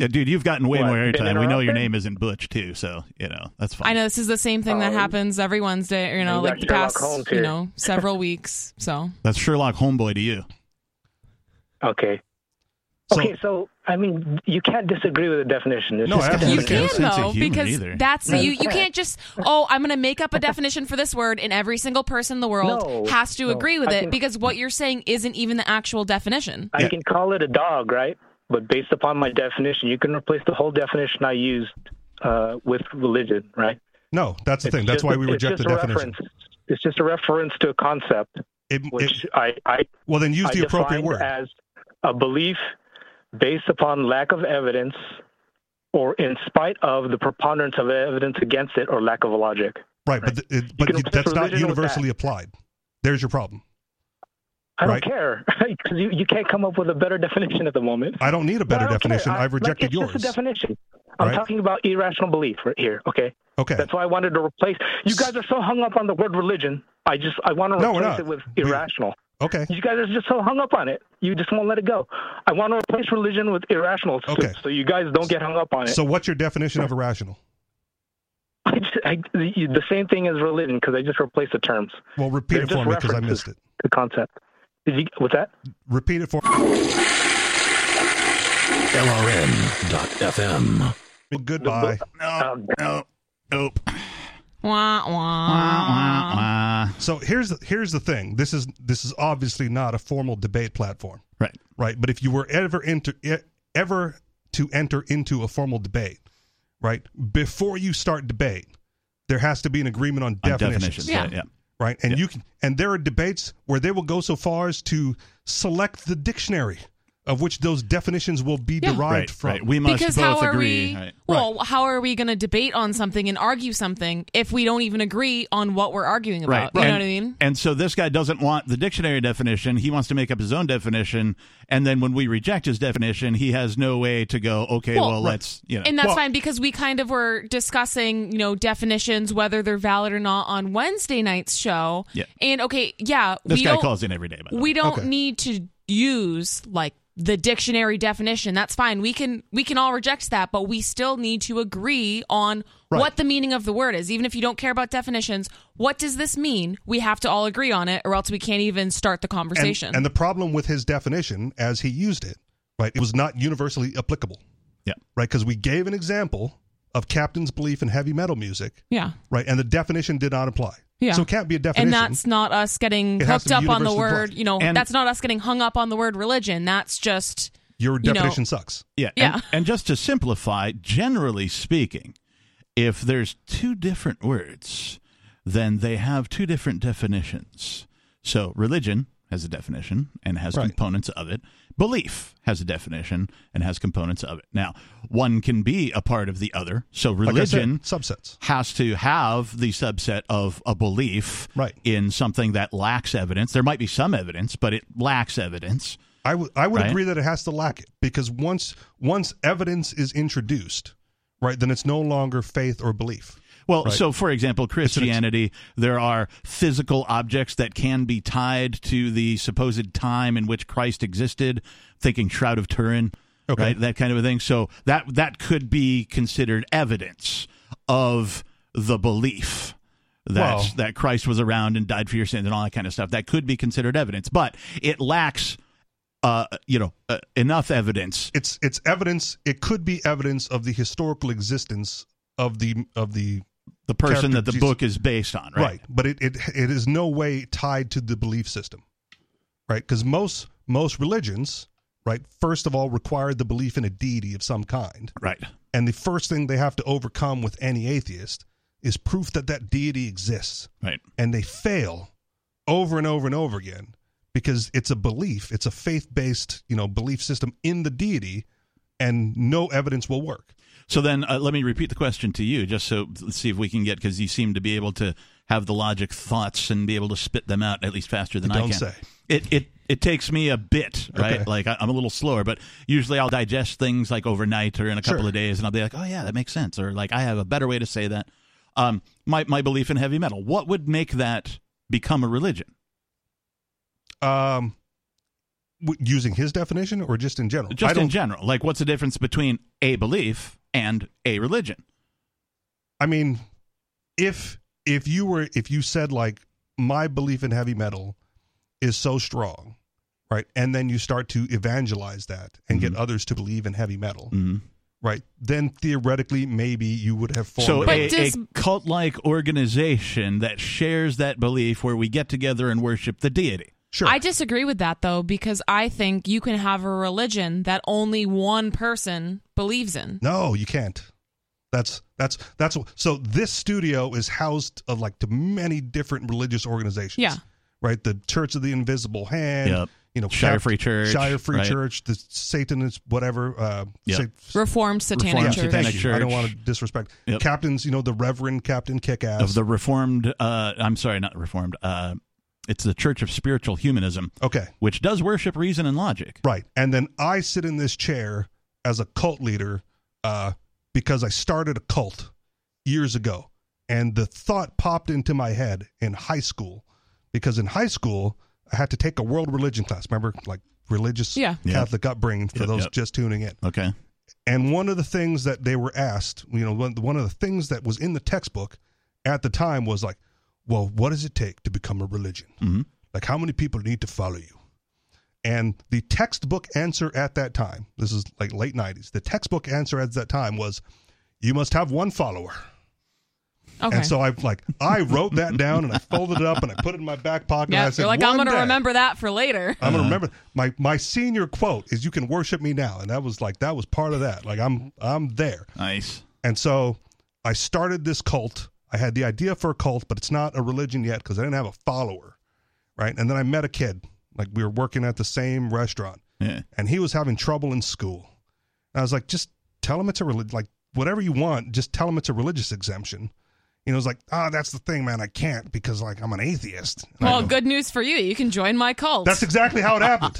Speaker 3: Yeah, dude, you've gotten way
Speaker 10: What,
Speaker 3: more
Speaker 10: been
Speaker 3: airtime. We know your
Speaker 10: interrupted?
Speaker 3: name isn't Butch too, so you know that's fine.
Speaker 2: I know this is the same thing that
Speaker 10: Um,
Speaker 2: happens every Wednesday, you know,
Speaker 10: we got
Speaker 2: like the
Speaker 10: Sherlock
Speaker 2: past,
Speaker 10: Holmes
Speaker 2: you
Speaker 10: here.
Speaker 2: know, several weeks. So
Speaker 3: That's Sherlock Homeboy to you.
Speaker 10: okay.
Speaker 4: So-
Speaker 10: okay, so I mean, you can't disagree with the definition. It's
Speaker 4: No,
Speaker 10: just
Speaker 4: absolutely
Speaker 2: you
Speaker 3: Makes no
Speaker 2: can
Speaker 3: sense of
Speaker 2: though,
Speaker 3: humor
Speaker 2: because
Speaker 3: either.
Speaker 2: that's
Speaker 10: No,
Speaker 2: you.
Speaker 10: you
Speaker 2: You can't
Speaker 10: can't.
Speaker 2: just oh, I'm going to make up a definition for this word, and every single person in the world
Speaker 10: No,
Speaker 2: has to
Speaker 10: no.
Speaker 2: agree with
Speaker 10: I
Speaker 2: it
Speaker 10: think-
Speaker 2: because what you're saying isn't even the actual definition.
Speaker 10: I can call it a dog, right? But based upon my definition, you can replace the whole definition I used uh, with religion, right?
Speaker 4: no, that's the
Speaker 10: It's
Speaker 4: thing. That's
Speaker 10: just
Speaker 4: why
Speaker 10: a-
Speaker 4: we
Speaker 10: it's
Speaker 4: reject the
Speaker 10: just a
Speaker 4: definition.
Speaker 10: reference. It's just a reference to a concept,
Speaker 4: It,
Speaker 10: which
Speaker 4: it,
Speaker 10: I, I
Speaker 4: well, then use
Speaker 10: I
Speaker 4: the appropriate
Speaker 10: defined
Speaker 4: word.
Speaker 10: as a belief based upon lack of evidence or in spite of the preponderance of evidence against it or lack of logic.
Speaker 4: Right, but the, it, but
Speaker 10: can
Speaker 4: you-
Speaker 10: replace
Speaker 4: that's not
Speaker 10: religion with that.
Speaker 4: universally applied. There's your problem.
Speaker 10: I don't
Speaker 4: Right.
Speaker 10: care because you, you can't come up with a better definition at the moment.
Speaker 4: I don't need a
Speaker 10: Well,
Speaker 4: better
Speaker 10: I don't care.
Speaker 4: definition.
Speaker 10: I-
Speaker 4: I've
Speaker 10: like,
Speaker 4: rejected
Speaker 10: it's
Speaker 4: yours.
Speaker 10: Just a definition. I'm
Speaker 4: Right.
Speaker 10: talking about irrational belief right here. Okay,
Speaker 4: okay.
Speaker 10: that's why I wanted to replace. You guys are so hung up on the word religion. I just I want to
Speaker 4: No, we're
Speaker 10: replace
Speaker 4: not.
Speaker 10: it with
Speaker 4: We-
Speaker 10: irrational.
Speaker 4: Okay.
Speaker 10: You guys are just so hung up on it. You just won't let it go. I want to replace religion with irrational, so-
Speaker 4: Okay.
Speaker 10: so, you guys don't get hung up on it.
Speaker 4: So what's your definition of irrational?
Speaker 10: I just, I, the the same thing as religion because I just replaced the terms,
Speaker 4: Well, repeat
Speaker 10: They're
Speaker 4: it for
Speaker 10: just
Speaker 4: me because I
Speaker 10: references.
Speaker 4: missed it.
Speaker 10: the concept. Did you? What's that?
Speaker 4: Repeat it for
Speaker 8: LRN.FM.
Speaker 4: me. Goodbye.
Speaker 3: No, no, nope.
Speaker 2: Wah wah.
Speaker 4: So here's the, here's the thing. This is this is obviously not a formal debate platform,
Speaker 3: Right.
Speaker 4: right? But if you were ever into e- ever to enter into a formal debate, right? Before you start debate, there has to be an agreement on
Speaker 3: On
Speaker 4: definitions,
Speaker 3: definitions.
Speaker 2: Yeah.
Speaker 3: Yeah. yeah.
Speaker 4: right? And
Speaker 3: Yeah.
Speaker 4: you can and there are debates where they will go so far as to select the dictionary of which those definitions will be
Speaker 2: Yeah.
Speaker 4: derived
Speaker 3: Right.
Speaker 4: from.
Speaker 3: Right. We must
Speaker 2: because
Speaker 3: both
Speaker 2: how are
Speaker 3: agree.
Speaker 2: we?
Speaker 3: Right.
Speaker 2: Well, how are we going to debate on something and argue something if we don't even agree on what we're arguing
Speaker 3: Right.
Speaker 2: about? You know
Speaker 3: And-
Speaker 2: what I mean?
Speaker 3: And so this guy doesn't want the dictionary definition. He wants to make up his own definition. And then when we reject his definition, he has no way to go, okay, well,
Speaker 2: Well, right.
Speaker 3: let's, you know.
Speaker 2: And that's
Speaker 4: Well-
Speaker 2: fine because we kind of were discussing, you know, definitions, whether they're valid or not on Wednesday night's show.
Speaker 3: Yeah.
Speaker 2: And okay, yeah,
Speaker 3: this
Speaker 2: we
Speaker 3: guy
Speaker 2: don't
Speaker 3: calls in every day. By the
Speaker 2: we
Speaker 3: way.
Speaker 2: don't
Speaker 4: Okay.
Speaker 2: need to use like the dictionary definition. That's fine. We can we can all reject that, but we still need to agree on
Speaker 4: Right.
Speaker 2: what the meaning of the word is. Even if you don't care about definitions, what does this mean? We have to all agree on it or else we can't even start the
Speaker 4: and,
Speaker 2: conversation.
Speaker 4: and the problem with his definition as he used it, right? It was not universally applicable.
Speaker 3: Yeah.
Speaker 4: Right? Because we gave an example of Captain's belief in heavy metal music,
Speaker 2: yeah.
Speaker 4: right? And the definition did not apply.
Speaker 2: Yeah.
Speaker 4: So it can't be a definition.
Speaker 2: And that's not us getting
Speaker 4: It has
Speaker 2: hooked
Speaker 4: to
Speaker 2: up
Speaker 4: be
Speaker 2: on the
Speaker 4: universally
Speaker 2: word,
Speaker 4: applied.
Speaker 2: you know,
Speaker 3: And-
Speaker 2: that's not us getting hung up on the word religion. That's just
Speaker 4: Your
Speaker 2: you know-
Speaker 4: definition sucks.
Speaker 3: Yeah.
Speaker 2: Yeah.
Speaker 3: And, and just to simplify, generally speaking, if there's two different words, then they have two different definitions. So religion has a definition and has
Speaker 4: Right.
Speaker 3: components of it. Belief has a definition and has components of it. Now, one can be a part of the other. So
Speaker 4: Like I said,
Speaker 3: religion
Speaker 4: subsets.
Speaker 3: has to have the subset of a belief
Speaker 4: Right.
Speaker 3: in something that lacks evidence. There might be some evidence, but it lacks evidence.
Speaker 4: I would I would
Speaker 3: Right.
Speaker 4: agree that it has to lack it because once once evidence is introduced, right, then it's no longer faith or belief.
Speaker 3: Well,
Speaker 4: Right.
Speaker 3: so for example, Christianity, there are physical objects that can be tied to the supposed time in which Christ existed, thinking Shroud of Turin,
Speaker 4: Okay.
Speaker 3: right? That kind of a thing. So that that could be considered evidence of the belief that
Speaker 4: Well-
Speaker 3: that Christ was around and died for your sins and all that kind of stuff. That could be considered evidence, but it lacks uh, you know, uh, enough evidence
Speaker 4: It's it's evidence. It could be evidence of the historical existence of the of the
Speaker 3: the person
Speaker 4: character
Speaker 3: that the
Speaker 4: Jesus.
Speaker 3: book is based on,
Speaker 4: right, but it, it it is no way tied to the belief system right because most most religions right first of all require the belief in a deity of some kind
Speaker 3: Right.
Speaker 4: and the first thing they have to overcome with any atheist is proof that that deity exists
Speaker 3: Right.
Speaker 4: and they fail over and over and over again because it's a belief it's a faith-based you know belief system in the deity and no evidence will work
Speaker 3: So then, uh, let me repeat the question to you, just so let's see if we can get because you seem to be able to have the logic thoughts and be able to spit them out at least faster than I
Speaker 4: Don't
Speaker 3: can.
Speaker 4: say.
Speaker 3: It it it takes me a bit, right?
Speaker 4: Okay.
Speaker 3: Like I, I'm a little slower, but usually I'll digest things like overnight or in a couple
Speaker 4: Sure.
Speaker 3: of days, and I'll be like, oh yeah, that makes sense, or like I have a better way to say that. Um, my my belief in heavy metal. What would make that become a religion?
Speaker 4: um w- using his definition or just in general I
Speaker 3: Just
Speaker 4: don't
Speaker 3: in general, like what's the difference between a belief and a religion?
Speaker 4: I mean, if if you were if you said like my belief in heavy metal is so strong, right? And then you start to evangelize that and get
Speaker 3: Mm-hmm.
Speaker 4: others to believe in heavy metal,
Speaker 3: Mhm.
Speaker 4: right? Then theoretically maybe you would have formed
Speaker 3: So
Speaker 2: But
Speaker 3: a,
Speaker 2: does-
Speaker 3: a cult-like organization that shares that belief, where we get together and worship the deity.
Speaker 4: sure.
Speaker 2: I disagree with that though, because I think you can have a religion that only one person believes in.
Speaker 4: no, you can't. That's that's that's so this studio is housed of like to many different religious organizations.
Speaker 2: Yeah.
Speaker 4: Right? The Church of the Invisible Hand,
Speaker 3: Yep.
Speaker 4: you know,
Speaker 3: Shire
Speaker 4: Cap-
Speaker 3: Free Church,
Speaker 4: Shire Free
Speaker 3: right.
Speaker 4: Church, the Satanist whatever uh
Speaker 3: Yep.
Speaker 4: Sa-
Speaker 2: Reformed Satanic
Speaker 3: Reformed
Speaker 2: Church.
Speaker 3: Satanic
Speaker 4: Thank you. I don't
Speaker 3: Church.
Speaker 4: want to disrespect
Speaker 3: Yep.
Speaker 4: captains. You know the Reverend Captain Kickass.
Speaker 3: Of the Reformed, uh, I'm sorry, not Reformed. Uh, it's the Church of Spiritual Humanism,
Speaker 4: okay,
Speaker 3: which does worship reason and logic.
Speaker 4: right. And then I sit in this chair as a cult leader uh, because I started a cult years ago, and the thought popped into my head in high school because in high school I had to take a world religion class. Remember, like religious
Speaker 2: Yeah.
Speaker 3: Yeah.
Speaker 4: Catholic upbringing for
Speaker 3: Yep,
Speaker 4: those
Speaker 3: yep.
Speaker 4: just tuning in.
Speaker 3: Okay,
Speaker 4: And one of the things that they were asked, you know, one, one of the things that was in the textbook at the time was like, well, what does it take to become a religion?
Speaker 3: Mhm.
Speaker 4: Like, how many people need to follow you? And the textbook answer at that time, this is like late 90s, the textbook answer at that time was, you must have one follower.
Speaker 2: Okay.
Speaker 4: And so I like I wrote that down and I folded it up and I put it in my back pocket. and I
Speaker 2: yeah,
Speaker 4: said,
Speaker 2: you're like I'm
Speaker 4: "One
Speaker 2: gonna
Speaker 4: day, Uh,
Speaker 2: remember that for later.
Speaker 4: I'm gonna remember my my senior quote is "You can worship me now," and that was like that was part of that. Like I'm I'm there.
Speaker 3: nice.
Speaker 4: And so I started this cult. I had the idea for a cult, but it's not a religion yet because I didn't have a follower. Right. And then I met a kid. Like we were working at the same restaurant
Speaker 3: Yeah.
Speaker 4: and he was having trouble in school. And I was like, just tell him it's a religion, like whatever you want, just tell him it's a religious exemption. You know, it's like, ah, that's the thing, man. I can't because like I'm an atheist. And I
Speaker 2: Well,
Speaker 4: go,
Speaker 2: good news for you. You can join my cult.
Speaker 4: That's exactly how it happened.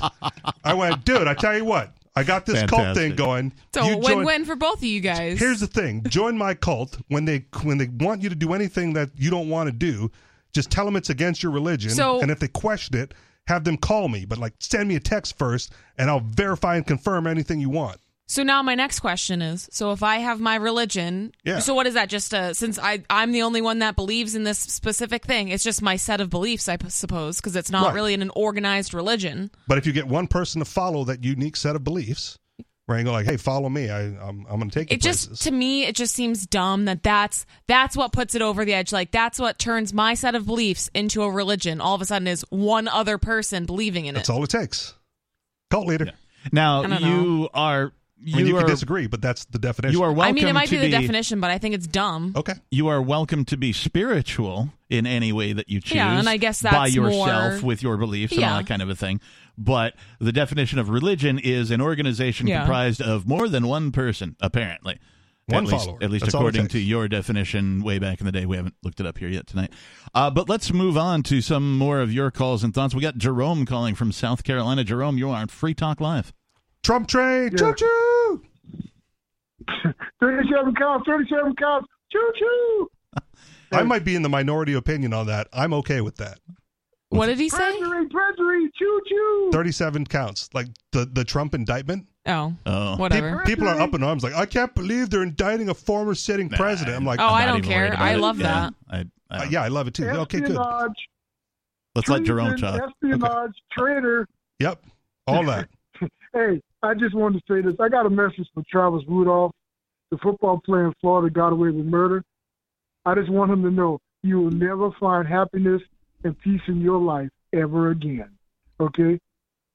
Speaker 4: I went, dude, I tell you what, I got this cult thing
Speaker 3: Fantastic.
Speaker 4: going.
Speaker 2: so
Speaker 4: You
Speaker 2: a
Speaker 4: join-
Speaker 2: win-win for both of you guys.
Speaker 4: Here's the thing: join my cult when they when they want you to do anything that you don't want to do. Just tell them it's against your religion,
Speaker 2: So-
Speaker 4: and if they question it, have them call me. But like, send me a text first, and I'll verify and confirm anything you want.
Speaker 2: so now my next question is: So if I have my religion,
Speaker 4: Yeah.
Speaker 2: So what is that? Just uh since I I'm the only one that believes in this specific thing, it's just my set of beliefs, I p- suppose, because it's not
Speaker 4: Right.
Speaker 2: really an organized religion.
Speaker 4: But if you get one person to follow that unique set of beliefs, right, and go like, "Hey, follow me. I, I'm, I'm going to take you
Speaker 2: it just
Speaker 4: places."
Speaker 2: to me it just seems dumb that that's that's what puts it over the edge like that's what turns my set of beliefs into a religion all of a sudden is one other person believing in
Speaker 4: That's
Speaker 2: it
Speaker 4: all it takes. Cult leader.
Speaker 3: Now
Speaker 2: I don't
Speaker 3: you are
Speaker 4: I mean, you,
Speaker 3: You
Speaker 4: can
Speaker 3: are-
Speaker 4: disagree, but that's the definition.
Speaker 3: You are
Speaker 2: I
Speaker 3: welcome
Speaker 2: mean, it might be
Speaker 3: to
Speaker 2: the definition, but I think it's dumb.
Speaker 4: Okay.
Speaker 3: You are welcome to be spiritual in any way that you choose.
Speaker 2: Yeah, and I guess
Speaker 3: by
Speaker 2: that's
Speaker 3: yourself
Speaker 2: more-
Speaker 3: with your beliefs and all
Speaker 2: Yeah.
Speaker 3: that kind of a thing. But the definition of religion is an organization
Speaker 2: Yeah.
Speaker 3: comprised of more than one person, apparently.
Speaker 4: One
Speaker 3: at least,
Speaker 4: follower.
Speaker 3: At least
Speaker 4: That's all it
Speaker 3: according
Speaker 4: takes.
Speaker 3: to your definition way back in the day. We haven't looked it up here yet tonight. Uh, but let's move on to some more of your calls and thoughts. We got Jerome calling from South Carolina. Jerome, you are on Free Talk Live.
Speaker 4: Trump train, choo choo.
Speaker 11: 37 counts, 37 counts, choo choo.
Speaker 4: I might be in the minority opinion on that. I'm okay with that.
Speaker 2: What did he say?
Speaker 11: Treasury, treasury, choo choo.
Speaker 4: 37 counts, like the the Trump indictment.
Speaker 2: Oh,
Speaker 3: Oh,
Speaker 2: whatever.
Speaker 4: Pe- People are up in arms, like I can't believe they're indicting a former sitting president. I'm like,
Speaker 2: Oh,
Speaker 4: uh,
Speaker 2: I
Speaker 3: not
Speaker 2: don't
Speaker 3: even
Speaker 2: care.
Speaker 3: worried about
Speaker 2: I
Speaker 3: it.
Speaker 2: love
Speaker 3: Yeah,
Speaker 2: that.
Speaker 3: I- I don't-
Speaker 4: yeah, I love it too. Okay, good.
Speaker 11: Espionage,
Speaker 3: Let's let Jerome
Speaker 11: treason,
Speaker 3: talk.
Speaker 11: Espionage, traitor.
Speaker 4: Yep, all that.
Speaker 11: Hey, I just wanted to say this. I got a message for Travis Rudolph, the football player in Florida got away with murder. I just want him to know you will never find happiness and peace in your life ever again. Okay?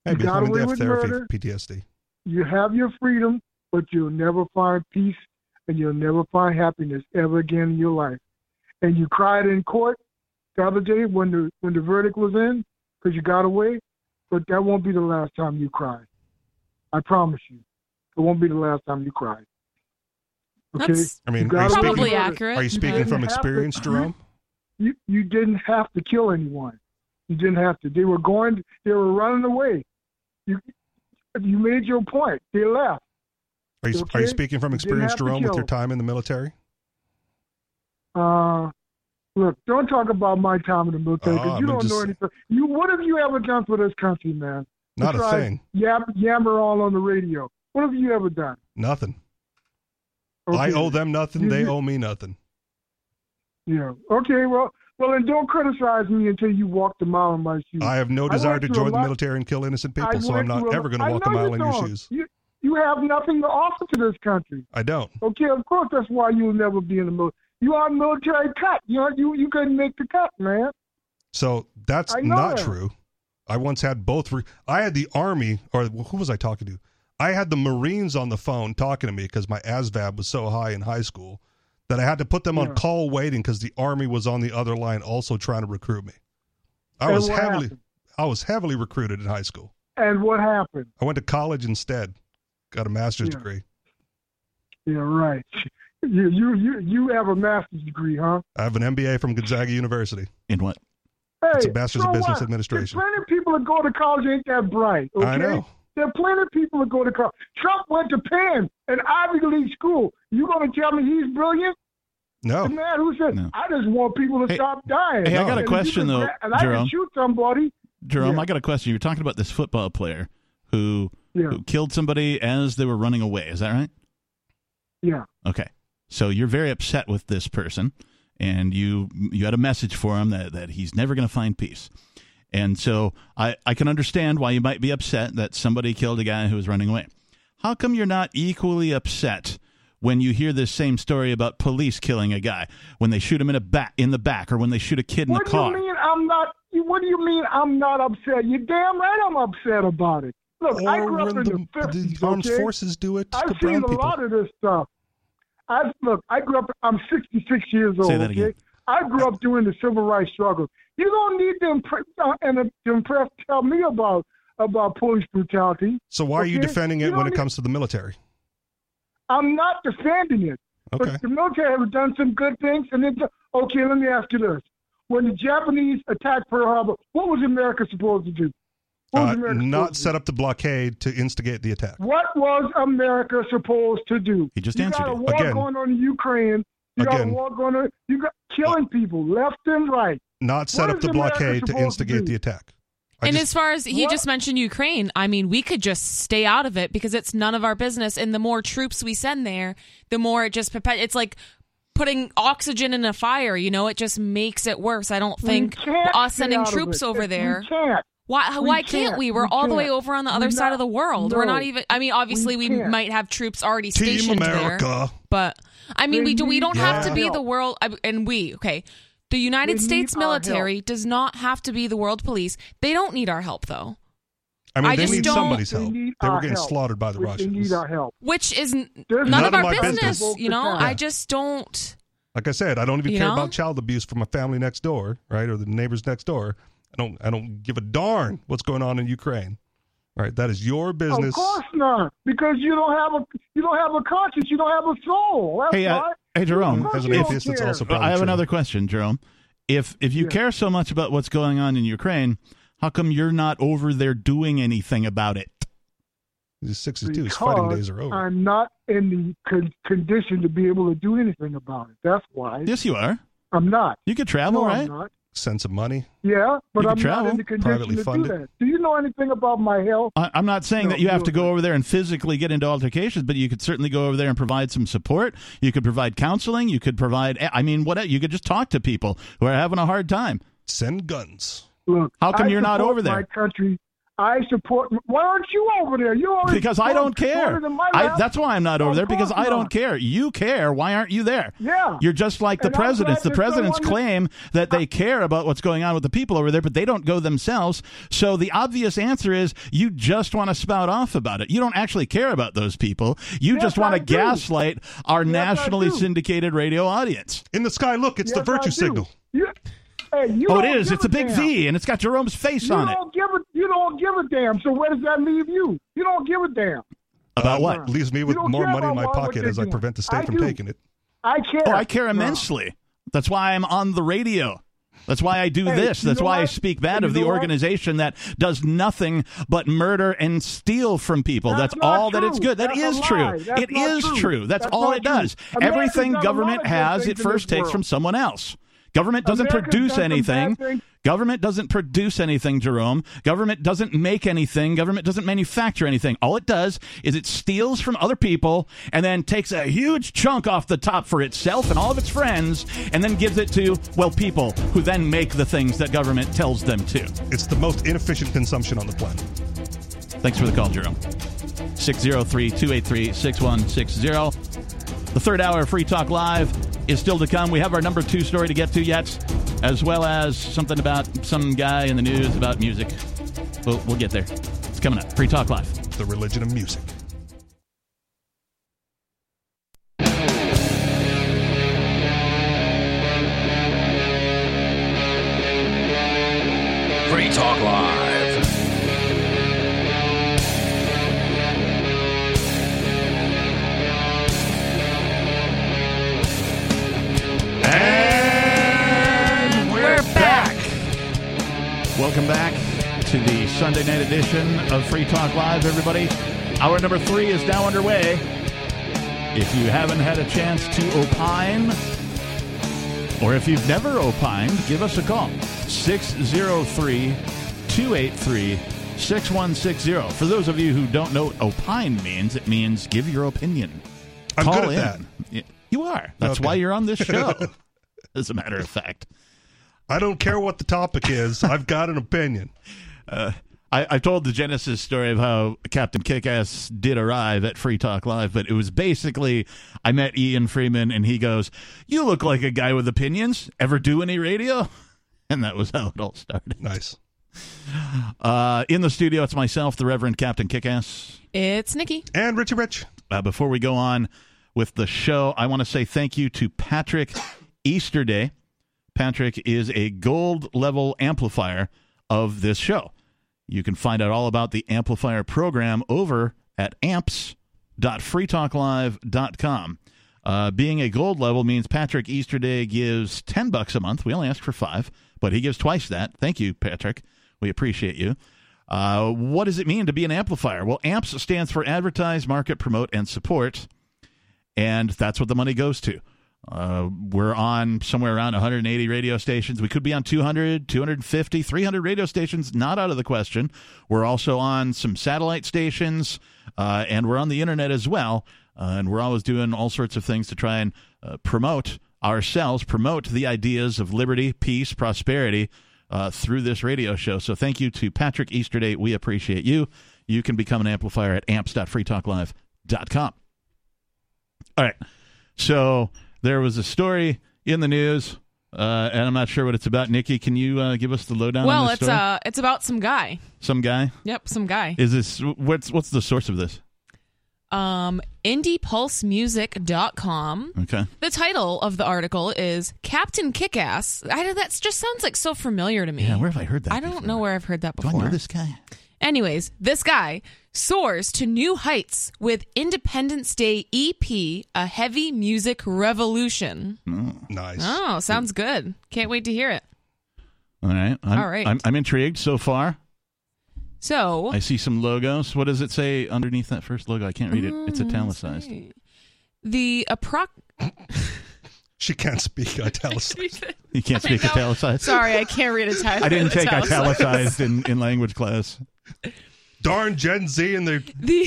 Speaker 4: Maybe
Speaker 11: got
Speaker 4: some
Speaker 11: away
Speaker 4: in-depth
Speaker 11: with
Speaker 4: therapy,
Speaker 11: murder.
Speaker 4: PTSD.
Speaker 11: You have your freedom, but you'll never find peace and you'll never find happiness ever again in your life. And you cried in court the other day when the when the verdict was in because you got away, but that won't be the last time you cried. I promise you, it won't be the last time you cried. Okay,
Speaker 2: That's
Speaker 4: I mean,
Speaker 11: You got
Speaker 4: are you speaking-
Speaker 11: away with
Speaker 2: probably
Speaker 11: murder.
Speaker 2: accurate.
Speaker 4: Are you speaking
Speaker 11: Mhm.
Speaker 4: from experience, Jerome?
Speaker 11: you you didn't have to kill anyone. You didn't have to. They were going. They were running away. You you made your point. They left.
Speaker 4: Are you, are you
Speaker 11: Okay.
Speaker 4: speaking from
Speaker 11: You didn't
Speaker 4: experience,
Speaker 11: have to
Speaker 4: Jerome, with your
Speaker 11: kill.
Speaker 4: time in the military?
Speaker 11: Uh, look, don't talk about my time in the military
Speaker 4: Oh,
Speaker 11: because
Speaker 4: I mean,
Speaker 11: you don't know
Speaker 4: just-
Speaker 11: anything. You what have you ever done for this country, man?
Speaker 4: Not a
Speaker 11: Besides
Speaker 4: thing.
Speaker 11: Yam, yammer all on the radio. What have you ever done?
Speaker 4: Nothing. I
Speaker 11: Okay.
Speaker 4: owe them nothing.
Speaker 11: You-
Speaker 4: They
Speaker 11: you-
Speaker 4: owe me nothing.
Speaker 11: Yeah. Okay. Well, well, and don't criticize me until you walked a mile in my shoes.
Speaker 4: I have no
Speaker 11: I
Speaker 4: desire
Speaker 11: went
Speaker 4: to
Speaker 11: through a
Speaker 4: join the
Speaker 11: lot-
Speaker 4: military and kill innocent
Speaker 11: I
Speaker 4: people, so I'm
Speaker 11: went
Speaker 4: not
Speaker 11: through
Speaker 4: ever going
Speaker 11: I
Speaker 4: to walk a
Speaker 11: know
Speaker 4: mile
Speaker 11: you
Speaker 4: in your
Speaker 11: don't.
Speaker 4: shoes.
Speaker 11: You, you have nothing to offer to this country.
Speaker 4: I don't.
Speaker 11: Okay, of course that's why you'll never be in the military. You are military cut. You are, you you couldn't make the cut, man.
Speaker 4: So that's
Speaker 11: I know
Speaker 4: not
Speaker 11: that.
Speaker 4: true. I once had both. Re- I had the army, or who was I talking to? I had the Marines on the phone talking to me because my ASVAB was so high in high school that I had to put them on
Speaker 11: Yeah.
Speaker 4: call waiting because the army was on the other line also trying to recruit me. I
Speaker 11: And
Speaker 4: was
Speaker 11: what
Speaker 4: heavily,
Speaker 11: happened?
Speaker 4: I was heavily recruited in high school.
Speaker 11: And what happened?
Speaker 4: I went to college instead, got a master's
Speaker 11: Yeah.
Speaker 4: degree.
Speaker 11: Yeah, right. You you you you have a master's degree, huh?
Speaker 4: I have an MBA from Gonzaga University.
Speaker 3: In what?
Speaker 11: Hey,
Speaker 4: It's a master's
Speaker 11: so
Speaker 4: of business
Speaker 11: what?
Speaker 4: administration.
Speaker 11: There's plenty of people that go to college ain't that bright. Okay?
Speaker 4: I know.
Speaker 11: There are plenty of people that go to college. Trump went to Penn, an Ivy League school. You gonna tell me he's brilliant? The
Speaker 4: No,
Speaker 11: man who said,
Speaker 3: No.
Speaker 11: "I just want people to
Speaker 3: Hey-
Speaker 11: stop dying."
Speaker 3: hey, I got a
Speaker 11: And if you
Speaker 3: question,
Speaker 11: can
Speaker 3: though,
Speaker 11: gra- And I
Speaker 3: Jerome.
Speaker 11: can shoot somebody.
Speaker 3: Jerome,
Speaker 11: Yeah.
Speaker 3: I got a question. You're talking about this football player who
Speaker 11: Yeah,
Speaker 3: who killed somebody as they were running away. Is that right?
Speaker 11: yeah.
Speaker 3: Okay. So you're very upset with this person, and you you had a message for him that that he's never going to find peace. And so I I can understand why you might be upset that somebody killed a guy who was running away. How come you're not equally upset? When you hear this same story about police killing a guy, when they shoot him in a back in the back, or when they shoot a kid in
Speaker 11: What
Speaker 3: the
Speaker 11: do
Speaker 3: car,
Speaker 11: you mean I'm not? you- What do you mean I'm not upset? You damn right I'm upset about it. Look, I
Speaker 4: or
Speaker 11: grew up
Speaker 4: when
Speaker 11: in
Speaker 4: the,
Speaker 11: the, 50s.
Speaker 4: the armed
Speaker 11: okay?
Speaker 4: forces do it to
Speaker 11: I've seen
Speaker 4: brown
Speaker 11: a
Speaker 4: people.
Speaker 11: lot of this stuff. I look. I grew up. I'm 66 years old.
Speaker 3: Say that
Speaker 11: okay?
Speaker 3: again.
Speaker 11: I grew up during the civil rights struggle. You don't need to impress uh, and uh, to impress tell me about about police brutality.
Speaker 4: So why are you
Speaker 11: Okay?
Speaker 4: defending it
Speaker 11: You
Speaker 4: when
Speaker 11: don't
Speaker 4: it
Speaker 11: need-
Speaker 4: comes to the military?
Speaker 11: I'm not defending it.
Speaker 4: Okay.
Speaker 11: But the military have done some good things, and then okay, let me ask you this: When the Japanese attacked Pearl Harbor, what was America supposed to do? What was
Speaker 4: Uh,
Speaker 11: America
Speaker 4: not
Speaker 11: supposed to
Speaker 4: set up the blockade to instigate the attack.
Speaker 11: do? What was America supposed to do?
Speaker 3: He just
Speaker 11: you
Speaker 3: answered
Speaker 11: got a
Speaker 3: it.
Speaker 11: war
Speaker 4: Again.
Speaker 11: going on in Ukraine. You got
Speaker 4: Again. Uh,
Speaker 11: a war going on. You got killing people left and right.
Speaker 4: Not set
Speaker 11: What
Speaker 4: up
Speaker 11: is
Speaker 4: the
Speaker 11: America
Speaker 4: blockade to
Speaker 11: supposed to
Speaker 4: instigate
Speaker 11: do?
Speaker 4: the attack. I
Speaker 2: and
Speaker 4: just-
Speaker 2: as far as he
Speaker 11: What?
Speaker 2: just mentioned Ukraine, I mean, we could just stay out of it because it's none of our business. And the more troops we send there, the more it just perpet. It's like putting oxygen in a fire. You know, it just makes it worse. I don't think
Speaker 11: we can't
Speaker 2: us
Speaker 11: stay
Speaker 2: sending
Speaker 11: out of
Speaker 2: troops
Speaker 11: it.
Speaker 2: over
Speaker 11: We
Speaker 2: there.
Speaker 11: can't.
Speaker 2: Why?
Speaker 11: We
Speaker 2: why can't,
Speaker 11: can't.
Speaker 2: we? We're
Speaker 11: We
Speaker 2: all the way
Speaker 11: can't.
Speaker 2: over on the other
Speaker 11: We're
Speaker 2: side of
Speaker 11: not-
Speaker 2: the world. We're
Speaker 11: no.
Speaker 2: not even. I mean, obviously, we,
Speaker 11: can't.
Speaker 2: might have troops already
Speaker 4: Team
Speaker 2: stationed there.
Speaker 4: America.
Speaker 2: But I mean, we do. We don't have to
Speaker 4: Yeah.
Speaker 2: be the world, I- and we okay. The United
Speaker 11: They need
Speaker 2: States
Speaker 11: our help.
Speaker 2: military does not have to be the world police. They don't need our help, though.
Speaker 4: I mean,
Speaker 2: I
Speaker 4: they
Speaker 2: just
Speaker 4: need
Speaker 2: don't-
Speaker 4: somebody's help.
Speaker 2: They need
Speaker 4: they were
Speaker 2: our
Speaker 4: getting
Speaker 2: help.
Speaker 4: slaughtered by the
Speaker 2: We- they
Speaker 4: Russians.
Speaker 2: need our
Speaker 11: help.
Speaker 2: which is n-
Speaker 4: There's
Speaker 2: none,
Speaker 4: none
Speaker 2: of our
Speaker 4: of my
Speaker 2: business,
Speaker 4: business.
Speaker 2: you know?
Speaker 4: Yeah.
Speaker 2: I just don't.
Speaker 4: Like I said, I don't even
Speaker 2: You
Speaker 4: care
Speaker 2: know?
Speaker 4: about child abuse from my family next door, right, or the neighbors next door. I don't. I don't give a darn what's going on in Ukraine. Right, that is your
Speaker 11: Of
Speaker 4: business.
Speaker 11: course not, because you don't have a you don't have a conscience, you don't have a soul. That's
Speaker 3: Hey, uh,
Speaker 11: why.
Speaker 3: hey, Jerome.
Speaker 11: Of course you don't care.
Speaker 3: I have another question, Jerome. If if you care so much about what's going on in Ukraine, how come you're not over there doing anything about it?
Speaker 4: Sixty-two.
Speaker 11: Because I'm not in the con- condition to be able to do anything about it. That's why.
Speaker 3: Yes, you are.
Speaker 11: I'm not.
Speaker 3: You could travel,
Speaker 11: No, I'm
Speaker 3: right?
Speaker 11: not.
Speaker 4: Send some money.
Speaker 11: Yeah, but
Speaker 3: You
Speaker 11: I'm
Speaker 3: could
Speaker 11: not
Speaker 3: travel,
Speaker 11: in the condition
Speaker 3: privately
Speaker 11: to do
Speaker 3: funded. Uh,
Speaker 11: that. Do you know anything about my health?
Speaker 3: I, I'm not saying
Speaker 11: No,
Speaker 3: that you have
Speaker 11: no,
Speaker 3: to go over there and physically get into altercations, but you could certainly go over there and provide some support. You could provide counseling. You could provide, I mean, what you could just talk to people who are having a hard time.
Speaker 4: Send guns.
Speaker 11: Look,
Speaker 3: how come
Speaker 11: I
Speaker 3: you're not
Speaker 11: support
Speaker 3: over
Speaker 11: My
Speaker 3: there?
Speaker 11: country. I support. Why aren't you over there? You're already
Speaker 3: Because I don't care.
Speaker 11: supported in my
Speaker 3: I,
Speaker 11: lap.
Speaker 3: that's why I'm not over
Speaker 11: Of
Speaker 3: there because
Speaker 11: course
Speaker 3: I don't
Speaker 11: not.
Speaker 3: care. You care. Why aren't you there?
Speaker 11: Yeah.
Speaker 3: You're just like the
Speaker 11: And I'm
Speaker 3: presidents. The
Speaker 11: glad there's
Speaker 3: presidents
Speaker 11: someone that-
Speaker 3: claim that they care about what's going on with the people over there, but they don't go themselves. So the obvious answer is you just want to spout off about it. You don't actually care about those people. You
Speaker 11: Yes,
Speaker 3: just want
Speaker 11: I
Speaker 3: to
Speaker 11: do.
Speaker 3: gaslight our
Speaker 11: Yes, I
Speaker 3: nationally
Speaker 11: do.
Speaker 3: syndicated radio audience.
Speaker 4: In the sky, look, it's
Speaker 11: Yes, I do. You- hey, you
Speaker 3: oh,
Speaker 11: don't
Speaker 3: it is.
Speaker 11: give
Speaker 3: It's a big
Speaker 11: damn.
Speaker 3: V, and it's got Jerome's face
Speaker 11: You
Speaker 3: on it.
Speaker 11: don't give a you don't give a damn. So where does that leave you? You don't give a damn.
Speaker 3: About what?
Speaker 4: Uh, Leaves me
Speaker 11: You
Speaker 4: with
Speaker 11: don't
Speaker 4: more
Speaker 11: care
Speaker 4: money in
Speaker 11: about
Speaker 4: my
Speaker 11: what
Speaker 4: pocket
Speaker 11: they're
Speaker 4: as I
Speaker 11: doing.
Speaker 4: prevent the state
Speaker 11: I
Speaker 4: from
Speaker 11: do.
Speaker 4: taking it.
Speaker 11: I care.
Speaker 3: Oh, I care
Speaker 11: No.
Speaker 3: immensely. That's why I'm on the radio. That's why I do
Speaker 11: Hey,
Speaker 3: this.
Speaker 11: you
Speaker 3: That's
Speaker 11: know
Speaker 3: why I
Speaker 11: what?
Speaker 3: speak bad
Speaker 11: You
Speaker 3: of the
Speaker 11: know what?
Speaker 3: organization that does nothing but murder and steal from people. That's,
Speaker 11: That's not
Speaker 3: all that it's
Speaker 11: true.
Speaker 3: good. That
Speaker 11: That's
Speaker 3: is
Speaker 11: a lie.
Speaker 3: true.
Speaker 11: That's
Speaker 3: It
Speaker 11: not
Speaker 3: is
Speaker 11: true.
Speaker 3: That's,
Speaker 11: That's
Speaker 3: all
Speaker 11: not
Speaker 3: it does.
Speaker 11: true. America's
Speaker 3: Everything
Speaker 11: done a lot
Speaker 3: government
Speaker 11: of good
Speaker 3: has,
Speaker 11: things
Speaker 3: it
Speaker 11: in
Speaker 3: first
Speaker 11: this
Speaker 3: takes
Speaker 11: world.
Speaker 3: from someone else. Government doesn't
Speaker 11: America's
Speaker 3: produce
Speaker 11: done some bad
Speaker 3: anything.
Speaker 11: things.
Speaker 3: Government doesn't produce anything, Jerome. Government doesn't make anything. Government doesn't manufacture anything. All it does is it steals from other people and then takes a huge chunk off the top for itself and all of its friends and then gives it to, well, people who then make the things that government tells them to.
Speaker 4: It's the most inefficient consumption on the planet.
Speaker 3: Thanks for the call, Jerome. 603 283 6160. The third hour of Free Talk Live is still to come. We have our number two story to get to yet, as well as something about some guy in the news about music. We'll, we'll get there. It's coming up. Free Talk Live.
Speaker 4: The religion of music.
Speaker 8: Free Talk Live.
Speaker 3: And we're back. Welcome back to the Sunday night edition of Free Talk Live, everybody. Hour number three is now underway. If you haven't had a chance to opine, or if you've never opined, give us a call 603 283 6160. For those of you who don't know what opine means, it means give your opinion.
Speaker 4: I'm
Speaker 3: call
Speaker 4: good at
Speaker 3: in. Y- You are. That's
Speaker 4: Okay.
Speaker 3: why you're on this show, as a matter of fact.
Speaker 4: I don't care what the topic is. I've got an opinion.
Speaker 3: Uh, I, I told the Genesis story of how Captain Kickass did arrive at Free Talk Live, but it was basically I met Ian Freeman and he goes, "You look like a guy with opinions. Ever do any radio?" And that was how it all started.
Speaker 4: Nice.
Speaker 3: Uh, in the studio, it's myself, the Reverend Captain Kickass.
Speaker 2: It's Nikki.
Speaker 4: And Richie Rich.
Speaker 3: Uh, before we go on with the show, I want to say thank you to Patrick Easterday. Patrick is a gold level amplifier of this show. You can find out all about the amplifier program over at amps.freetalklive.com. Uh, being a gold level means Patrick Easterday gives 10 bucks a month. We only ask for five, but he gives twice that. Thank you, Patrick. We appreciate you. Uh, what does it mean to be an amplifier? Well, AMPS stands for Advertise, Market, Promote, and Support, and that's what the money goes to. Uh, we're on somewhere around 180 radio stations. We could be on 200, 250, 300 radio stations, not out of the question. We're also on some satellite stations, uh, and we're on the internet as well. Uh, and we're always doing all sorts of things to try and uh, promote ourselves, promote the ideas of liberty, peace, prosperity uh, through this radio show. So thank you to Patrick Easterday. We appreciate you. You can become an amplifier at amps.freetalklive.com. All right. So there was a story in the news Uh, and I'm not sure what it's about. Nikki, can you uh, give us the lowdown? on
Speaker 2: well,
Speaker 3: this
Speaker 2: it's
Speaker 3: story?
Speaker 2: uh, it's about some guy.
Speaker 3: some guy.
Speaker 2: Yep, some guy.
Speaker 3: Is this what's what's the source of this?
Speaker 2: Um, indiepulsemusic.com.
Speaker 3: Okay.
Speaker 2: The title of the article is Captain Kickass. I that just sounds like so familiar to me.
Speaker 3: Yeah, where have I heard that?
Speaker 2: I don't know where I've heard that
Speaker 3: Do I
Speaker 2: before.
Speaker 3: know this guy?
Speaker 2: Anyways, this guy soars to new heights with Independence Day EP, a heavy music revolution.
Speaker 4: Nice.
Speaker 2: Oh, sounds good. Can't wait to hear it.
Speaker 3: All right. I'm,
Speaker 2: All right.
Speaker 3: I'm, I'm intrigued so far.
Speaker 2: So,
Speaker 3: I see some logos. What does it say underneath that first logo? I can't read it. It's italicized.
Speaker 2: Mm, the approx
Speaker 4: She can't speak italicized.
Speaker 3: You can't speak italicized.
Speaker 2: Sorry, I can't read italicized.
Speaker 3: I didn't take italicized in, in language class.
Speaker 4: Darn Gen Z and their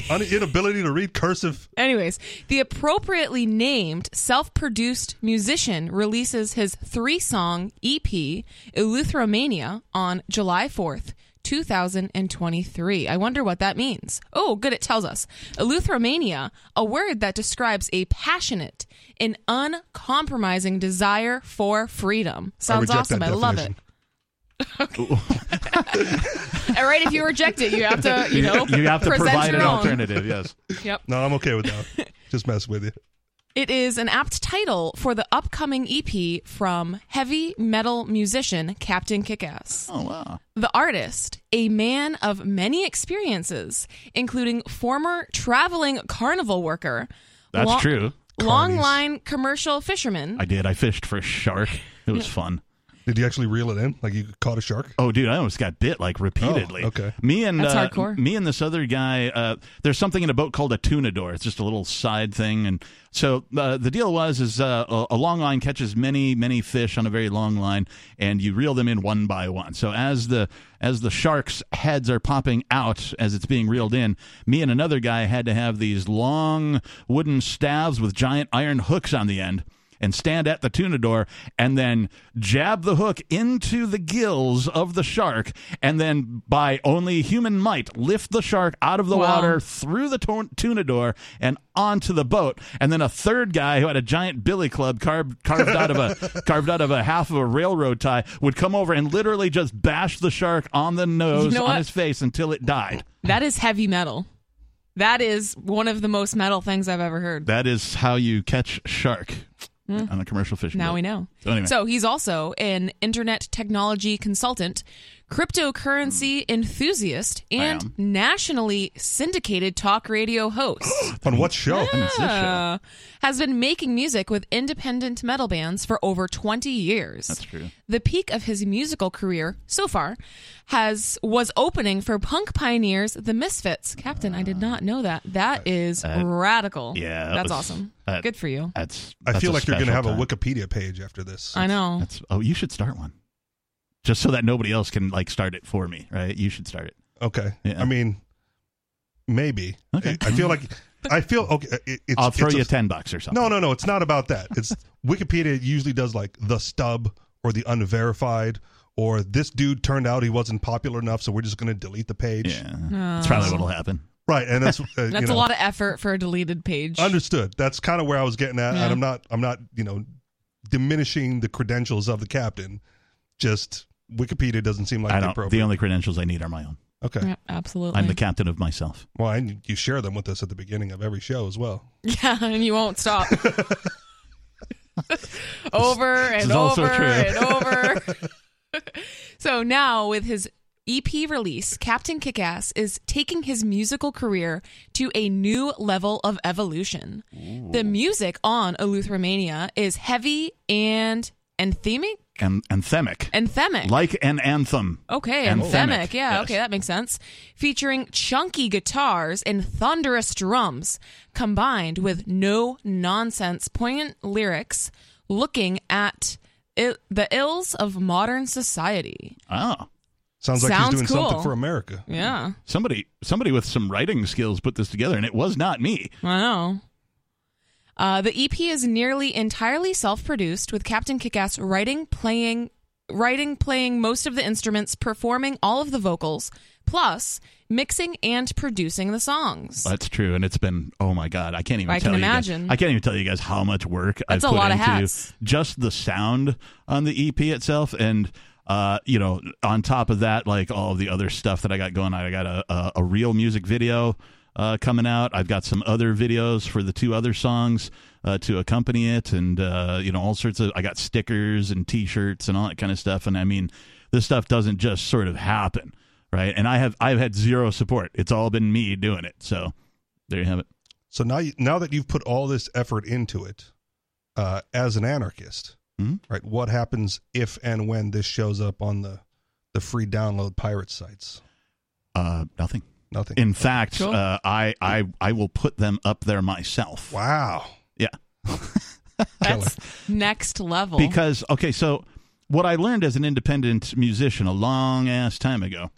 Speaker 4: un- inability to read cursive.
Speaker 2: Anyways, the appropriately named self produced musician releases his three song EP, Eleutheromania, on July 4th. 2023. I wonder what that means. Oh, good, it tells us. Eleutheromania, a word that describes a passionate and uncompromising desire for freedom. Sounds
Speaker 4: reject
Speaker 2: awesome.
Speaker 4: that
Speaker 2: I love it.
Speaker 4: definition.
Speaker 2: All right, if you reject it, you have to, you know, present your own.
Speaker 3: yes.
Speaker 2: Yep.
Speaker 4: No, I'm okay with that. Just mess with you.
Speaker 2: It is an apt title for the upcoming EP from heavy metal musician Captain Kickass.
Speaker 3: Oh, wow.
Speaker 2: The artist, a man of many experiences, including former traveling carnival worker,
Speaker 3: That's true.
Speaker 2: long
Speaker 3: Carnies.
Speaker 2: line commercial fisherman,
Speaker 3: I did. I fished for a shark. It was fun.
Speaker 4: Did you actually reel it in? Like you caught a shark?
Speaker 3: Oh, dude, I almost got bit like repeatedly.
Speaker 4: Oh, okay.
Speaker 3: Me and
Speaker 4: That's
Speaker 3: uh,
Speaker 4: hardcore.
Speaker 3: me and this other guy. Uh, there's something in a boat called a tunador. It's just a little side thing, and so uh, the deal was is uh, a- a long line catches many many fish on a very long line, and you reel them in one by one. So as the as the sharks' heads are popping out as it's being reeled in, me and another guy had to have these long wooden staves with giant iron hooks on the end and stand at the tunador and then jab the hook into the gills of the shark and then by only human might lift the shark out of the
Speaker 12: Wow.
Speaker 3: water through the tor- tunador and onto the boat and then a third guy who had a giant billy club carved carved out of a carved out of a half of a railroad tie would come over and literally just bash the shark on the nose
Speaker 2: You know
Speaker 3: on
Speaker 2: what?
Speaker 3: his face until it died
Speaker 2: that is heavy metal. That is one of the most metal things I've ever heard.
Speaker 3: that is how you catch shark
Speaker 2: Hmm.
Speaker 3: on a commercial fishing
Speaker 2: Now
Speaker 3: boat.
Speaker 2: we know.
Speaker 3: so, anyway.
Speaker 2: So he's also an internet technology consultant, cryptocurrency
Speaker 3: Hmm.
Speaker 2: enthusiast, and nationally syndicated talk radio host.
Speaker 4: On what show?
Speaker 2: Yeah. Has been making music with independent metal bands for over 20 years. That's
Speaker 3: true.
Speaker 2: The peak of his musical career so far has was opening for punk pioneers The Misfits. Captain, I did not know that. That is
Speaker 3: Uh, that-
Speaker 2: radical.
Speaker 3: yeah, that
Speaker 2: That's
Speaker 3: was-
Speaker 2: awesome.
Speaker 3: that-
Speaker 2: Good for you.
Speaker 3: That's.
Speaker 4: I
Speaker 3: that's
Speaker 4: feel
Speaker 3: a
Speaker 4: like you're going to have
Speaker 3: special
Speaker 4: a
Speaker 3: time.
Speaker 4: Wikipedia page after this.
Speaker 2: I know.
Speaker 3: That's. Oh, you should start one, just so that nobody else can like start it for me. Right? You should start it.
Speaker 4: Okay.
Speaker 3: Yeah.
Speaker 4: I mean, maybe.
Speaker 3: Okay.
Speaker 4: I, I feel like I feel okay. It, it's,
Speaker 3: I'll throw
Speaker 4: it's
Speaker 3: you 10 bucks or something.
Speaker 4: No, no, no. It's not about that. It's Wikipedia usually does like the stub or the unverified or this dude turned out he wasn't popular enough, so we're just going to delete the page. Yeah,
Speaker 2: That's probably what'll
Speaker 3: happen.
Speaker 4: Right, and that's uh, you
Speaker 2: That's
Speaker 4: know,
Speaker 2: a lot of effort for a deleted page.
Speaker 4: Understood. That's kind of where I was getting at,
Speaker 2: Yeah.
Speaker 4: and I'm not. I'm not. You know, diminishing the credentials of the captain. Just Wikipedia doesn't seem like
Speaker 3: I
Speaker 4: the
Speaker 3: don't.
Speaker 4: appropriate.
Speaker 3: The only credentials I need are my own.
Speaker 4: okay.
Speaker 2: Yep, absolutely.
Speaker 3: I'm the captain of myself.
Speaker 4: Well, and you share them with us at the beginning of every show as well.
Speaker 2: yeah, and you won't stop. over
Speaker 4: This
Speaker 2: and
Speaker 4: is also
Speaker 2: over
Speaker 4: true.
Speaker 2: and over. so now with his EP release, Captain Kickass is taking his musical career to a new level of evolution. The music on Eleutheromania is heavy and anthemic,
Speaker 3: And anthemic,
Speaker 2: anthemic.
Speaker 3: like an anthem.
Speaker 2: Okay, anthemic. Yeah, okay, that makes sense. Featuring chunky guitars and thunderous drums, combined with no nonsense, poignant lyrics, looking at i the ills of modern society.
Speaker 3: Oh.
Speaker 4: Sounds like
Speaker 2: Sounds
Speaker 4: he's doing something
Speaker 2: cool.
Speaker 4: for America.
Speaker 2: Yeah,
Speaker 3: Somebody, somebody with some writing skills put this together, and it was not me.
Speaker 2: I know. Uh, the EP is nearly entirely self-produced, with Captain Kickass writing, playing, writing, playing most of the instruments, performing all of the vocals, plus mixing and producing the songs.
Speaker 3: That's true, and it's been oh my god, I can't even.
Speaker 2: I
Speaker 3: tell
Speaker 2: can
Speaker 3: you guys-
Speaker 2: imagine.
Speaker 3: I can't even tell you guys how much work
Speaker 2: That's
Speaker 3: I
Speaker 2: a
Speaker 3: put
Speaker 2: lot of
Speaker 3: into
Speaker 2: hats.
Speaker 3: just the sound on the EP itself, and uh, you know, on top of that, like all of the other stuff that I got going on, I got a a, a real music video. Uh, coming out, I've got some other videos for the two other songs uh, to accompany it, and uh, you know all sorts of. I got stickers and T-shirts and all that kind of stuff. And I mean, this stuff doesn't just sort of happen right? And I have I've had zero support. It's all been me doing it. So there you have it.
Speaker 4: So now, you, now that you've put all this effort into it, uh, as an anarchist,
Speaker 3: Hmm?
Speaker 4: right? What happens if and when this shows up on the the free download pirate sites?
Speaker 3: Uh, nothing.
Speaker 4: Nothing.
Speaker 3: In fact,
Speaker 4: Cool.
Speaker 3: uh, I I I will put them up there myself.
Speaker 4: Wow.
Speaker 3: Yeah.
Speaker 2: That's next level.
Speaker 3: Because okay, so what I learned as an independent musician a long ass time ago,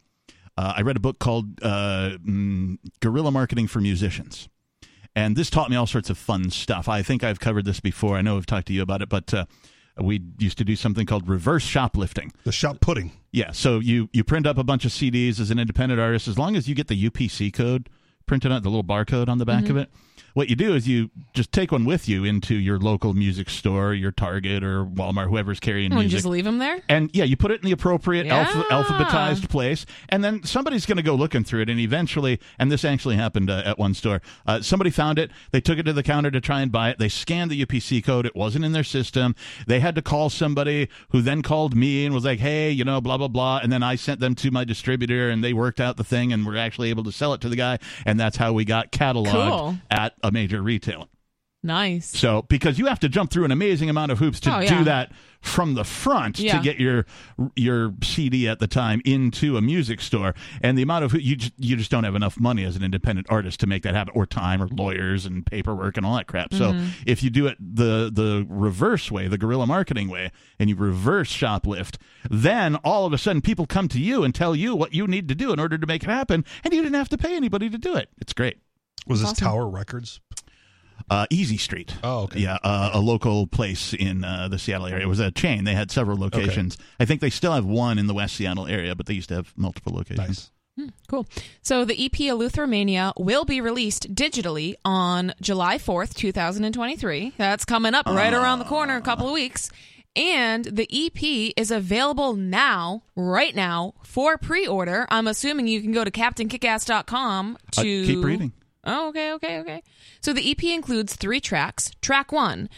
Speaker 3: uh, I read a book called uh, mm, "Guerrilla Marketing for Musicians," and this taught me all sorts of fun stuff. I think I've covered this before. I know I've talked to you about it, but uh, we used to do something called reverse shoplifting.
Speaker 4: The shop pudding.
Speaker 3: Yeah, so you you print up a bunch of CDs as an independent artist as long as you get the UPC code printed out the little barcode on the back of
Speaker 2: Mm-hmm.
Speaker 12: Mhm.
Speaker 3: it. What you do is you just take one with you into your local music store, your Target or Walmart, whoever's carrying
Speaker 2: Oh, And we
Speaker 3: music.
Speaker 2: just leave them there.
Speaker 3: and yeah, you put it in the appropriate alpha-
Speaker 2: Yeah.
Speaker 3: alphabetized place, and then somebody's going to go looking through it. And eventually, and this actually happened uh, at one store, uh, somebody found it. They took it to the counter to try and buy it. They scanned the UPC code. It wasn't in their system. They had to call somebody who then called me and was like, hey, you know, blah, blah, blah. And then I sent them to my distributor, and they worked out the thing and were actually able to sell it to the guy. And that's how we got cataloged
Speaker 2: Cool.
Speaker 3: at a major retailer.
Speaker 2: Nice.
Speaker 3: So, because you have to jump through an amazing amount of hoops to
Speaker 2: Oh, yeah.
Speaker 3: do that from the front
Speaker 2: Yeah.
Speaker 3: to get your your CD at the time into a music store, and the amount of hoo- you just, you just don't have enough money as an independent artist to make that happen, or time, or lawyers and paperwork and all that crap.
Speaker 12: Mhm.
Speaker 2: Mm-hmm.
Speaker 3: So, if you do it the the reverse way, the guerrilla marketing way, and you reverse shoplift, then all of a sudden people come to you and tell you what you need to do in order to make it happen, and you didn't have to pay anybody to do it. It's great.
Speaker 4: Was this Tower Records?
Speaker 3: Uh, Easy Street.
Speaker 4: Oh,
Speaker 3: Yeah, uh, a local place in uh, the Seattle area. It was a chain. They had several locations. I think they still have one in the West Seattle area, but they used to have multiple locations.
Speaker 2: Cool. So the E EP Eleutheromania will be released digitally on July 4th, 2023. That's coming up right around the corner, a couple of weeks. And the EP is available now, right now, for pre order. I'm assuming you can go to CaptainKickass.com to.
Speaker 3: Uh, keep reading.
Speaker 2: Oh, okay, okay, okay. So the EP includes three tracks. Track one,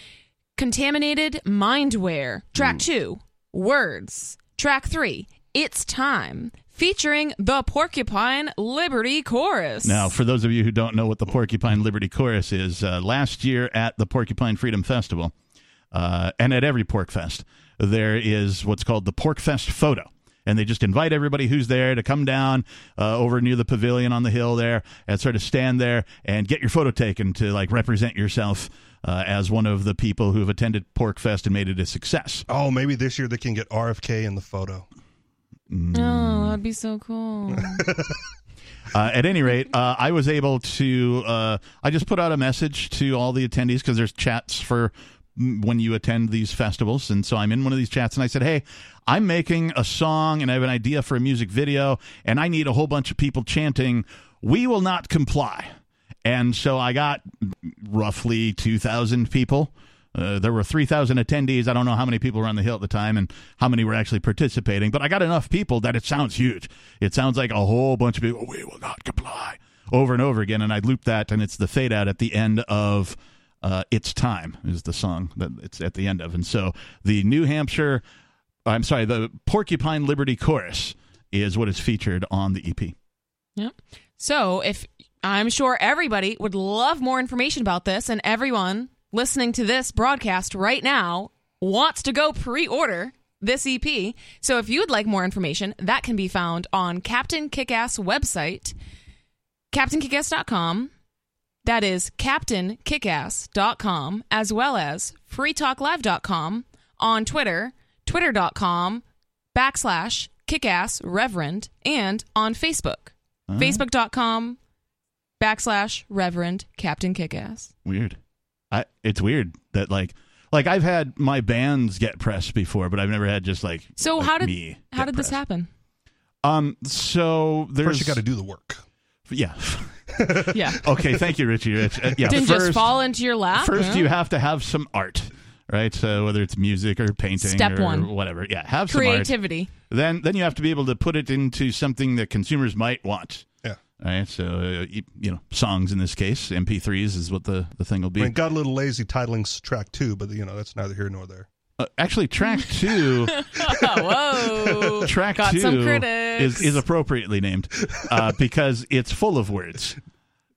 Speaker 2: Contaminated Mindware. Track two, Words. Track three, It's Time, featuring the Porcupine Liberty Chorus.
Speaker 3: Now, for those of you who don't know what the Porcupine Liberty Chorus is, uh, last year at the Porcupine Freedom Festival uh, and at every Pork Fest, there is what's called the Pork Fest photo. And they just invite everybody who's there to come down uh, over near the pavilion on the hill there and sort of stand there and get your photo taken to like represent yourself uh, as one of the people who've attended Pork Fest and made it a success.
Speaker 4: Oh, maybe this year they can get RFK in the photo.
Speaker 2: Oh, that'd be so cool.
Speaker 3: Uh, at any rate, uh, I was able to. Uh, I just put out a message to all the attendees because there's chats for mm, when you attend these festivals, and so I'm in one of these chats, and I said, "Hey, I'm making a song, and I have an idea for a music video, and I need a whole bunch of people chanting, "We will not comply." And so I got roughly 2,000 people. Uh, there were 3,000 attendees. I don't know how many people were on the hill at the time and how many were actually participating, but I got enough people that it sounds huge. It sounds like a whole bunch of people, "Oh, we will not comply, over and over again. And I looped that, and it's the fade out at the end of uh, It's Time, is the song that it's at the end of. And so the New Hampshire, I'm sorry, the Porcupine Liberty Chorus is what is featured on the E EP.
Speaker 2: Yep. So, if I'm sure everybody would love more information about this, and everyone listening to this broadcast right now wants to go pre order this EP. So, if you would like more information, that can be found on Captain Kickass website, captainkickass.com. That is captainkickass.com, as well as freetalklive.com, on Twitter, twitter.com backslash kickass reverend, and on Facebook,
Speaker 3: Huh?
Speaker 2: facebook.com backslash reverend captain kickass.
Speaker 3: Weird. I it's weird that like like I've had my bands get pressed before, but I've never had just like
Speaker 2: So
Speaker 3: like
Speaker 2: how did
Speaker 3: me
Speaker 2: how
Speaker 3: get
Speaker 2: did this
Speaker 3: pressed.
Speaker 2: happen?
Speaker 3: Um, so there's
Speaker 4: First, you got to do the work.
Speaker 3: Yeah.
Speaker 2: Yeah.
Speaker 3: Okay. Thank you, Richie. Rich. Uh, yeah.
Speaker 2: Didn't
Speaker 3: first,
Speaker 2: just fall into your lap.
Speaker 3: first
Speaker 2: huh?
Speaker 3: you have to have some art, right? So whether it's music or painting
Speaker 2: Step
Speaker 3: or
Speaker 2: one.
Speaker 3: whatever. Yeah. Have some art.
Speaker 2: creativity.
Speaker 3: Then then you have to be able to put it into something that consumers might want.
Speaker 4: Yeah.
Speaker 3: All right. So uh, you, you know, songs in this case, MP3s is what the the thing will
Speaker 4: I
Speaker 3: be.
Speaker 4: mean, got a little lazy titling s- track two, but you know that's neither here nor there.
Speaker 3: Uh, actually, track two.
Speaker 2: Whoa.
Speaker 3: track
Speaker 2: Got
Speaker 3: two
Speaker 2: some critics.
Speaker 3: is, is appropriately named uh, because it's full of words.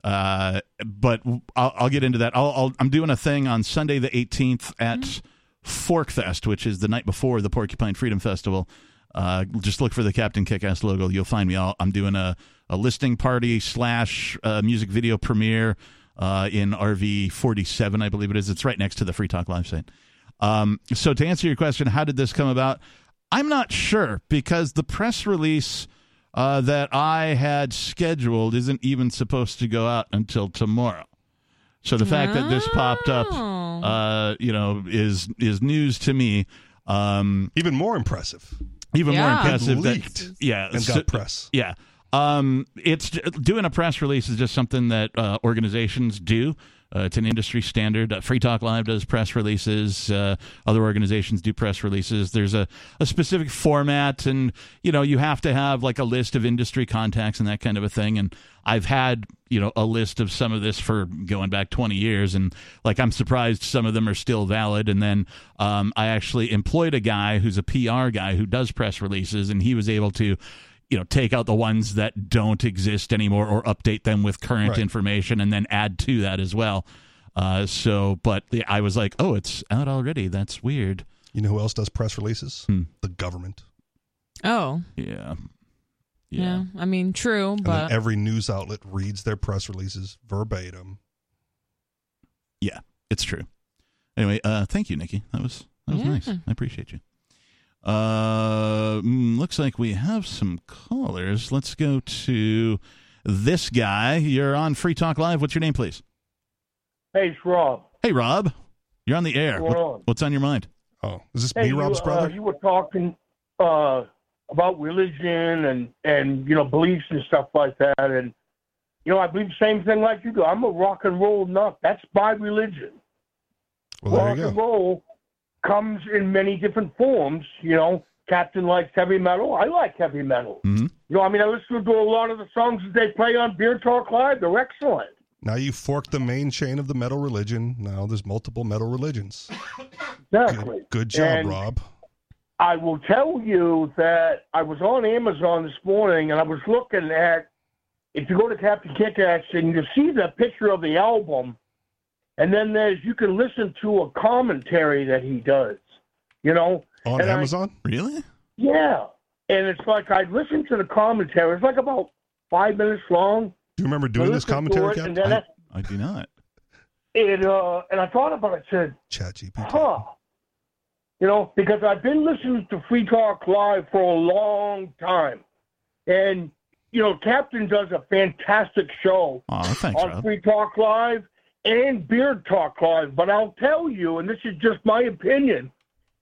Speaker 3: Uh, but w- I'll, I'll get into that. I'll, I'll, I'm doing a thing on Sunday the 18th at Forkfest, which is the night before the Porcupine Freedom Festival. Uh, just look for the Captain Kickass logo. You'll find me. I'll, I'm doing a, a listing party slash uh, music video premiere uh, in RV 47, I believe it is. It's right next to the Free Talk Live site. Um, so to answer your question, how did this come about? I'm not sure because the press release uh, that I had scheduled isn't even supposed to go out until tomorrow. So the fact that this popped up,
Speaker 2: Oh.
Speaker 3: uh, you know, is is news to me. Um,
Speaker 4: Even more impressive.
Speaker 3: even more
Speaker 2: Yeah.
Speaker 3: impressive that
Speaker 4: Leaked
Speaker 3: yeah
Speaker 4: and
Speaker 3: so-
Speaker 4: got press.
Speaker 3: yeah. Um, it's doing a press release is just something that uh, organizations do. Uh, it's an industry standard. Uh, Free Talk Live does press releases. Uh, other organizations do press releases. There's a, a specific format, and you know you have to have like a list of industry contacts and that kind of a thing. And I've had you know a list of some of this for going back 20 years, and like I'm surprised some of them are still valid. And then um, I actually employed a guy who's a PR guy who does press releases, and he was able to you know take out the ones that don't exist anymore or update them with current
Speaker 4: Right.
Speaker 3: information and then add to that as well uh, so but the, i was like oh it's out already that's weird
Speaker 4: You know who else does press releases? The government.
Speaker 2: Oh.
Speaker 3: Hmm. yeah
Speaker 2: Yeah. I mean, true,
Speaker 4: And
Speaker 2: but
Speaker 4: then every news outlet reads their press releases verbatim.
Speaker 3: yeah it's true anyway uh thank you nikki that was that was
Speaker 2: Yeah.
Speaker 3: nice i appreciate you uh mm, looks like we have some callers let's go to this guy you're on free talk live what's your name please
Speaker 12: Hey, it's Rob.
Speaker 3: hey rob you're on the air
Speaker 12: What's going
Speaker 3: What-
Speaker 12: on?
Speaker 3: what's on your mind
Speaker 4: oh is this
Speaker 12: Hey,
Speaker 4: me
Speaker 12: you,
Speaker 4: rob's
Speaker 12: uh,
Speaker 4: brother
Speaker 12: you were talking uh, about religion and and you know beliefs and stuff like that, and you know I believe the same thing like you do. I'm a rock and roll nut. That's my religion.
Speaker 4: Well, there
Speaker 12: rock
Speaker 4: you
Speaker 12: and
Speaker 4: go.
Speaker 12: roll comes in many different forms. You know, Captain likes heavy metal. I like heavy metal.
Speaker 3: Mhm.
Speaker 12: You know, I mean, I listen to a lot of the songs that they play on Beer Talk Live. They're excellent.
Speaker 4: Now you forked the main chain of the metal religion. Now there's multiple metal religions.
Speaker 12: Exactly.
Speaker 4: Good job,
Speaker 12: And-
Speaker 4: Rob.
Speaker 12: I will tell you that I was on Amazon this morning and I was looking at if you go to Captain Kickass and you see the picture of the album, and then there's you can listen to a commentary that he does, you know,
Speaker 4: On
Speaker 12: And I-
Speaker 4: Amazon?
Speaker 3: really
Speaker 12: yeah, and it's like I listened to the commentary. It's like about five minutes long.
Speaker 4: Do you remember doing
Speaker 12: I
Speaker 4: this
Speaker 12: listened to
Speaker 4: commentary,
Speaker 12: it,
Speaker 4: Captain?
Speaker 12: and then I,
Speaker 3: I do not.
Speaker 12: it, uh, and I thought about it. I Said,
Speaker 4: Chat GPT.
Speaker 12: huh. You know, because I've been listening to Free Talk Live for a long time. And, you know, Captain does a fantastic show
Speaker 3: Oh, thanks,
Speaker 12: on
Speaker 3: Rob.
Speaker 12: Free Talk Live and Beard Talk Live. But I'll tell you, and this is just my opinion,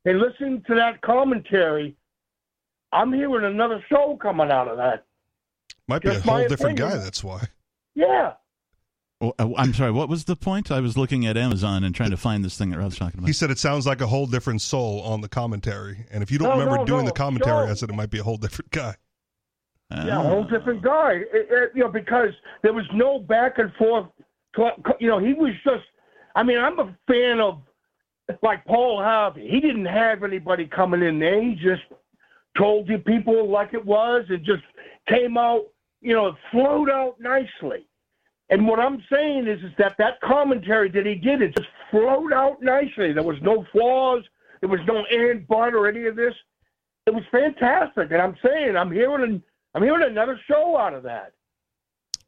Speaker 12: and listening to that commentary, I'm hearing another show coming out of that.
Speaker 4: Might be a
Speaker 12: Just my
Speaker 4: whole different guy,
Speaker 12: opinion.
Speaker 4: that's why.
Speaker 12: Yeah.
Speaker 3: Oh, oh, I'm sorry. What was the point? I was looking at Amazon and trying to find this thing that Rob's talking
Speaker 4: He
Speaker 3: about.
Speaker 4: said it sounds like a whole different soul on the commentary. And if you don't
Speaker 12: No,
Speaker 4: remember
Speaker 12: no,
Speaker 4: doing
Speaker 12: no,
Speaker 4: the commentary,
Speaker 12: no.
Speaker 4: I said it might be a whole different guy.
Speaker 12: Yeah, a
Speaker 3: Ah.
Speaker 12: whole different guy. It- it- you know, because there was no back and forth. co- co- You know, he was just. I mean, I'm a fan of like Paul Harvey. He didn't have anybody coming in there. He just told you people like it was. It just came out. You know, it flowed out nicely. And what I'm saying is, is that that commentary that he did, it just flowed out nicely. There was no flaws. There was no and but or any of this. It was fantastic. And I'm saying, I'm hearing, an- I'm hearing another show out of that.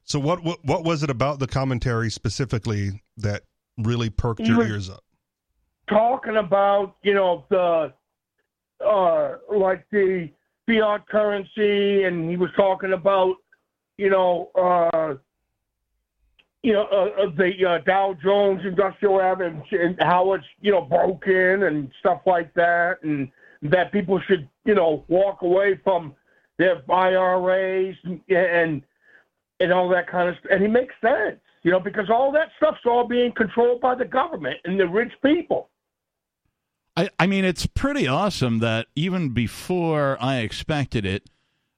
Speaker 4: So what, what what was it about the commentary specifically that really perked
Speaker 12: He
Speaker 4: your
Speaker 12: was-
Speaker 4: ears up?
Speaker 12: Talking about, you know, the, uh, like the fiat currency, and he was talking about, you know, uh, you know, uh, uh, the uh, Dow Jones Industrial Average and how it's, you know, broken and stuff like that, and that people should, you know, walk away from They have IRAs and and, and all that kind of stuff. And he makes sense, you know, because all that stuff's all being controlled by the government and the rich people.
Speaker 3: I, I mean, it's pretty awesome that even before I expected it,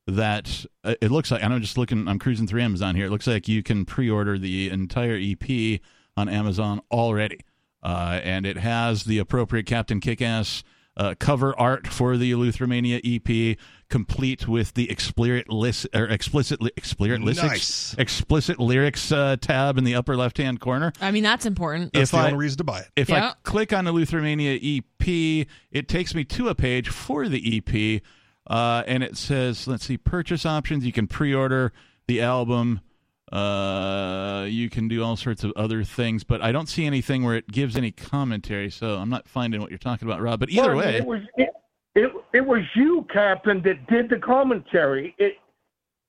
Speaker 3: that uh, it looks like, and I'm just looking, I'm cruising through Amazon here. It looks like you can pre order the entire EP on Amazon already. Uh, and it has the appropriate Captain Kickass uh, cover art for the Eleuthermania EP, complete with the explicit list or explicit li- explicit list
Speaker 4: Nice.
Speaker 3: explicit lyrics uh, tab in the upper left hand corner.
Speaker 2: I mean, that's important.
Speaker 4: That's the only reason to buy it.
Speaker 3: If
Speaker 2: Yeah.
Speaker 3: I click on the Eleuthermania EP, it takes me to a page for the EP, uh, and it says, let's see, purchase options. You can pre-order the album. Uh, you can do all sorts of other things, but I don't see anything where it gives any commentary, so I'm not finding what you're talking about, Rob. But either
Speaker 12: Well, I mean,
Speaker 3: way,
Speaker 12: it was it, it, it was you, Captain, that did the commentary. It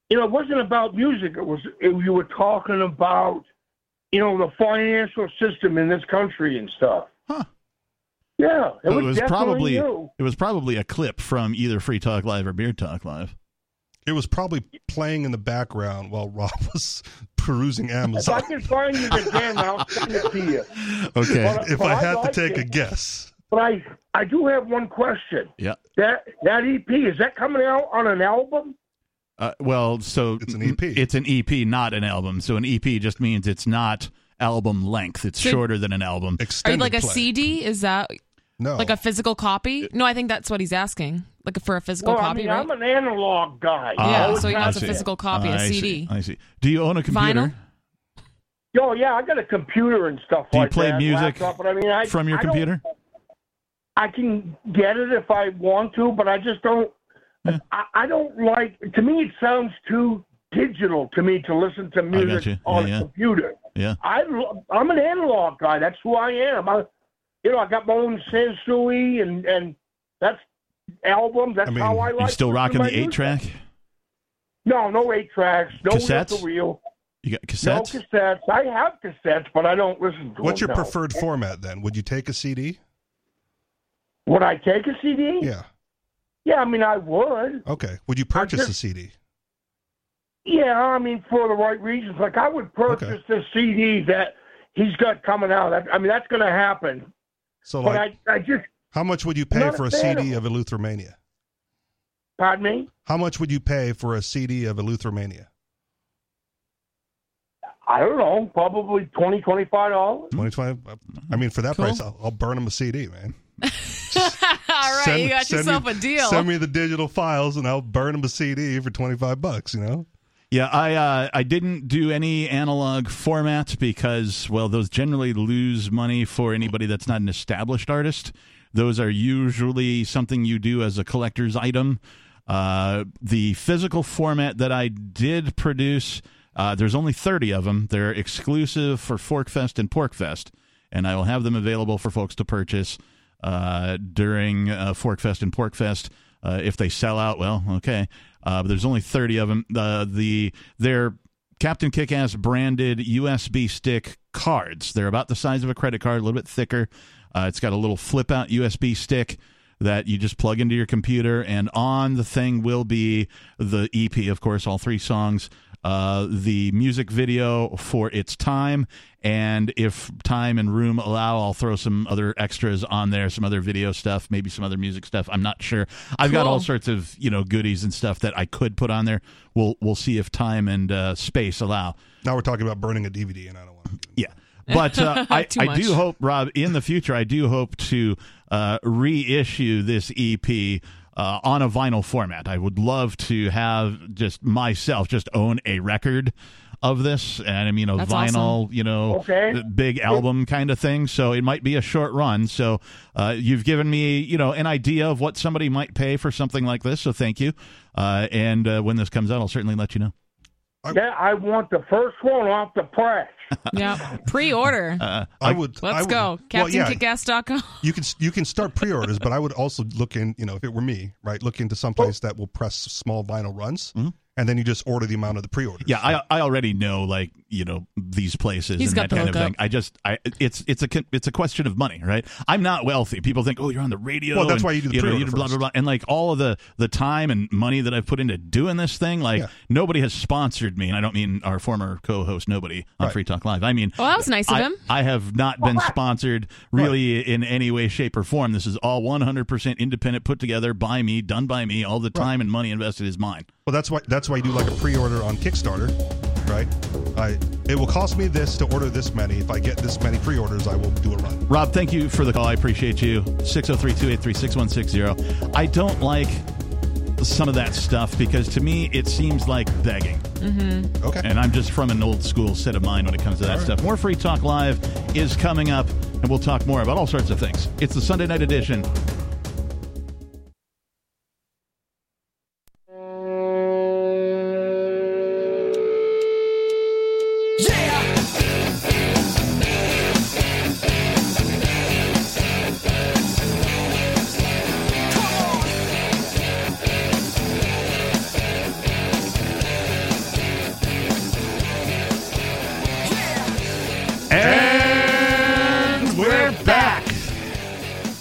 Speaker 12: you know it wasn't about music. It was it, you were talking about you know the financial system in this country and stuff.
Speaker 3: Huh.
Speaker 12: Yeah, it
Speaker 3: Well,
Speaker 12: was, definitely
Speaker 3: probably
Speaker 12: you.
Speaker 3: it was probably a clip from either Free Talk Live or Beard Talk Live.
Speaker 4: It was probably playing in the background while Rob was perusing
Speaker 12: If I
Speaker 4: Amazon.
Speaker 12: can find you the damn, I'll send it to you. But-
Speaker 4: If
Speaker 12: but
Speaker 4: I had to
Speaker 12: like
Speaker 4: take
Speaker 12: it.
Speaker 4: a guess.
Speaker 12: but I I do have one question.
Speaker 3: Yeah.
Speaker 12: That that EP is that coming out on an album?
Speaker 3: Uh, well, so it's an E EP. It's an EP, not an album. So an EP just means it's not album length. It's
Speaker 2: So-
Speaker 3: shorter than an album.
Speaker 2: Are you like a CD? Is that
Speaker 4: No.
Speaker 2: like a physical copy? No, I think that's what he's asking. Like for a physical
Speaker 12: Well, I
Speaker 2: copy,
Speaker 12: mean,
Speaker 2: right?
Speaker 12: I'm an analog guy.
Speaker 3: Ah,
Speaker 12: You know,
Speaker 2: so you
Speaker 12: it's
Speaker 2: know it's a
Speaker 12: not-
Speaker 2: physical copy, a
Speaker 3: I see,
Speaker 2: CD.
Speaker 3: I see. Do you own a computer?
Speaker 2: Vinyl?
Speaker 12: Yo, yeah, I got a computer and stuff
Speaker 3: Do you
Speaker 12: like
Speaker 3: play
Speaker 12: that.
Speaker 3: music
Speaker 12: laptop, but I mean, I,
Speaker 3: from your
Speaker 12: I don't-
Speaker 3: computer?
Speaker 12: I can get it if I want to, but I just don't. I, I don't like. To me, it sounds too digital to me to listen to music
Speaker 3: you.
Speaker 12: on
Speaker 3: Yeah,
Speaker 12: a
Speaker 3: yeah.
Speaker 12: computer.
Speaker 3: Yeah.
Speaker 12: I lo- I'm an analog guy. That's who I am. I, you know, I got my own Sansui and and that's albums. That's how I like.
Speaker 3: you still
Speaker 12: to do
Speaker 3: rocking
Speaker 12: my
Speaker 3: the eight
Speaker 12: music.
Speaker 3: track?
Speaker 12: No, no eight tracks. No
Speaker 3: Cassettes?
Speaker 12: reel to reel.
Speaker 3: You got
Speaker 12: No
Speaker 3: cassettes?
Speaker 12: cassettes. I have cassettes, but I don't listen to
Speaker 4: What's your
Speaker 12: them. no.
Speaker 4: preferred format then? Would you take a CD?
Speaker 12: Would I take a CD?
Speaker 4: Yeah.
Speaker 12: Yeah, I mean, I would.
Speaker 4: Okay. Would you purchase a CD?
Speaker 12: Yeah, I mean, for the right reasons. Like, I would purchase the CD that he's got coming out. I, I mean, that's going to happen.
Speaker 4: So
Speaker 12: but
Speaker 4: like,
Speaker 12: I, I just,
Speaker 4: how much would you
Speaker 12: I'm
Speaker 4: pay
Speaker 12: not
Speaker 4: for
Speaker 12: a
Speaker 4: a
Speaker 12: fan
Speaker 4: CD of Eleuthermania?
Speaker 12: pardon me?
Speaker 4: How much would you pay for a CD of Eleuthermania?
Speaker 12: I don't know, probably twenty, twenty-five dollars.
Speaker 3: Hmm.
Speaker 4: Twenty twenty. I mean, for that
Speaker 12: Cool.
Speaker 4: price, I'll, I'll burn them a CD, man.
Speaker 2: All right,
Speaker 4: Send-
Speaker 2: you got
Speaker 4: send
Speaker 2: yourself
Speaker 4: me-
Speaker 2: a deal.
Speaker 4: Send me the digital files, and I'll burn them a CD for twenty five bucks. You know.
Speaker 3: Yeah, I uh, I didn't do any analog formats because well, those generally lose money for anybody that's not an established artist. Those are usually something you do as a collector's item. Uh, the physical format that I did produce, uh, there's only 30 of them. They're exclusive for Forkfest and Porkfest, and I will have them available for folks to purchase uh, during uh, Forkfest and Porkfest. Uh, if they sell out, well, okay. Uh, but there's only 30 of them. Uh, the they're Captain Kickass branded USB stick cards. They're about the size of a credit card, a little bit thicker. Uh, it's got a little flip out USB stick that you just plug into your computer, and on the thing will be the EP, of course, all three songs, uh, the music video for its time, and if time and room allow, I'll throw some other extras on there, some other video stuff, maybe some other music stuff. I'm not sure. I've got all
Speaker 2: Cool.
Speaker 3: sorts of you know goodies and stuff that I could put on there. We'll we'll see if time and uh, space allow.
Speaker 4: Now we're talking about burning a DVD, and I don't want.
Speaker 3: Yeah. But uh, I,
Speaker 2: Too
Speaker 3: I do
Speaker 2: much.
Speaker 3: hope, Rob, in the future, I do hope to uh, reissue this EP uh, on a vinyl format. I would love to have just myself just own a record of this, and I mean a
Speaker 13: That's
Speaker 3: vinyl,
Speaker 13: awesome.
Speaker 3: you know,
Speaker 13: Okay.
Speaker 3: big album kind of thing. So it might be a short run. So uh, you've given me, you know, an idea of what somebody might pay for something like this. So thank you. Uh, and uh, when this comes out, I'll certainly let you know.
Speaker 12: yeah, I want the first one off the press.
Speaker 2: yeah, pre-order.
Speaker 3: Uh,
Speaker 4: I would. I
Speaker 2: Let's
Speaker 4: would-
Speaker 2: go.
Speaker 4: well, yeah.
Speaker 2: CaptainKickass.com.
Speaker 4: You can you can start pre-orders,
Speaker 3: Mm-hmm.
Speaker 4: but I would also look in. You know, if it were me, right, look into someplace that will press small vinyl runs, and and then you just order the amount of the pre-order.
Speaker 3: Yeah, I I already know like you know these places
Speaker 2: He's
Speaker 3: and
Speaker 2: got
Speaker 3: that
Speaker 2: the
Speaker 3: kind of
Speaker 2: hookup.
Speaker 3: thing. I just I it's it's a con- it's a question of money, right? I'm not wealthy. People think, oh, you're on the radio.
Speaker 4: Well, that's
Speaker 3: and,
Speaker 4: why you do the
Speaker 3: know,
Speaker 4: pre-order
Speaker 3: do blah blah blah, and like all of the the time and money that I've put into doing this thing, like nobody has sponsored me, and I don't mean our former co-host nobody on Free Talk Live. I mean,
Speaker 2: Well, that Oh, was nice of
Speaker 3: I-
Speaker 2: him.
Speaker 3: I have not been sponsored really in any way, shape, or form. This is all 100% independent, put together by me, done by me. All the time and money invested is mine.
Speaker 4: Well, that's why that's why you do like a pre-order on Kickstarter, right? I it will cost me this to order this many. If I get this many pre-orders, I will do a run.
Speaker 3: Rob, thank you for the call. I appreciate you. 603 283 6160. I don't like some of that stuff because to me it seems like begging.
Speaker 2: Mm-hmm.
Speaker 4: Okay.
Speaker 3: And I'm just from an old school set of mind when it comes to that stuff. More Free Talk Live is coming up, and we'll talk more about all sorts of things. It's the Sunday night edition. And we're back.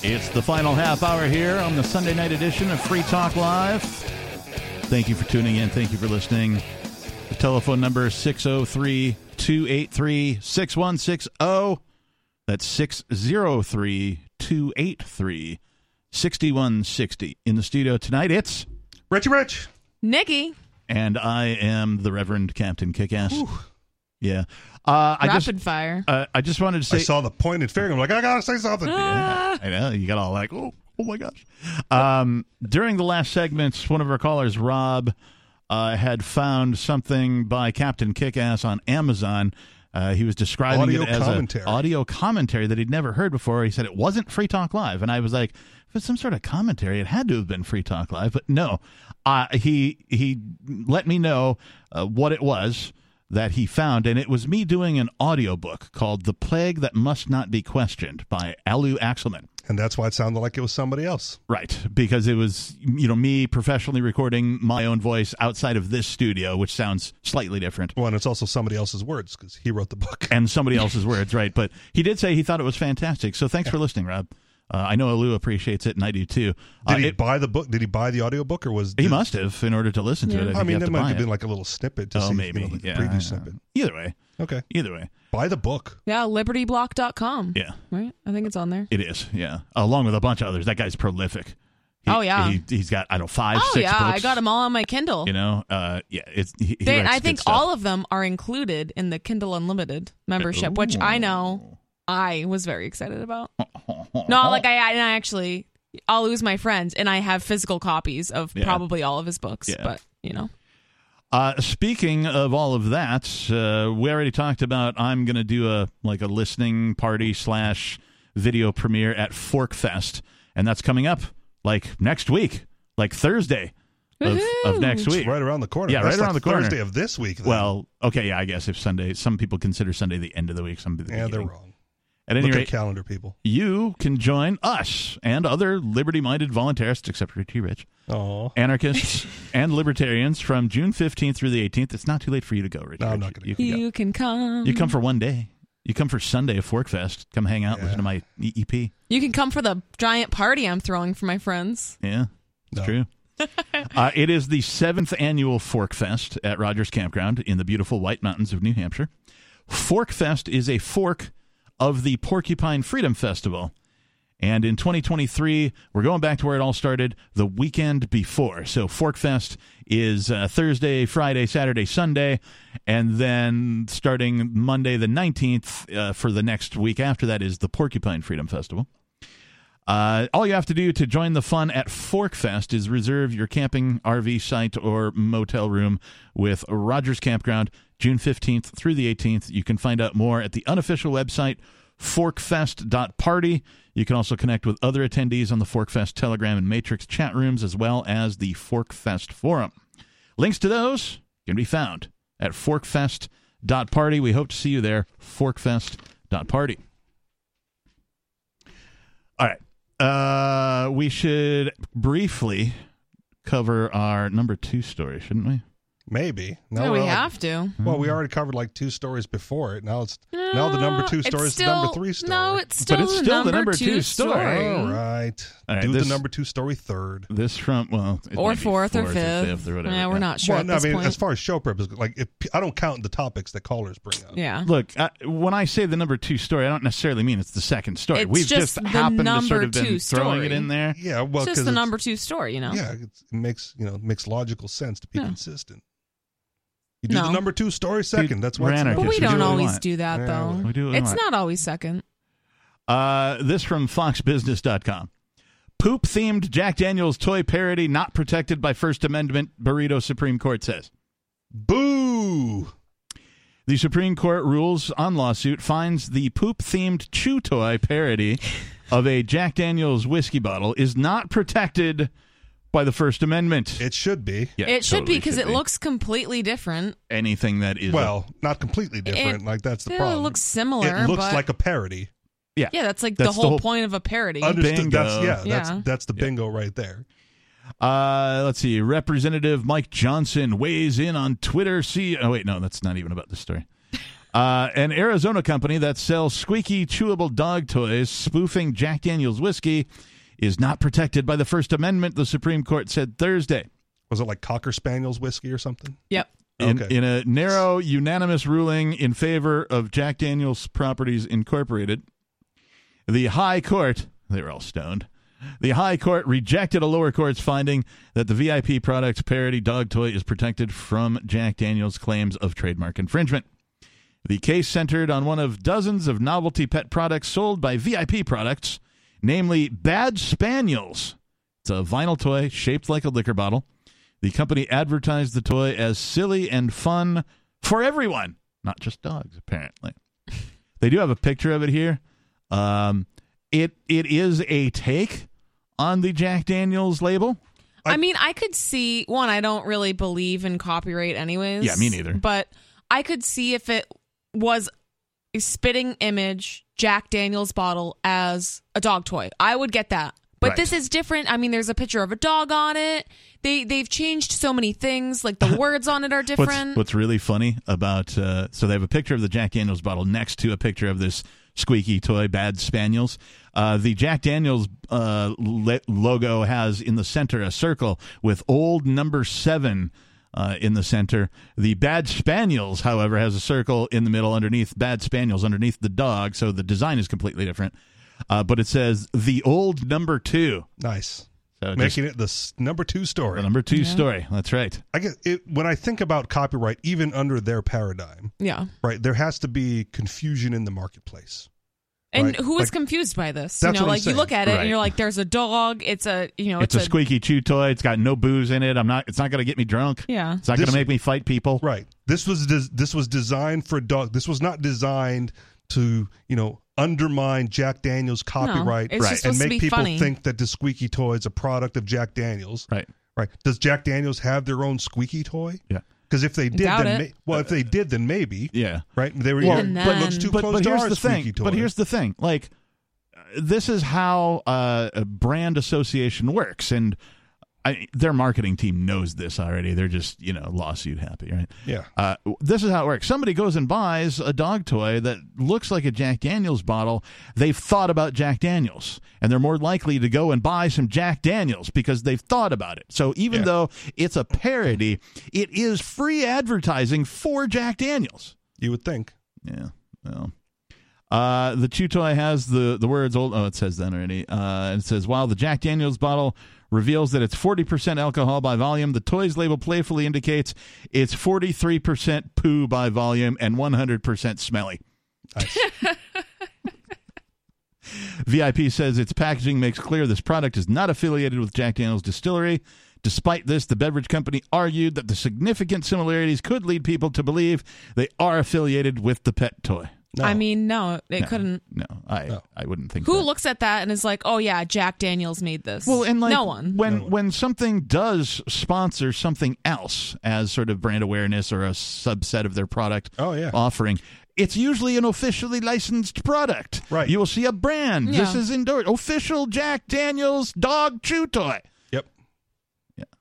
Speaker 3: It's the final half hour here on the Sunday night edition of Free Talk Live. Thank you for tuning in. Thank you for listening. The telephone number is 603 283 6160. oh. That's 603 283 6160. oh. In the studio tonight, it's
Speaker 4: Richie Rich.
Speaker 2: Nikki.
Speaker 3: And I am the Reverend Captain Kickass. Yeah. Uh, I just,
Speaker 2: Rapid fire.
Speaker 3: uh, I just wanted to say. Ah.
Speaker 4: I saw the pointed finger. I'm like, I gotta say something.
Speaker 3: Yeah, I know. You got all like, oh, oh my gosh. Um, during the last segments, one of our callers, Rob, uh, had found something by Captain Kickass on Amazon. Uh, he was describing
Speaker 4: Audio
Speaker 3: it as a
Speaker 4: commentary.
Speaker 3: audio commentary that he'd never heard before. He said it wasn't Free Talk Live, and I was like, if it's some sort of commentary, it had to have been Free Talk Live, but no. Uh, he he let me know uh, what it was that he found, and it was me doing an audiobook called "The Plague That Must Not Be Questioned" by Alu Axelman.
Speaker 4: And that's why it sounded like it was somebody else.
Speaker 3: Right, because it was you know me professionally recording my own voice outside of this studio, which sounds slightly different.
Speaker 4: Well, and it's also somebody else's words because he wrote the book.
Speaker 3: and somebody else's words, right? But he did say he thought it was fantastic. So thanks for listening, Rob. Uh, I know Alou appreciates it, and I do too.
Speaker 4: Did
Speaker 3: Uh,
Speaker 4: he
Speaker 3: it-
Speaker 4: buy the book? Did he buy the audiobook or was
Speaker 3: he must have in order to listen to it. I, think
Speaker 4: I
Speaker 3: you
Speaker 4: mean,
Speaker 3: have
Speaker 4: there
Speaker 3: to
Speaker 4: might
Speaker 3: buy
Speaker 4: have
Speaker 3: it.
Speaker 4: been like a little snippet to
Speaker 3: Oh,
Speaker 4: see,
Speaker 3: maybe.
Speaker 4: you know, like
Speaker 3: Yeah,
Speaker 4: a preview
Speaker 3: yeah.
Speaker 4: snippet.
Speaker 3: Either way,
Speaker 4: Okay.
Speaker 3: either way,
Speaker 4: buy the book.
Speaker 2: Yeah, libertyblock.com.
Speaker 3: Yeah.
Speaker 2: Right? I think it's on there.
Speaker 3: it is. Yeah, along with a bunch of others. That guy's prolific. He,
Speaker 2: Oh, yeah.
Speaker 3: he, he's got I don't know five,
Speaker 2: oh,
Speaker 3: six
Speaker 2: yeah. I
Speaker 3: books.
Speaker 2: got them all on my Kindle.
Speaker 3: You know, uh, yeah, it's. He, he
Speaker 2: They-
Speaker 3: writes
Speaker 2: I
Speaker 3: good
Speaker 2: think
Speaker 3: stuff.
Speaker 2: all of them are included in the Kindle Unlimited membership, which I know I was very excited about. No, like I, I and I actually, I'll lose my friends, and I have physical copies of
Speaker 3: Yeah.
Speaker 2: probably all of his books. But you know,
Speaker 3: Uh, speaking of all of that, uh, we already talked about. I'm going to do a like a listening party slash video premiere at Forkfest, and that's coming up like next week, like Thursday of, of next
Speaker 4: It's
Speaker 3: week,
Speaker 4: right around the corner.
Speaker 3: Yeah,
Speaker 4: That's
Speaker 3: right
Speaker 4: like
Speaker 3: around the corner.
Speaker 4: Thursday of this week. then.
Speaker 3: Well, okay, yeah, I guess if Sunday, some people consider Sunday the end of the week. Some the
Speaker 4: yeah, they're
Speaker 3: beginning.
Speaker 4: wrong.
Speaker 3: At any
Speaker 4: Look
Speaker 3: rate,
Speaker 4: at calendar people.
Speaker 3: you can join us and other liberty-minded voluntarists, except for T. Rich,
Speaker 4: Oh,
Speaker 3: anarchists, and libertarians from June 15th through the 18th. It's not too late for you to go, Rich. No, I'm not going to
Speaker 2: you can come.
Speaker 3: You come for one day. You come for Sunday of Forkfest. Come hang out, listen to my E EEP.
Speaker 2: You can come for the giant party I'm throwing for my friends.
Speaker 3: Yeah, it's true. uh, it is the seventh annual Forkfest at Rogers Campground in the beautiful White Mountains of New Hampshire. Forkfest is a fork of the Porcupine Freedom Festival. And in 2023, we're going back to where it all started the weekend before. So Forkfest is uh, Thursday, Friday, Saturday, Sunday. And then starting Monday the 19th uh, for the next week after that is the Porcupine Freedom Festival. Uh, all you have to do to join the fun at Forkfest is reserve your camping RV site or motel room with Rogers Campground June 15th through the 18th. You can find out more at the unofficial website forkfest.party. You can also connect with other attendees on the Forkfest Telegram and Matrix chat rooms as well as the Forkfest forum. Links to those can be found at forkfest.party. We hope to see you there. Forkfest.party. All right. Uh, we should briefly cover our number two story, shouldn't we?
Speaker 4: Maybe.
Speaker 2: No, we
Speaker 4: we're like-
Speaker 2: have to.
Speaker 3: Hmm?
Speaker 4: Well, we already covered like two stories before it. Now it's now the number
Speaker 2: Uh,
Speaker 4: two
Speaker 2: it's
Speaker 4: story is the
Speaker 2: still-
Speaker 4: number three story.
Speaker 2: no, it's But it's still the still the number number two two story. story.
Speaker 4: All right.
Speaker 3: All right,
Speaker 4: Do
Speaker 3: this-
Speaker 4: the number two story third.
Speaker 3: This from well, it
Speaker 2: Or
Speaker 3: might be
Speaker 2: fourth or fifth.
Speaker 3: or whatever.
Speaker 2: Yeah, we're not sure
Speaker 4: Well,
Speaker 2: at
Speaker 4: no,
Speaker 2: this
Speaker 4: I mean,
Speaker 2: point.
Speaker 4: as far as show prep is like, if, I don't count the topics that callers bring up.
Speaker 2: Yeah.
Speaker 3: Look, I, when I say the number two story, I don't necessarily mean it's the second story.
Speaker 2: It's
Speaker 3: We've
Speaker 2: just
Speaker 3: just,
Speaker 2: the
Speaker 3: happened to sort
Speaker 2: number
Speaker 3: of been
Speaker 2: two
Speaker 3: throwing it
Speaker 2: story.
Speaker 3: in there.
Speaker 4: Yeah, well,
Speaker 2: it's
Speaker 4: 'cause
Speaker 2: just the
Speaker 4: it's-
Speaker 2: number two story, you know.
Speaker 4: Yeah, it's, it makes you know it makes logical sense to be
Speaker 2: Yeah.
Speaker 4: consistent. You do
Speaker 2: No.
Speaker 4: the number two story second. That's why.
Speaker 3: we're
Speaker 4: it's the
Speaker 3: anarchists.
Speaker 4: number
Speaker 2: But we
Speaker 4: two.
Speaker 3: do
Speaker 2: don't
Speaker 3: what we
Speaker 2: always
Speaker 3: want.
Speaker 2: do that
Speaker 4: Yeah,
Speaker 2: though.
Speaker 3: we do what we
Speaker 2: it's
Speaker 3: want.
Speaker 2: not always second.
Speaker 3: Uh, this from foxbusiness.com. Poop themed Jack Daniels toy parody not protected by First Amendment, Burrito Supreme Court says.
Speaker 4: Boo!
Speaker 3: The Supreme Court rules on lawsuit finds the poop themed chew toy parody of a Jack Daniels whiskey bottle is not protected by the First Amendment.
Speaker 4: It should be.
Speaker 3: Yeah,
Speaker 2: it should
Speaker 3: totally
Speaker 2: be because
Speaker 3: should
Speaker 2: it looks completely different.
Speaker 3: anything that is
Speaker 4: Well, not completely different.
Speaker 2: It-
Speaker 4: like that's the
Speaker 2: yeah,
Speaker 4: problem.
Speaker 2: It looks similar.
Speaker 4: It looks
Speaker 2: but-
Speaker 4: like a parody.
Speaker 3: yeah,
Speaker 2: Yeah, that's like the
Speaker 3: That's the
Speaker 2: whole,
Speaker 3: whole-
Speaker 2: point of a parody.
Speaker 4: Understood. That's,
Speaker 3: Bingo.
Speaker 4: yeah,
Speaker 2: Yeah.
Speaker 4: that's that's the bingo right there.
Speaker 3: Uh, let's see. Representative Mike Johnson weighs in on Twitter. See, oh wait, no, that's not even about this story. Uh, an Arizona company that sells squeaky, chewable dog toys spoofing Jack Daniel's whiskey is not protected by the First Amendment. The Supreme Court said Thursday.
Speaker 4: Was it like cocker spaniels whiskey or something?
Speaker 2: Yep.
Speaker 3: In,
Speaker 4: Okay.
Speaker 3: in a narrow, unanimous ruling in favor of Jack Daniels Properties Incorporated, the High Court, they were all stoned, the High Court rejected a lower court's finding that the VIP product parody dog toy is protected from Jack Daniels' claims of trademark infringement. The case centered on one of dozens of novelty pet products sold by VIP products, namely Bad Spaniels. It's a vinyl toy shaped like a liquor bottle. The company advertised the toy as silly and fun for everyone, not just dogs, apparently. they do have a picture of it here. Um, it it is a take on the Jack Daniels label.
Speaker 2: I, mean, I could see one. I don't really believe in copyright, anyways.
Speaker 3: Yeah, me neither.
Speaker 2: But I could see if it was a spitting image Jack Daniels bottle as a dog toy. I would get that. But
Speaker 3: Right.
Speaker 2: this is different. I mean, there's a picture of a dog on it. They they've changed so many things. Like the words on it are different.
Speaker 3: What's, what's really funny about uh, so they have a picture of the Jack Daniels bottle next to a picture of this squeaky toy bad spaniels. Uh, the Jack Daniels uh, le- logo has in the center a circle with old number seven. Uh, in the center, the bad spaniels, however, has a circle in the middle underneath bad spaniels underneath the dog, so the design is completely different. Uh, but it says the old number two,
Speaker 4: Nice.
Speaker 3: so just
Speaker 4: Making it the s- number two story.
Speaker 3: the number two story. That's right.
Speaker 4: I guess it, when I think about copyright, even under their paradigm,
Speaker 2: yeah.
Speaker 4: right, there has to be confusion in the marketplace.
Speaker 2: And
Speaker 4: Right.
Speaker 2: who is
Speaker 4: Like,
Speaker 2: confused by this? You
Speaker 4: that's
Speaker 2: know,
Speaker 4: what I'm
Speaker 2: like
Speaker 4: saying.
Speaker 2: you look at it
Speaker 3: Right.
Speaker 2: and you're like, there's a dog. It's a you know,
Speaker 3: it's
Speaker 2: it's,
Speaker 3: a squeaky chew toy. It's got no booze in it. I'm not. It's not going to get me drunk.
Speaker 2: Yeah.
Speaker 3: It's not going
Speaker 4: This-
Speaker 3: to make me fight people.
Speaker 4: Right. This was des- this was designed for dog. This was not designed to you know undermine Jack Daniels' copyright
Speaker 2: it's just
Speaker 4: and
Speaker 2: supposed to
Speaker 4: make
Speaker 2: be
Speaker 4: people
Speaker 2: funny.
Speaker 4: think that the squeaky toy is a product of Jack Daniels.
Speaker 3: Right.
Speaker 4: Right. Does Jack Daniels have their own squeaky toy?
Speaker 3: Yeah.
Speaker 4: Because if they did,
Speaker 2: Doubt
Speaker 4: then
Speaker 2: it.
Speaker 4: may- well, if they did, then maybe.
Speaker 3: Yeah.
Speaker 4: Right. They were.
Speaker 3: Well,
Speaker 4: it
Speaker 2: Even
Speaker 4: looks
Speaker 2: then.
Speaker 4: too
Speaker 3: But
Speaker 4: close
Speaker 3: but
Speaker 4: to
Speaker 3: here's
Speaker 4: our
Speaker 3: the
Speaker 4: squeaky
Speaker 3: thing.
Speaker 4: toy.
Speaker 3: But here's the thing. Like, uh, this is how uh, a brand association works, and I, their marketing team knows this already. They're just you know lawsuit happy, right?
Speaker 4: yeah.
Speaker 3: Uh, this is how it works. Somebody goes and buys a dog toy that looks like a Jack Daniels bottle. They've thought about Jack Daniels, and they're more likely to go and buy some Jack Daniels because they've thought about it. So even
Speaker 4: Yeah.
Speaker 3: though it's a parody, it is free advertising for Jack Daniels.
Speaker 4: You would think.
Speaker 3: Yeah. Well. Uh, the chew toy has the, the words old. Oh, it says that already. Uh, it says while the Jack Daniels bottle reveals that it's forty percent alcohol by volume, the toy's label playfully indicates it's forty three percent poo by volume and one hundred percent smelly. VIP says its packaging makes clear this product is not affiliated with Jack Daniels Distillery. Despite this, the beverage company argued that the significant similarities could lead people to believe they are affiliated with the pet toy.
Speaker 4: No.
Speaker 2: I mean, no, it
Speaker 3: No,
Speaker 2: couldn't.
Speaker 3: No, I
Speaker 4: No.
Speaker 3: I wouldn't think.
Speaker 2: Who
Speaker 3: that.
Speaker 2: looks at that and is like, oh yeah, Jack Daniels made this?
Speaker 3: Well, and like
Speaker 2: no one.
Speaker 3: when
Speaker 4: No one.
Speaker 3: when something does sponsor something else as sort of brand awareness or a subset of their product
Speaker 4: Oh, yeah.
Speaker 3: offering, it's usually an officially licensed product.
Speaker 4: Right.
Speaker 3: You will see a brand. This
Speaker 2: Yeah.
Speaker 3: is endorsed. Official Jack Daniels dog chew toy.
Speaker 4: Yep.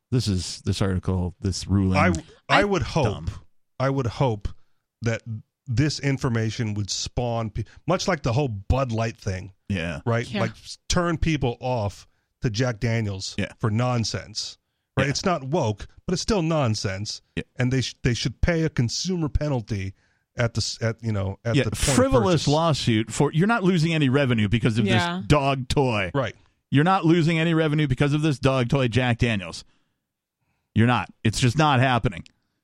Speaker 3: This is this article, this ruling.
Speaker 4: I I would hope I would hope that this information would spawn pe- much like the whole Bud Light thing,
Speaker 3: yeah.
Speaker 4: right?
Speaker 3: Yeah.
Speaker 4: Like s- turn people off to Jack Daniels for nonsense. Right? It's not woke, but it's still nonsense. And they sh- they should pay a consumer penalty at the s- at you know at
Speaker 3: yeah,
Speaker 4: the point of
Speaker 3: frivolous lawsuit for you're not losing any revenue because of
Speaker 4: Yeah.
Speaker 3: this dog toy.
Speaker 4: Right.
Speaker 3: You're not losing any revenue because of this dog toy Jack Daniels. You're not. It's just not happening.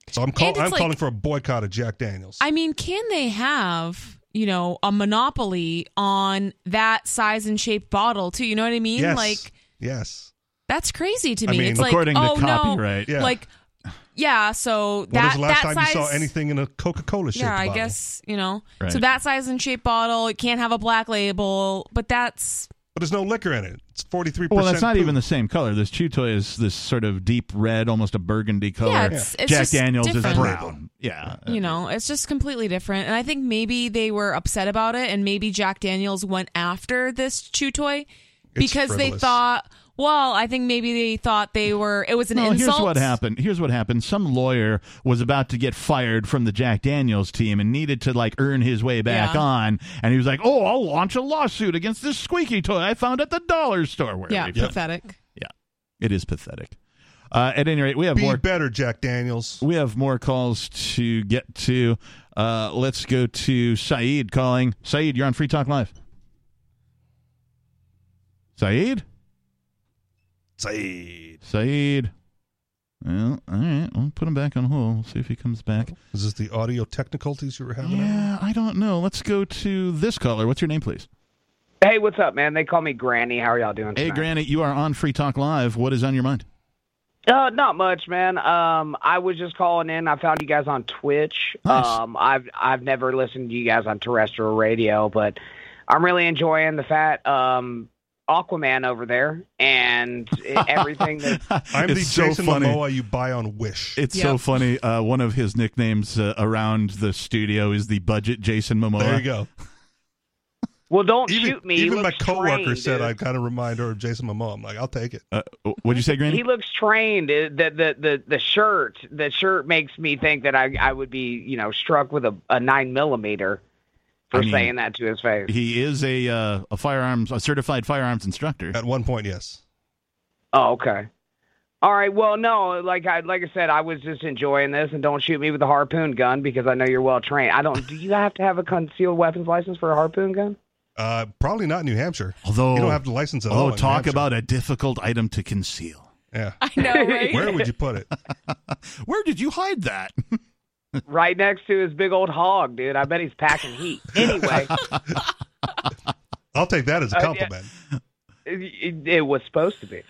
Speaker 4: So I'm
Speaker 2: call- And it's I'm like- calling
Speaker 4: for a boycott of Jack Daniels.
Speaker 2: I mean, can they have, you know, a monopoly on that size and shape bottle too? You know what I mean?
Speaker 4: Yes.
Speaker 2: Like
Speaker 4: yes.
Speaker 2: that's crazy to
Speaker 4: I
Speaker 2: me.
Speaker 4: mean,
Speaker 2: it's
Speaker 4: according to
Speaker 2: like, oh,
Speaker 4: copyright.
Speaker 2: No.
Speaker 4: Yeah.
Speaker 2: Like yeah, so
Speaker 4: When
Speaker 2: that
Speaker 4: was the
Speaker 2: that
Speaker 4: last time
Speaker 2: size
Speaker 4: you saw anything in a Coca-Cola shape?
Speaker 2: Yeah, I guess, you know.
Speaker 4: Right.
Speaker 2: So that size and shape bottle, it can't have a black label, but that's
Speaker 4: But there's no liquor in it. It's 43%.
Speaker 3: Well, that's not
Speaker 4: poop.
Speaker 3: even the same color. This chew toy is this sort of deep red, almost a burgundy color.
Speaker 2: it's- it's
Speaker 3: Jack
Speaker 2: just
Speaker 3: Daniels
Speaker 2: different.
Speaker 3: is brown. Yeah.
Speaker 2: you know, it's just completely different. And I think maybe they were upset about it, and maybe Jack Daniels went after this chew toy because they
Speaker 3: frivolous.
Speaker 2: thought. Well, I think maybe they thought they were. It was an
Speaker 3: No,
Speaker 2: insult.
Speaker 3: here's what happened. Here's what happened. Some lawyer was about to get fired from the Jack Daniels team and needed to like earn his way back
Speaker 2: Yeah.
Speaker 3: on, and he was like, "Oh, I'll launch a lawsuit against this squeaky toy I found at the dollar store." Where
Speaker 2: Yeah,
Speaker 3: we found-
Speaker 2: pathetic.
Speaker 3: Yeah, it is pathetic. Uh, at any rate, we have
Speaker 4: Be
Speaker 3: more
Speaker 4: better, Jack Daniels.
Speaker 3: We have more calls to get to. Uh, let's go to Saeed calling. Saeed, you're on Free Talk Live. Saeed.
Speaker 4: Saeed.
Speaker 3: Saeed. Well, all right. We'll put him back on hold. We'll see if he comes back.
Speaker 4: Is this the audio technicalities you were having?
Speaker 3: Yeah, I don't know. Let's go to this caller. What's your name, please?
Speaker 13: Hey, what's up, man? They call me Granny. How are y'all doing?
Speaker 3: Hey,
Speaker 13: tonight?
Speaker 3: Granny, you are on Free Talk Live. What is on your mind?
Speaker 13: Uh, not much, man. Um, I was just calling in. I found you guys on Twitch.
Speaker 3: Nice.
Speaker 13: Um, I've I've never listened to you guys on terrestrial radio, but I'm really enjoying the fat um Aquaman over there and everything that.
Speaker 4: I'm
Speaker 3: It's
Speaker 4: the
Speaker 3: so
Speaker 4: Jason
Speaker 3: funny.
Speaker 4: Momoa you buy on Wish.
Speaker 3: It's so funny. Uh, one of his nicknames uh, around the studio is the budget Jason Momoa.
Speaker 4: There you go.
Speaker 13: Well, don't
Speaker 4: shoot
Speaker 13: me. He
Speaker 4: Even my
Speaker 13: looks
Speaker 4: coworker
Speaker 13: trained,
Speaker 4: said
Speaker 13: dude.
Speaker 4: I got to remind her of Jason Momoa. I'm like, I'll take it.
Speaker 3: Uh, what'd you say, Granny?
Speaker 13: He looks trained. Uh, The, the the the shirt the shirt makes me think that I I would be you know struck with a, a nine millimeter for
Speaker 3: I mean,
Speaker 13: saying that to his face.
Speaker 3: He is a uh, a firearms a certified firearms instructor.
Speaker 4: At one point, yes.
Speaker 13: Oh, okay. All right. Well, no, like I like I said, I was just enjoying this, and don't shoot me with a harpoon gun because I know you're well trained. I don't. Do you have to have a concealed weapons license for a harpoon gun?
Speaker 4: Uh, probably not in New Hampshire.
Speaker 3: Although
Speaker 4: you don't have to license it.
Speaker 3: Although
Speaker 4: all in New
Speaker 3: Oh. talk
Speaker 4: Hampshire.
Speaker 3: about a difficult item to conceal.
Speaker 4: Yeah.
Speaker 2: I know, right?
Speaker 4: Where would you put it?
Speaker 3: Where did you hide that?
Speaker 13: right next to his big old hog, dude. I bet he's packing heat. Anyway,
Speaker 4: I'll take that as a
Speaker 13: Uh, yeah.
Speaker 4: compliment.
Speaker 13: it, it, it was supposed to be.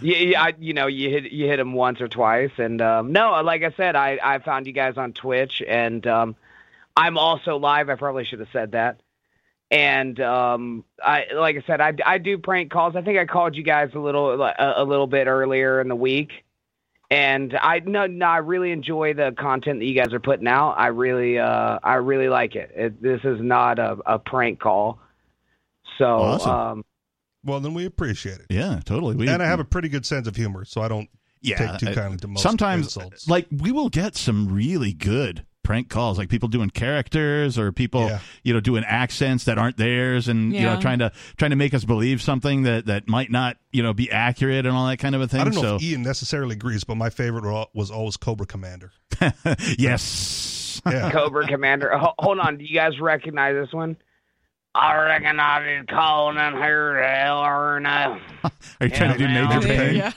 Speaker 13: Yeah, yeah, I, you know, you hit you hit him once or twice, and um, no, like I said, I I found you guys on Twitch, and um, I'm also live. I probably should have said that. And um, I like I said, I, I do prank calls. I think I called you guys a little uh, a, a little bit earlier in the week, and I no no, I really enjoy the content that you guys are putting out. I really uh I really like it. it this is not a, a prank call, so
Speaker 4: Awesome.
Speaker 13: um.
Speaker 4: Well, then we appreciate it.
Speaker 3: Yeah, totally. We,
Speaker 4: and I have a pretty good sense of humor, so I don't
Speaker 3: yeah,
Speaker 4: take too
Speaker 3: I-
Speaker 4: kindly to most
Speaker 3: sometimes
Speaker 4: insults.
Speaker 3: like we will get some really good prank calls like people doing characters or people you know doing accents that aren't theirs and you
Speaker 4: Yeah.
Speaker 3: know trying to trying to make us believe something that that might not you know be accurate and all that kind of a thing
Speaker 4: I don't know
Speaker 3: so
Speaker 4: if Ian necessarily agrees, but my favorite wa- was always Cobra Commander. e
Speaker 3: yes
Speaker 13: Cobra Commander. Ho- hold on, do you guys recognize this one? I reckon I did calling in here to hell or no.
Speaker 3: are you trying to do major pain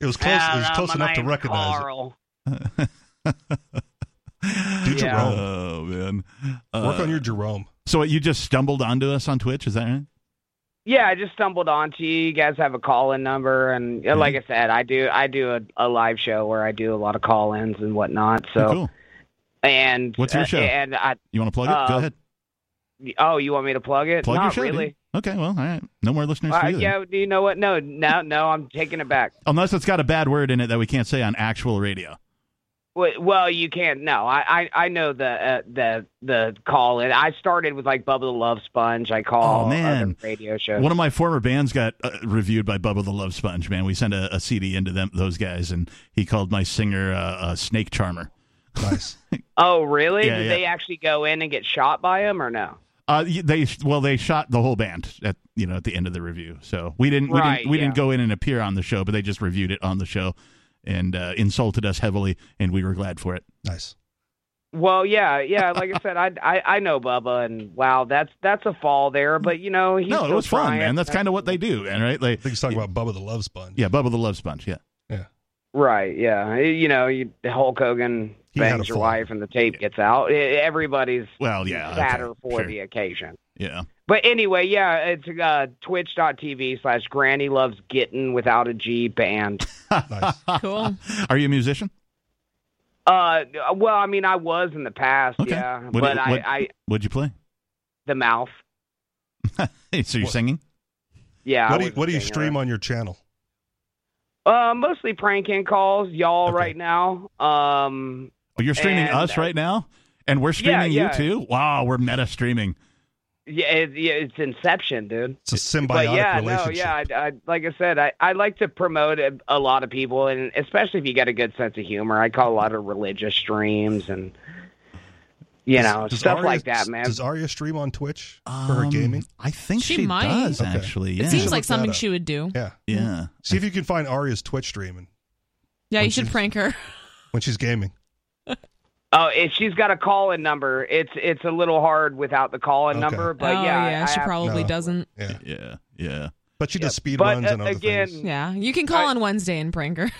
Speaker 4: It was close. it was
Speaker 13: Yeah,
Speaker 4: close
Speaker 13: Ah, my
Speaker 4: enough to
Speaker 13: name's
Speaker 4: recognize
Speaker 13: Carl.
Speaker 4: it. Do
Speaker 13: Yeah.
Speaker 4: Jerome.
Speaker 3: oh man
Speaker 4: Work
Speaker 3: Uh,
Speaker 4: on your Jerome.
Speaker 3: so what, you just stumbled onto us on twitch is that right
Speaker 13: Yeah, I just stumbled onto you. You guys have a call-in number, and uh, like I said, I do I do a, a live show where I do a lot of call-ins and whatnot. So,
Speaker 3: Oh, cool.
Speaker 13: and
Speaker 3: What's your
Speaker 13: uh,
Speaker 3: show?
Speaker 13: And I,
Speaker 3: you want to plug it go
Speaker 13: uh,
Speaker 3: ahead
Speaker 13: Oh, you want me to plug it?
Speaker 3: plug
Speaker 13: Not
Speaker 3: your show dude.
Speaker 13: really.
Speaker 3: okay well all right no more listeners
Speaker 13: Uh,
Speaker 3: for you then.
Speaker 13: yeah, do you know what? No, no, no. I'm taking it back.
Speaker 3: unless it's got a bad word in it that we can't say on actual radio
Speaker 13: Well, well, you can't. No, I, I, I know the uh, the the call in. I started with like Bubba the Love Sponge. I call
Speaker 3: Oh, man.
Speaker 13: other radio shows.
Speaker 3: One of my former bands got uh, reviewed by Bubba the Love Sponge. Man, we sent a, a CD into them those guys, and he called my singer uh, a snake charmer.
Speaker 4: Nice.
Speaker 13: oh, really?
Speaker 3: Yeah,
Speaker 13: Did
Speaker 3: yeah.
Speaker 13: they actually go in and get shot by him or no?
Speaker 3: uh, y- they well, they shot the whole band at you know at the end of the review. So we didn't we
Speaker 13: Right,
Speaker 3: didn't we
Speaker 13: yeah.
Speaker 3: didn't go in and appear on the show, but they just reviewed it on the show and uh, insulted us heavily, and we were glad for it.
Speaker 4: Nice.
Speaker 13: Well, yeah, yeah. Like I said, I, I I know Bubba, and wow, that's that's a fall there. But you know, he's
Speaker 3: no, Oh, it
Speaker 13: still
Speaker 3: was fun,
Speaker 13: trying.
Speaker 3: man. That's kind of what they do, and right? Like, I
Speaker 4: think he's talking about Bubba the Love Sponge.
Speaker 3: Yeah, Bubba the Love Sponge. Yeah.
Speaker 13: Right, yeah. You know, you, Hulk Hogan
Speaker 3: He had
Speaker 13: bangs
Speaker 3: a
Speaker 13: your
Speaker 3: fall.
Speaker 13: wife and the tape gets out. E- Everybody's
Speaker 3: Well, yeah,
Speaker 13: sadder
Speaker 3: okay,
Speaker 13: for
Speaker 3: sure.
Speaker 13: the occasion.
Speaker 3: Yeah.
Speaker 13: But anyway, yeah, it's uh, twitch.tv slash granny loves getting without a G band.
Speaker 2: cool.
Speaker 3: Are you a musician?
Speaker 13: Uh, well, I mean, I was in the past, yeah.
Speaker 3: What-
Speaker 13: but
Speaker 3: what-
Speaker 13: I, I,
Speaker 3: what'd you play?
Speaker 13: the mouth,
Speaker 3: so you're singing?
Speaker 13: yeah. I
Speaker 4: What do you,
Speaker 13: was a
Speaker 4: what do you
Speaker 13: singer.
Speaker 4: stream on your channel?
Speaker 13: Uh, mostly pranking calls, y'all, right now. Um,
Speaker 3: Oh, you're streaming
Speaker 13: and-
Speaker 3: us right now, and we're streaming you
Speaker 13: yeah.
Speaker 3: too. Wow, we're meta streaming.
Speaker 13: Yeah, it, yeah, it's Inception, dude.
Speaker 4: It's a symbiotic
Speaker 13: but yeah,
Speaker 4: relationship.
Speaker 13: no, yeah. I, I, like I said, I, I like to promote a, a lot of people, and especially if you got a good sense of humor. I call a lot of religious streams and you know stuff
Speaker 4: Arya-
Speaker 13: like that, man.
Speaker 4: Does Arya stream on Twitch for her
Speaker 3: Um,
Speaker 4: gaming?
Speaker 3: I think
Speaker 2: She she might. does,
Speaker 3: actually,
Speaker 2: It
Speaker 3: yeah.
Speaker 2: seems
Speaker 4: Look
Speaker 2: like
Speaker 4: that
Speaker 2: something
Speaker 4: up.
Speaker 2: she would do.
Speaker 4: Yeah.
Speaker 3: Yeah.
Speaker 4: See if you can find Arya's Twitch streaming
Speaker 2: Yeah,
Speaker 4: When
Speaker 2: you should
Speaker 4: she's-
Speaker 2: prank her.
Speaker 4: when she's gaming.
Speaker 13: Oh, it, she's got a call-in number. It's it's a little hard without the call-in
Speaker 4: Okay.
Speaker 13: number, but
Speaker 2: oh,
Speaker 13: yeah,
Speaker 2: yeah,
Speaker 13: I
Speaker 2: she
Speaker 13: have-
Speaker 2: probably
Speaker 4: No.
Speaker 2: doesn't.
Speaker 4: Yeah.
Speaker 3: Yeah. Yeah.
Speaker 4: But she does speed
Speaker 13: But,
Speaker 4: runs
Speaker 13: uh,
Speaker 4: and other
Speaker 13: again,
Speaker 4: things.
Speaker 2: Yeah, you can call on Wednesday and prank her.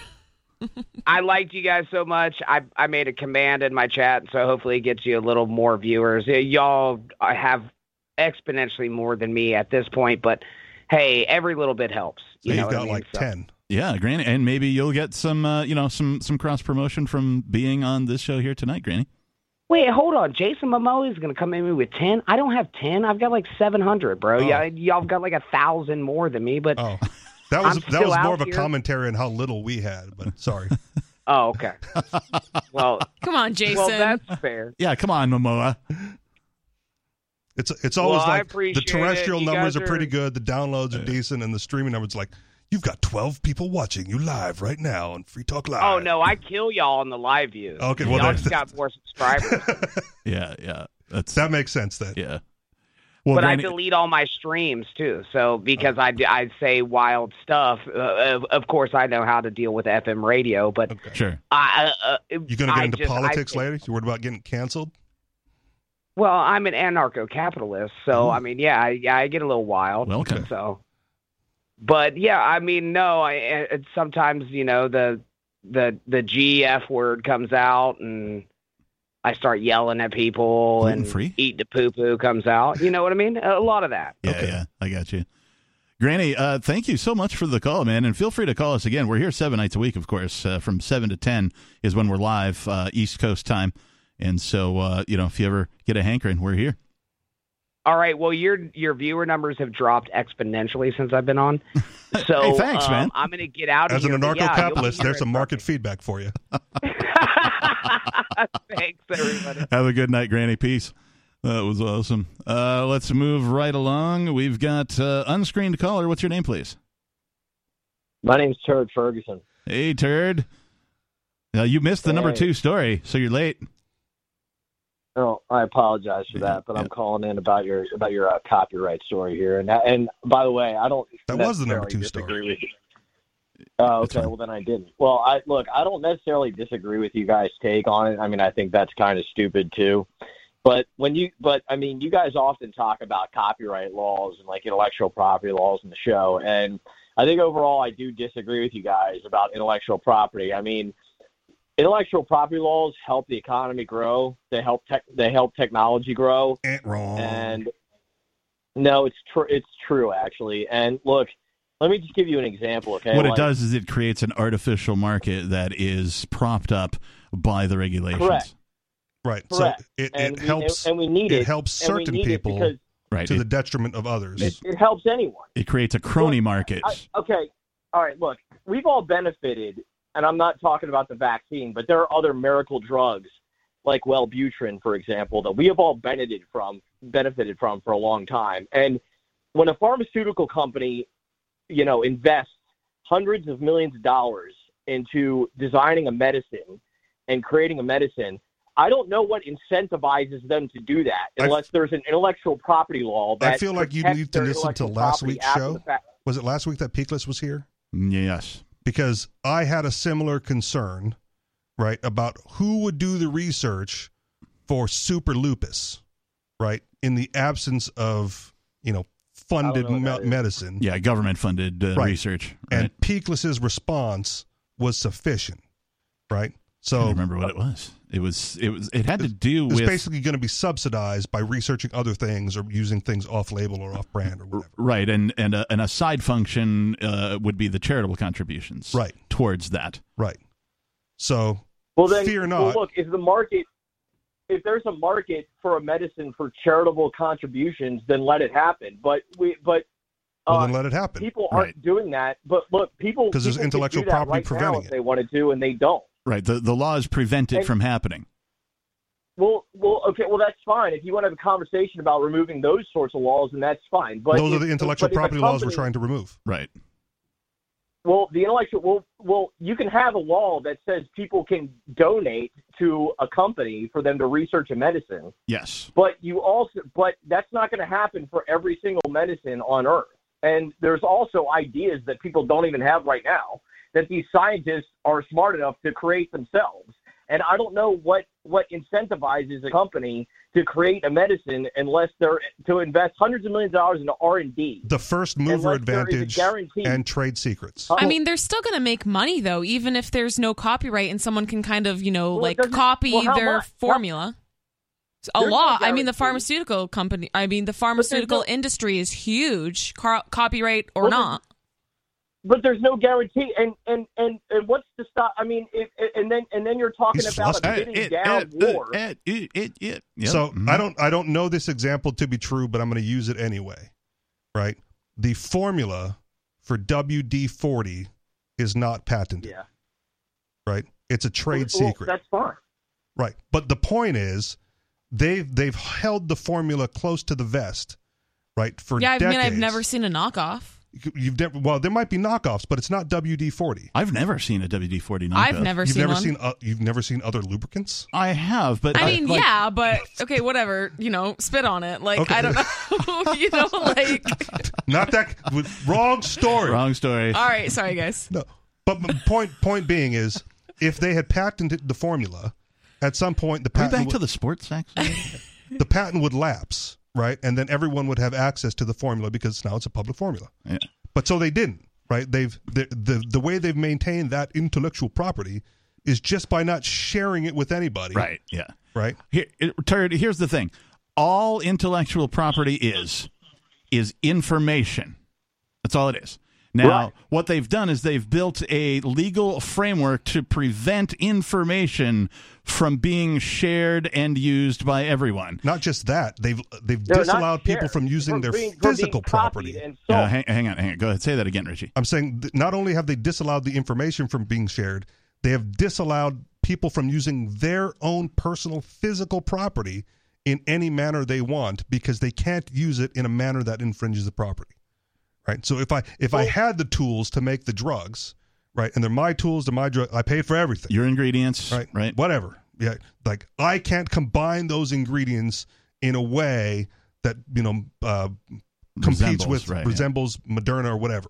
Speaker 13: I liked you guys so much. I I made a command in my chat, so hopefully it gets you a little more viewers. Y- Y'all uh, have exponentially more than me at this point, but hey, every little bit helps.
Speaker 4: So
Speaker 13: You know
Speaker 4: you've
Speaker 13: what I
Speaker 4: got
Speaker 13: mean?
Speaker 4: like
Speaker 13: So-
Speaker 4: 10.
Speaker 3: Yeah, Granny, and maybe you'll get some, uh, you know, some some cross promotion from being on this show here tonight, Granny.
Speaker 13: Wait, hold on. Jason Momoa is going to come at me with ten. I don't have ten. I've got like seven hundred, bro. Yeah, y'all got like a thousand more than me, but
Speaker 4: Oh. That was
Speaker 13: I'm
Speaker 4: that
Speaker 13: still
Speaker 4: was more
Speaker 13: out
Speaker 4: of a
Speaker 13: here.
Speaker 4: commentary on how little we had, but sorry.
Speaker 13: oh, okay. well,
Speaker 2: Come on, Jason.
Speaker 13: well, that's fair.
Speaker 3: Yeah, come on, Momoa.
Speaker 4: It's it's always
Speaker 13: Well, I
Speaker 4: like the
Speaker 13: appreciate
Speaker 4: terrestrial
Speaker 13: it. You
Speaker 4: numbers
Speaker 13: guys
Speaker 4: are pretty
Speaker 13: are-
Speaker 4: good, the downloads are decent, and the streaming numbers like you've got twelve people watching you live right now on Free Talk Live.
Speaker 13: Oh no, I kill y'all on the live views.
Speaker 4: Okay, well,
Speaker 13: y'all
Speaker 4: there-
Speaker 13: just got more subscribers.
Speaker 3: Yeah, yeah, that's
Speaker 4: that makes sense then.
Speaker 3: yeah. Well,
Speaker 13: but
Speaker 3: Granny,
Speaker 13: I delete all my streams too. So because I, I say wild stuff, uh, of, of course I know how to deal with FM radio, but
Speaker 3: sure.
Speaker 13: I, uh,
Speaker 4: You gonna get into politics
Speaker 13: I,
Speaker 4: later? You worried about getting canceled?
Speaker 13: Well, I'm an anarcho-capitalist, so I mean, yeah, I, yeah, I get a little wild.
Speaker 3: Welcome.
Speaker 13: So, but yeah, I mean, no, I it, sometimes you know the the the GF word comes out and. I start yelling at people
Speaker 3: Gluten-free?
Speaker 13: and eat the poo poo comes out. You know what I mean? A lot of that.
Speaker 3: Yeah, yeah, I got you. Granny, uh, thank you so much for the call, man, and feel free to call us again. We're here seven nights a week, of course, uh, from seven to ten is when we're live uh, East Coast time, and so uh, you know if you ever get a hankering, we're here.
Speaker 13: All right. Well, your your viewer numbers have dropped exponentially since I've been on. So
Speaker 3: Hey, thanks,
Speaker 13: um,
Speaker 3: man.
Speaker 13: I'm going to get out of
Speaker 4: As an
Speaker 13: here. but
Speaker 4: anarcho
Speaker 13: yeah, you'll
Speaker 4: capitalist,
Speaker 13: hear
Speaker 4: there's
Speaker 13: it
Speaker 4: some market feedback for you.
Speaker 13: from- Thanks, everybody.
Speaker 3: Have a good night, Granny. Peace. That was awesome. Uh, let's move right along. We've got uh, unscreened caller. What's your name, please?
Speaker 14: My name's Turd Ferguson.
Speaker 3: Hey, turd. Uh, you missed the number
Speaker 14: Hey.
Speaker 3: two story, so you're late.
Speaker 14: Oh, I apologize for that, but I'm calling in about your about your uh, copyright story here. And and by the way, I don't
Speaker 4: That was the number
Speaker 14: necessarily
Speaker 4: two
Speaker 14: disagree
Speaker 4: story.
Speaker 14: with you. Oh, okay. Well, then I didn't. Well, I look. I don't necessarily disagree with you guys' take on it. I mean, I think that's kind of stupid too. But when you, but I mean, you guys often talk about copyright laws and like intellectual property laws in the show, and I think overall I do disagree with you guys about intellectual property. I mean, intellectual property laws help the economy grow. They help tech. They help technology grow.
Speaker 4: Ain't wrong.
Speaker 14: And no, it's true. It's true actually. And look, let me just give you an example. Okay,
Speaker 3: what it
Speaker 14: Like-
Speaker 3: does is it creates an artificial market that is propped up by the regulations.
Speaker 14: Correct.
Speaker 4: Right.
Speaker 14: Correct.
Speaker 4: So it,
Speaker 14: And
Speaker 4: it
Speaker 14: we-
Speaker 4: helps
Speaker 14: and we need it,
Speaker 4: helps
Speaker 14: and we
Speaker 4: certain
Speaker 14: need it
Speaker 4: people
Speaker 14: because-
Speaker 3: Right.
Speaker 4: to
Speaker 3: It,
Speaker 4: the detriment of others.
Speaker 14: It, it helps anyone.
Speaker 3: it creates a crony market.
Speaker 14: I, okay, all right. Look, we've all benefited and I'm not talking about the vaccine, but there are other miracle drugs like Wellbutrin, for example, that we have all benefited from benefited from for a long time. And when a pharmaceutical company, you know, invests hundreds of millions of dollars into designing a medicine and creating a medicine, I don't know what incentivizes them to do that
Speaker 4: I-
Speaker 14: unless there's an intellectual property law. That
Speaker 4: I feel like you
Speaker 14: protects
Speaker 4: need to
Speaker 14: their
Speaker 4: listen to
Speaker 14: intellectual
Speaker 4: last
Speaker 14: property
Speaker 4: week's
Speaker 14: after the
Speaker 4: show.
Speaker 14: fact.
Speaker 4: Was it last week that Peakless was here?
Speaker 3: Yes.
Speaker 4: Because I had a similar concern, right, about who would do the research for super lupus, right, in the absence of, you know, funded me- medicine.
Speaker 3: Yeah, government funded uh,
Speaker 4: Right.
Speaker 3: research.
Speaker 4: And Peakless's response was sufficient, right? So
Speaker 3: I don't remember what it was. It was it was it had to do
Speaker 4: it's
Speaker 3: with
Speaker 4: basically going to be subsidized by researching other things or using things off label or off brand or whatever.
Speaker 3: right and and a, and a side function uh, would be the charitable contributions right towards that
Speaker 4: right. So
Speaker 14: Well, then,
Speaker 4: fear
Speaker 14: well,
Speaker 4: not.
Speaker 14: look, if the market, if there's a market for a medicine for charitable contributions, then let it happen. But we, but
Speaker 4: Well, then let it happen.
Speaker 14: Uh, People aren't doing that. But look, people
Speaker 4: 'Cause there's
Speaker 14: people could
Speaker 4: intellectual
Speaker 14: do that
Speaker 4: property
Speaker 14: right now
Speaker 4: preventing
Speaker 14: if They wanted to, and they don't.
Speaker 3: right the the laws prevent it
Speaker 14: And-
Speaker 3: from happening
Speaker 14: Well, well, okay, well that's fine. If you want to have a conversation about removing those sorts of laws, then that's fine. But
Speaker 4: Those
Speaker 14: if-
Speaker 4: are the intellectual
Speaker 14: but if a
Speaker 4: property laws we're
Speaker 14: company-
Speaker 4: trying to remove.
Speaker 3: Right.
Speaker 14: Well, the intellectual well, well, you can have a law that says people can donate to a company for them to research a medicine.
Speaker 3: yes
Speaker 14: But you also, but that's not going to happen for every single medicine on Earth. And there's also ideas that people don't even have right now that these scientists are smart enough to create themselves. And I don't know what what incentivizes a company to create a medicine unless they're to invest hundreds of millions of dollars into R and D.
Speaker 4: The first mover
Speaker 14: Unless there is a
Speaker 4: advantage
Speaker 14: guarantee.
Speaker 4: and trade secrets.
Speaker 14: Oh.
Speaker 2: I mean, they're still going to make money though, even if there's no copyright and someone can kind of, you know,
Speaker 14: Well, it
Speaker 2: like
Speaker 14: doesn't-
Speaker 2: copy
Speaker 14: well, how
Speaker 2: their
Speaker 14: much? How-
Speaker 2: formula. A
Speaker 14: There's no
Speaker 2: law. I mean, the
Speaker 14: guarantee.
Speaker 2: pharmaceutical company. I mean, the pharmaceutical industry is huge, car- copyright or
Speaker 14: Well, there's-
Speaker 2: not.
Speaker 14: But there's no guarantee, and and and, and what's to stop? I mean, if, and then and then you're talking
Speaker 4: He's
Speaker 14: about a
Speaker 4: flustered.
Speaker 14: bidding
Speaker 4: It- it-
Speaker 14: down
Speaker 4: it-
Speaker 14: war.
Speaker 4: So
Speaker 2: Mm-hmm.
Speaker 4: I don't I don't know this example to be true, but I'm going to use it anyway. Right? The formula for WD-40 is not patented.
Speaker 14: Yeah.
Speaker 4: Right? It's a trade
Speaker 14: Well,
Speaker 4: secret.
Speaker 14: That's fine.
Speaker 4: Right. But the point is they've they've held the formula close to the vest, right? For
Speaker 2: yeah, I
Speaker 4: decades.
Speaker 2: mean, I've never seen a knockoff.
Speaker 4: you've never well, there might be knockoffs, but it's not WD-40.
Speaker 3: I've never seen a WD-40 knockoff.
Speaker 2: I've never
Speaker 4: you've
Speaker 2: seen
Speaker 4: never
Speaker 2: one.
Speaker 4: seen uh, you've never seen other lubricants?
Speaker 3: I have, but
Speaker 2: I mean, yeah, but okay, whatever. You know, spit on it. Like
Speaker 4: Okay.
Speaker 2: I don't know. you know, like
Speaker 4: Not that with, wrong story.
Speaker 3: Wrong story.
Speaker 2: all right. Sorry, guys.
Speaker 4: No, but my point point being is, if they had patented the formula, at some point the
Speaker 3: Are we
Speaker 4: patent
Speaker 3: back
Speaker 4: would,
Speaker 3: to the sports section?
Speaker 4: the patent would lapse, right? And then everyone would have access to the formula because now it's a public formula.
Speaker 3: Yeah.
Speaker 4: But so they didn't, right? They've the the, the way they've maintained that intellectual property is just by not sharing it with anybody,
Speaker 3: Right. Yeah.
Speaker 4: Right.
Speaker 3: Here, it- Turd, here's the thing: all intellectual property is is information. That's all it is. Now,
Speaker 15: Right.
Speaker 3: what they've done is they've built a legal framework to prevent information from being shared and used by everyone.
Speaker 4: Not just that, they've they've
Speaker 3: No, not
Speaker 4: disallowed people
Speaker 3: shared.
Speaker 4: from using
Speaker 3: From
Speaker 4: their
Speaker 3: being- from being
Speaker 4: physical
Speaker 3: copied
Speaker 4: property.
Speaker 3: and sold. Uh, hang, hang on, hang on. Go ahead, say that again, Richie.
Speaker 4: I'm saying th- not only have they disallowed the information from being shared, they have disallowed people from using their own personal physical property in any manner they want because they can't use it in a manner that infringes the property. Right? So if I if I had the tools to make the drugs, right, and they're my tools, they're my drug I paid for everything.
Speaker 3: Your ingredients. Right. Right.
Speaker 4: Whatever. Yeah. Like I can't combine those ingredients in a way that, you know, uh, competes
Speaker 3: Resembles,
Speaker 4: with
Speaker 3: right, yeah.
Speaker 4: resembles Moderna or whatever,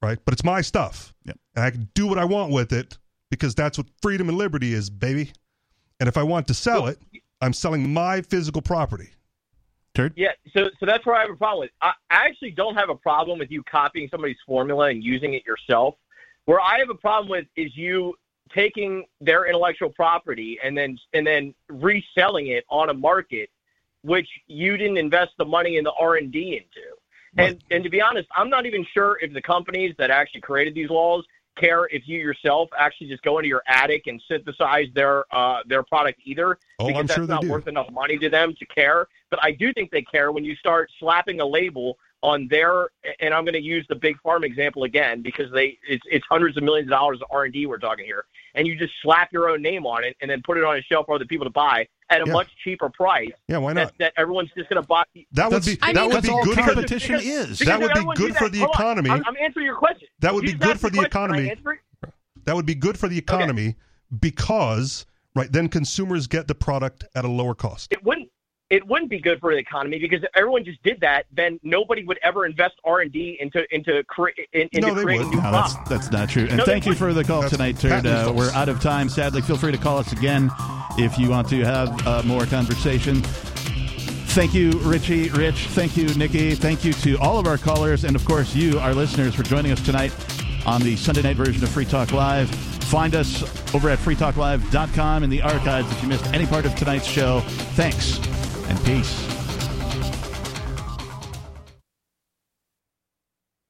Speaker 4: right? But it's my stuff, and I can do what I want with it because that's what freedom and liberty is, baby. And if I want to sell it, I'm selling my physical property.
Speaker 14: Yeah, so so that's where I have a problem with. I, I actually don't have a problem with you copying somebody's formula and using it yourself. Where I have a problem with is you taking their intellectual property and then and then reselling it on a market which you didn't invest the money in the R and D into. And and to be honest, I'm not even sure if the companies that actually created these laws care if you yourself actually just go into your attic and synthesize their uh, their product either
Speaker 4: Oh,
Speaker 14: because
Speaker 4: I'm
Speaker 14: that's
Speaker 4: sure they
Speaker 14: not
Speaker 4: do.
Speaker 14: worth enough money to them to care. But I do think they care when you start slapping a label on their and I'm going to use the big farm example again because they it's, it's hundreds of millions of dollars of R and D we're talking here, and you just slap your own name on it and then put it on a shelf for other people to buy at a
Speaker 4: Yeah.
Speaker 14: much cheaper price.
Speaker 4: Yeah, why
Speaker 14: that-
Speaker 4: not?
Speaker 14: That, everyone's just going to buy.
Speaker 4: That would be that would be good for That would be good for the economy.
Speaker 14: I'm, I'm answering your question.
Speaker 4: That would
Speaker 14: You
Speaker 4: be
Speaker 14: just
Speaker 4: good
Speaker 14: asked
Speaker 4: for
Speaker 14: me
Speaker 4: the
Speaker 14: a question. Can I
Speaker 4: economy.
Speaker 14: answer it?
Speaker 4: That would be good for the economy because right then consumers get the product at a lower cost.
Speaker 14: it wouldn't it wouldn't be good for the economy because if everyone just did that, then nobody would ever invest R and D into into, cre- in, into
Speaker 3: no, they
Speaker 14: creating
Speaker 3: would.
Speaker 14: new
Speaker 3: No,
Speaker 14: products.
Speaker 3: that's that's not true. And
Speaker 14: No, they
Speaker 3: thank you for the call tonight, Turd.
Speaker 14: patently
Speaker 3: Uh,
Speaker 14: false.
Speaker 3: we're out of time, sadly. Feel free to call us again if you want to have uh, more conversation. Thank you, Richie, Rich. Thank you, Nikki. Thank you to all of our callers and, of course, you, our listeners, for joining us tonight on the Sunday night version of Free Talk Live. Find us over at freetalklive.com in the archives if you missed any part of tonight's show. Thanks and peace.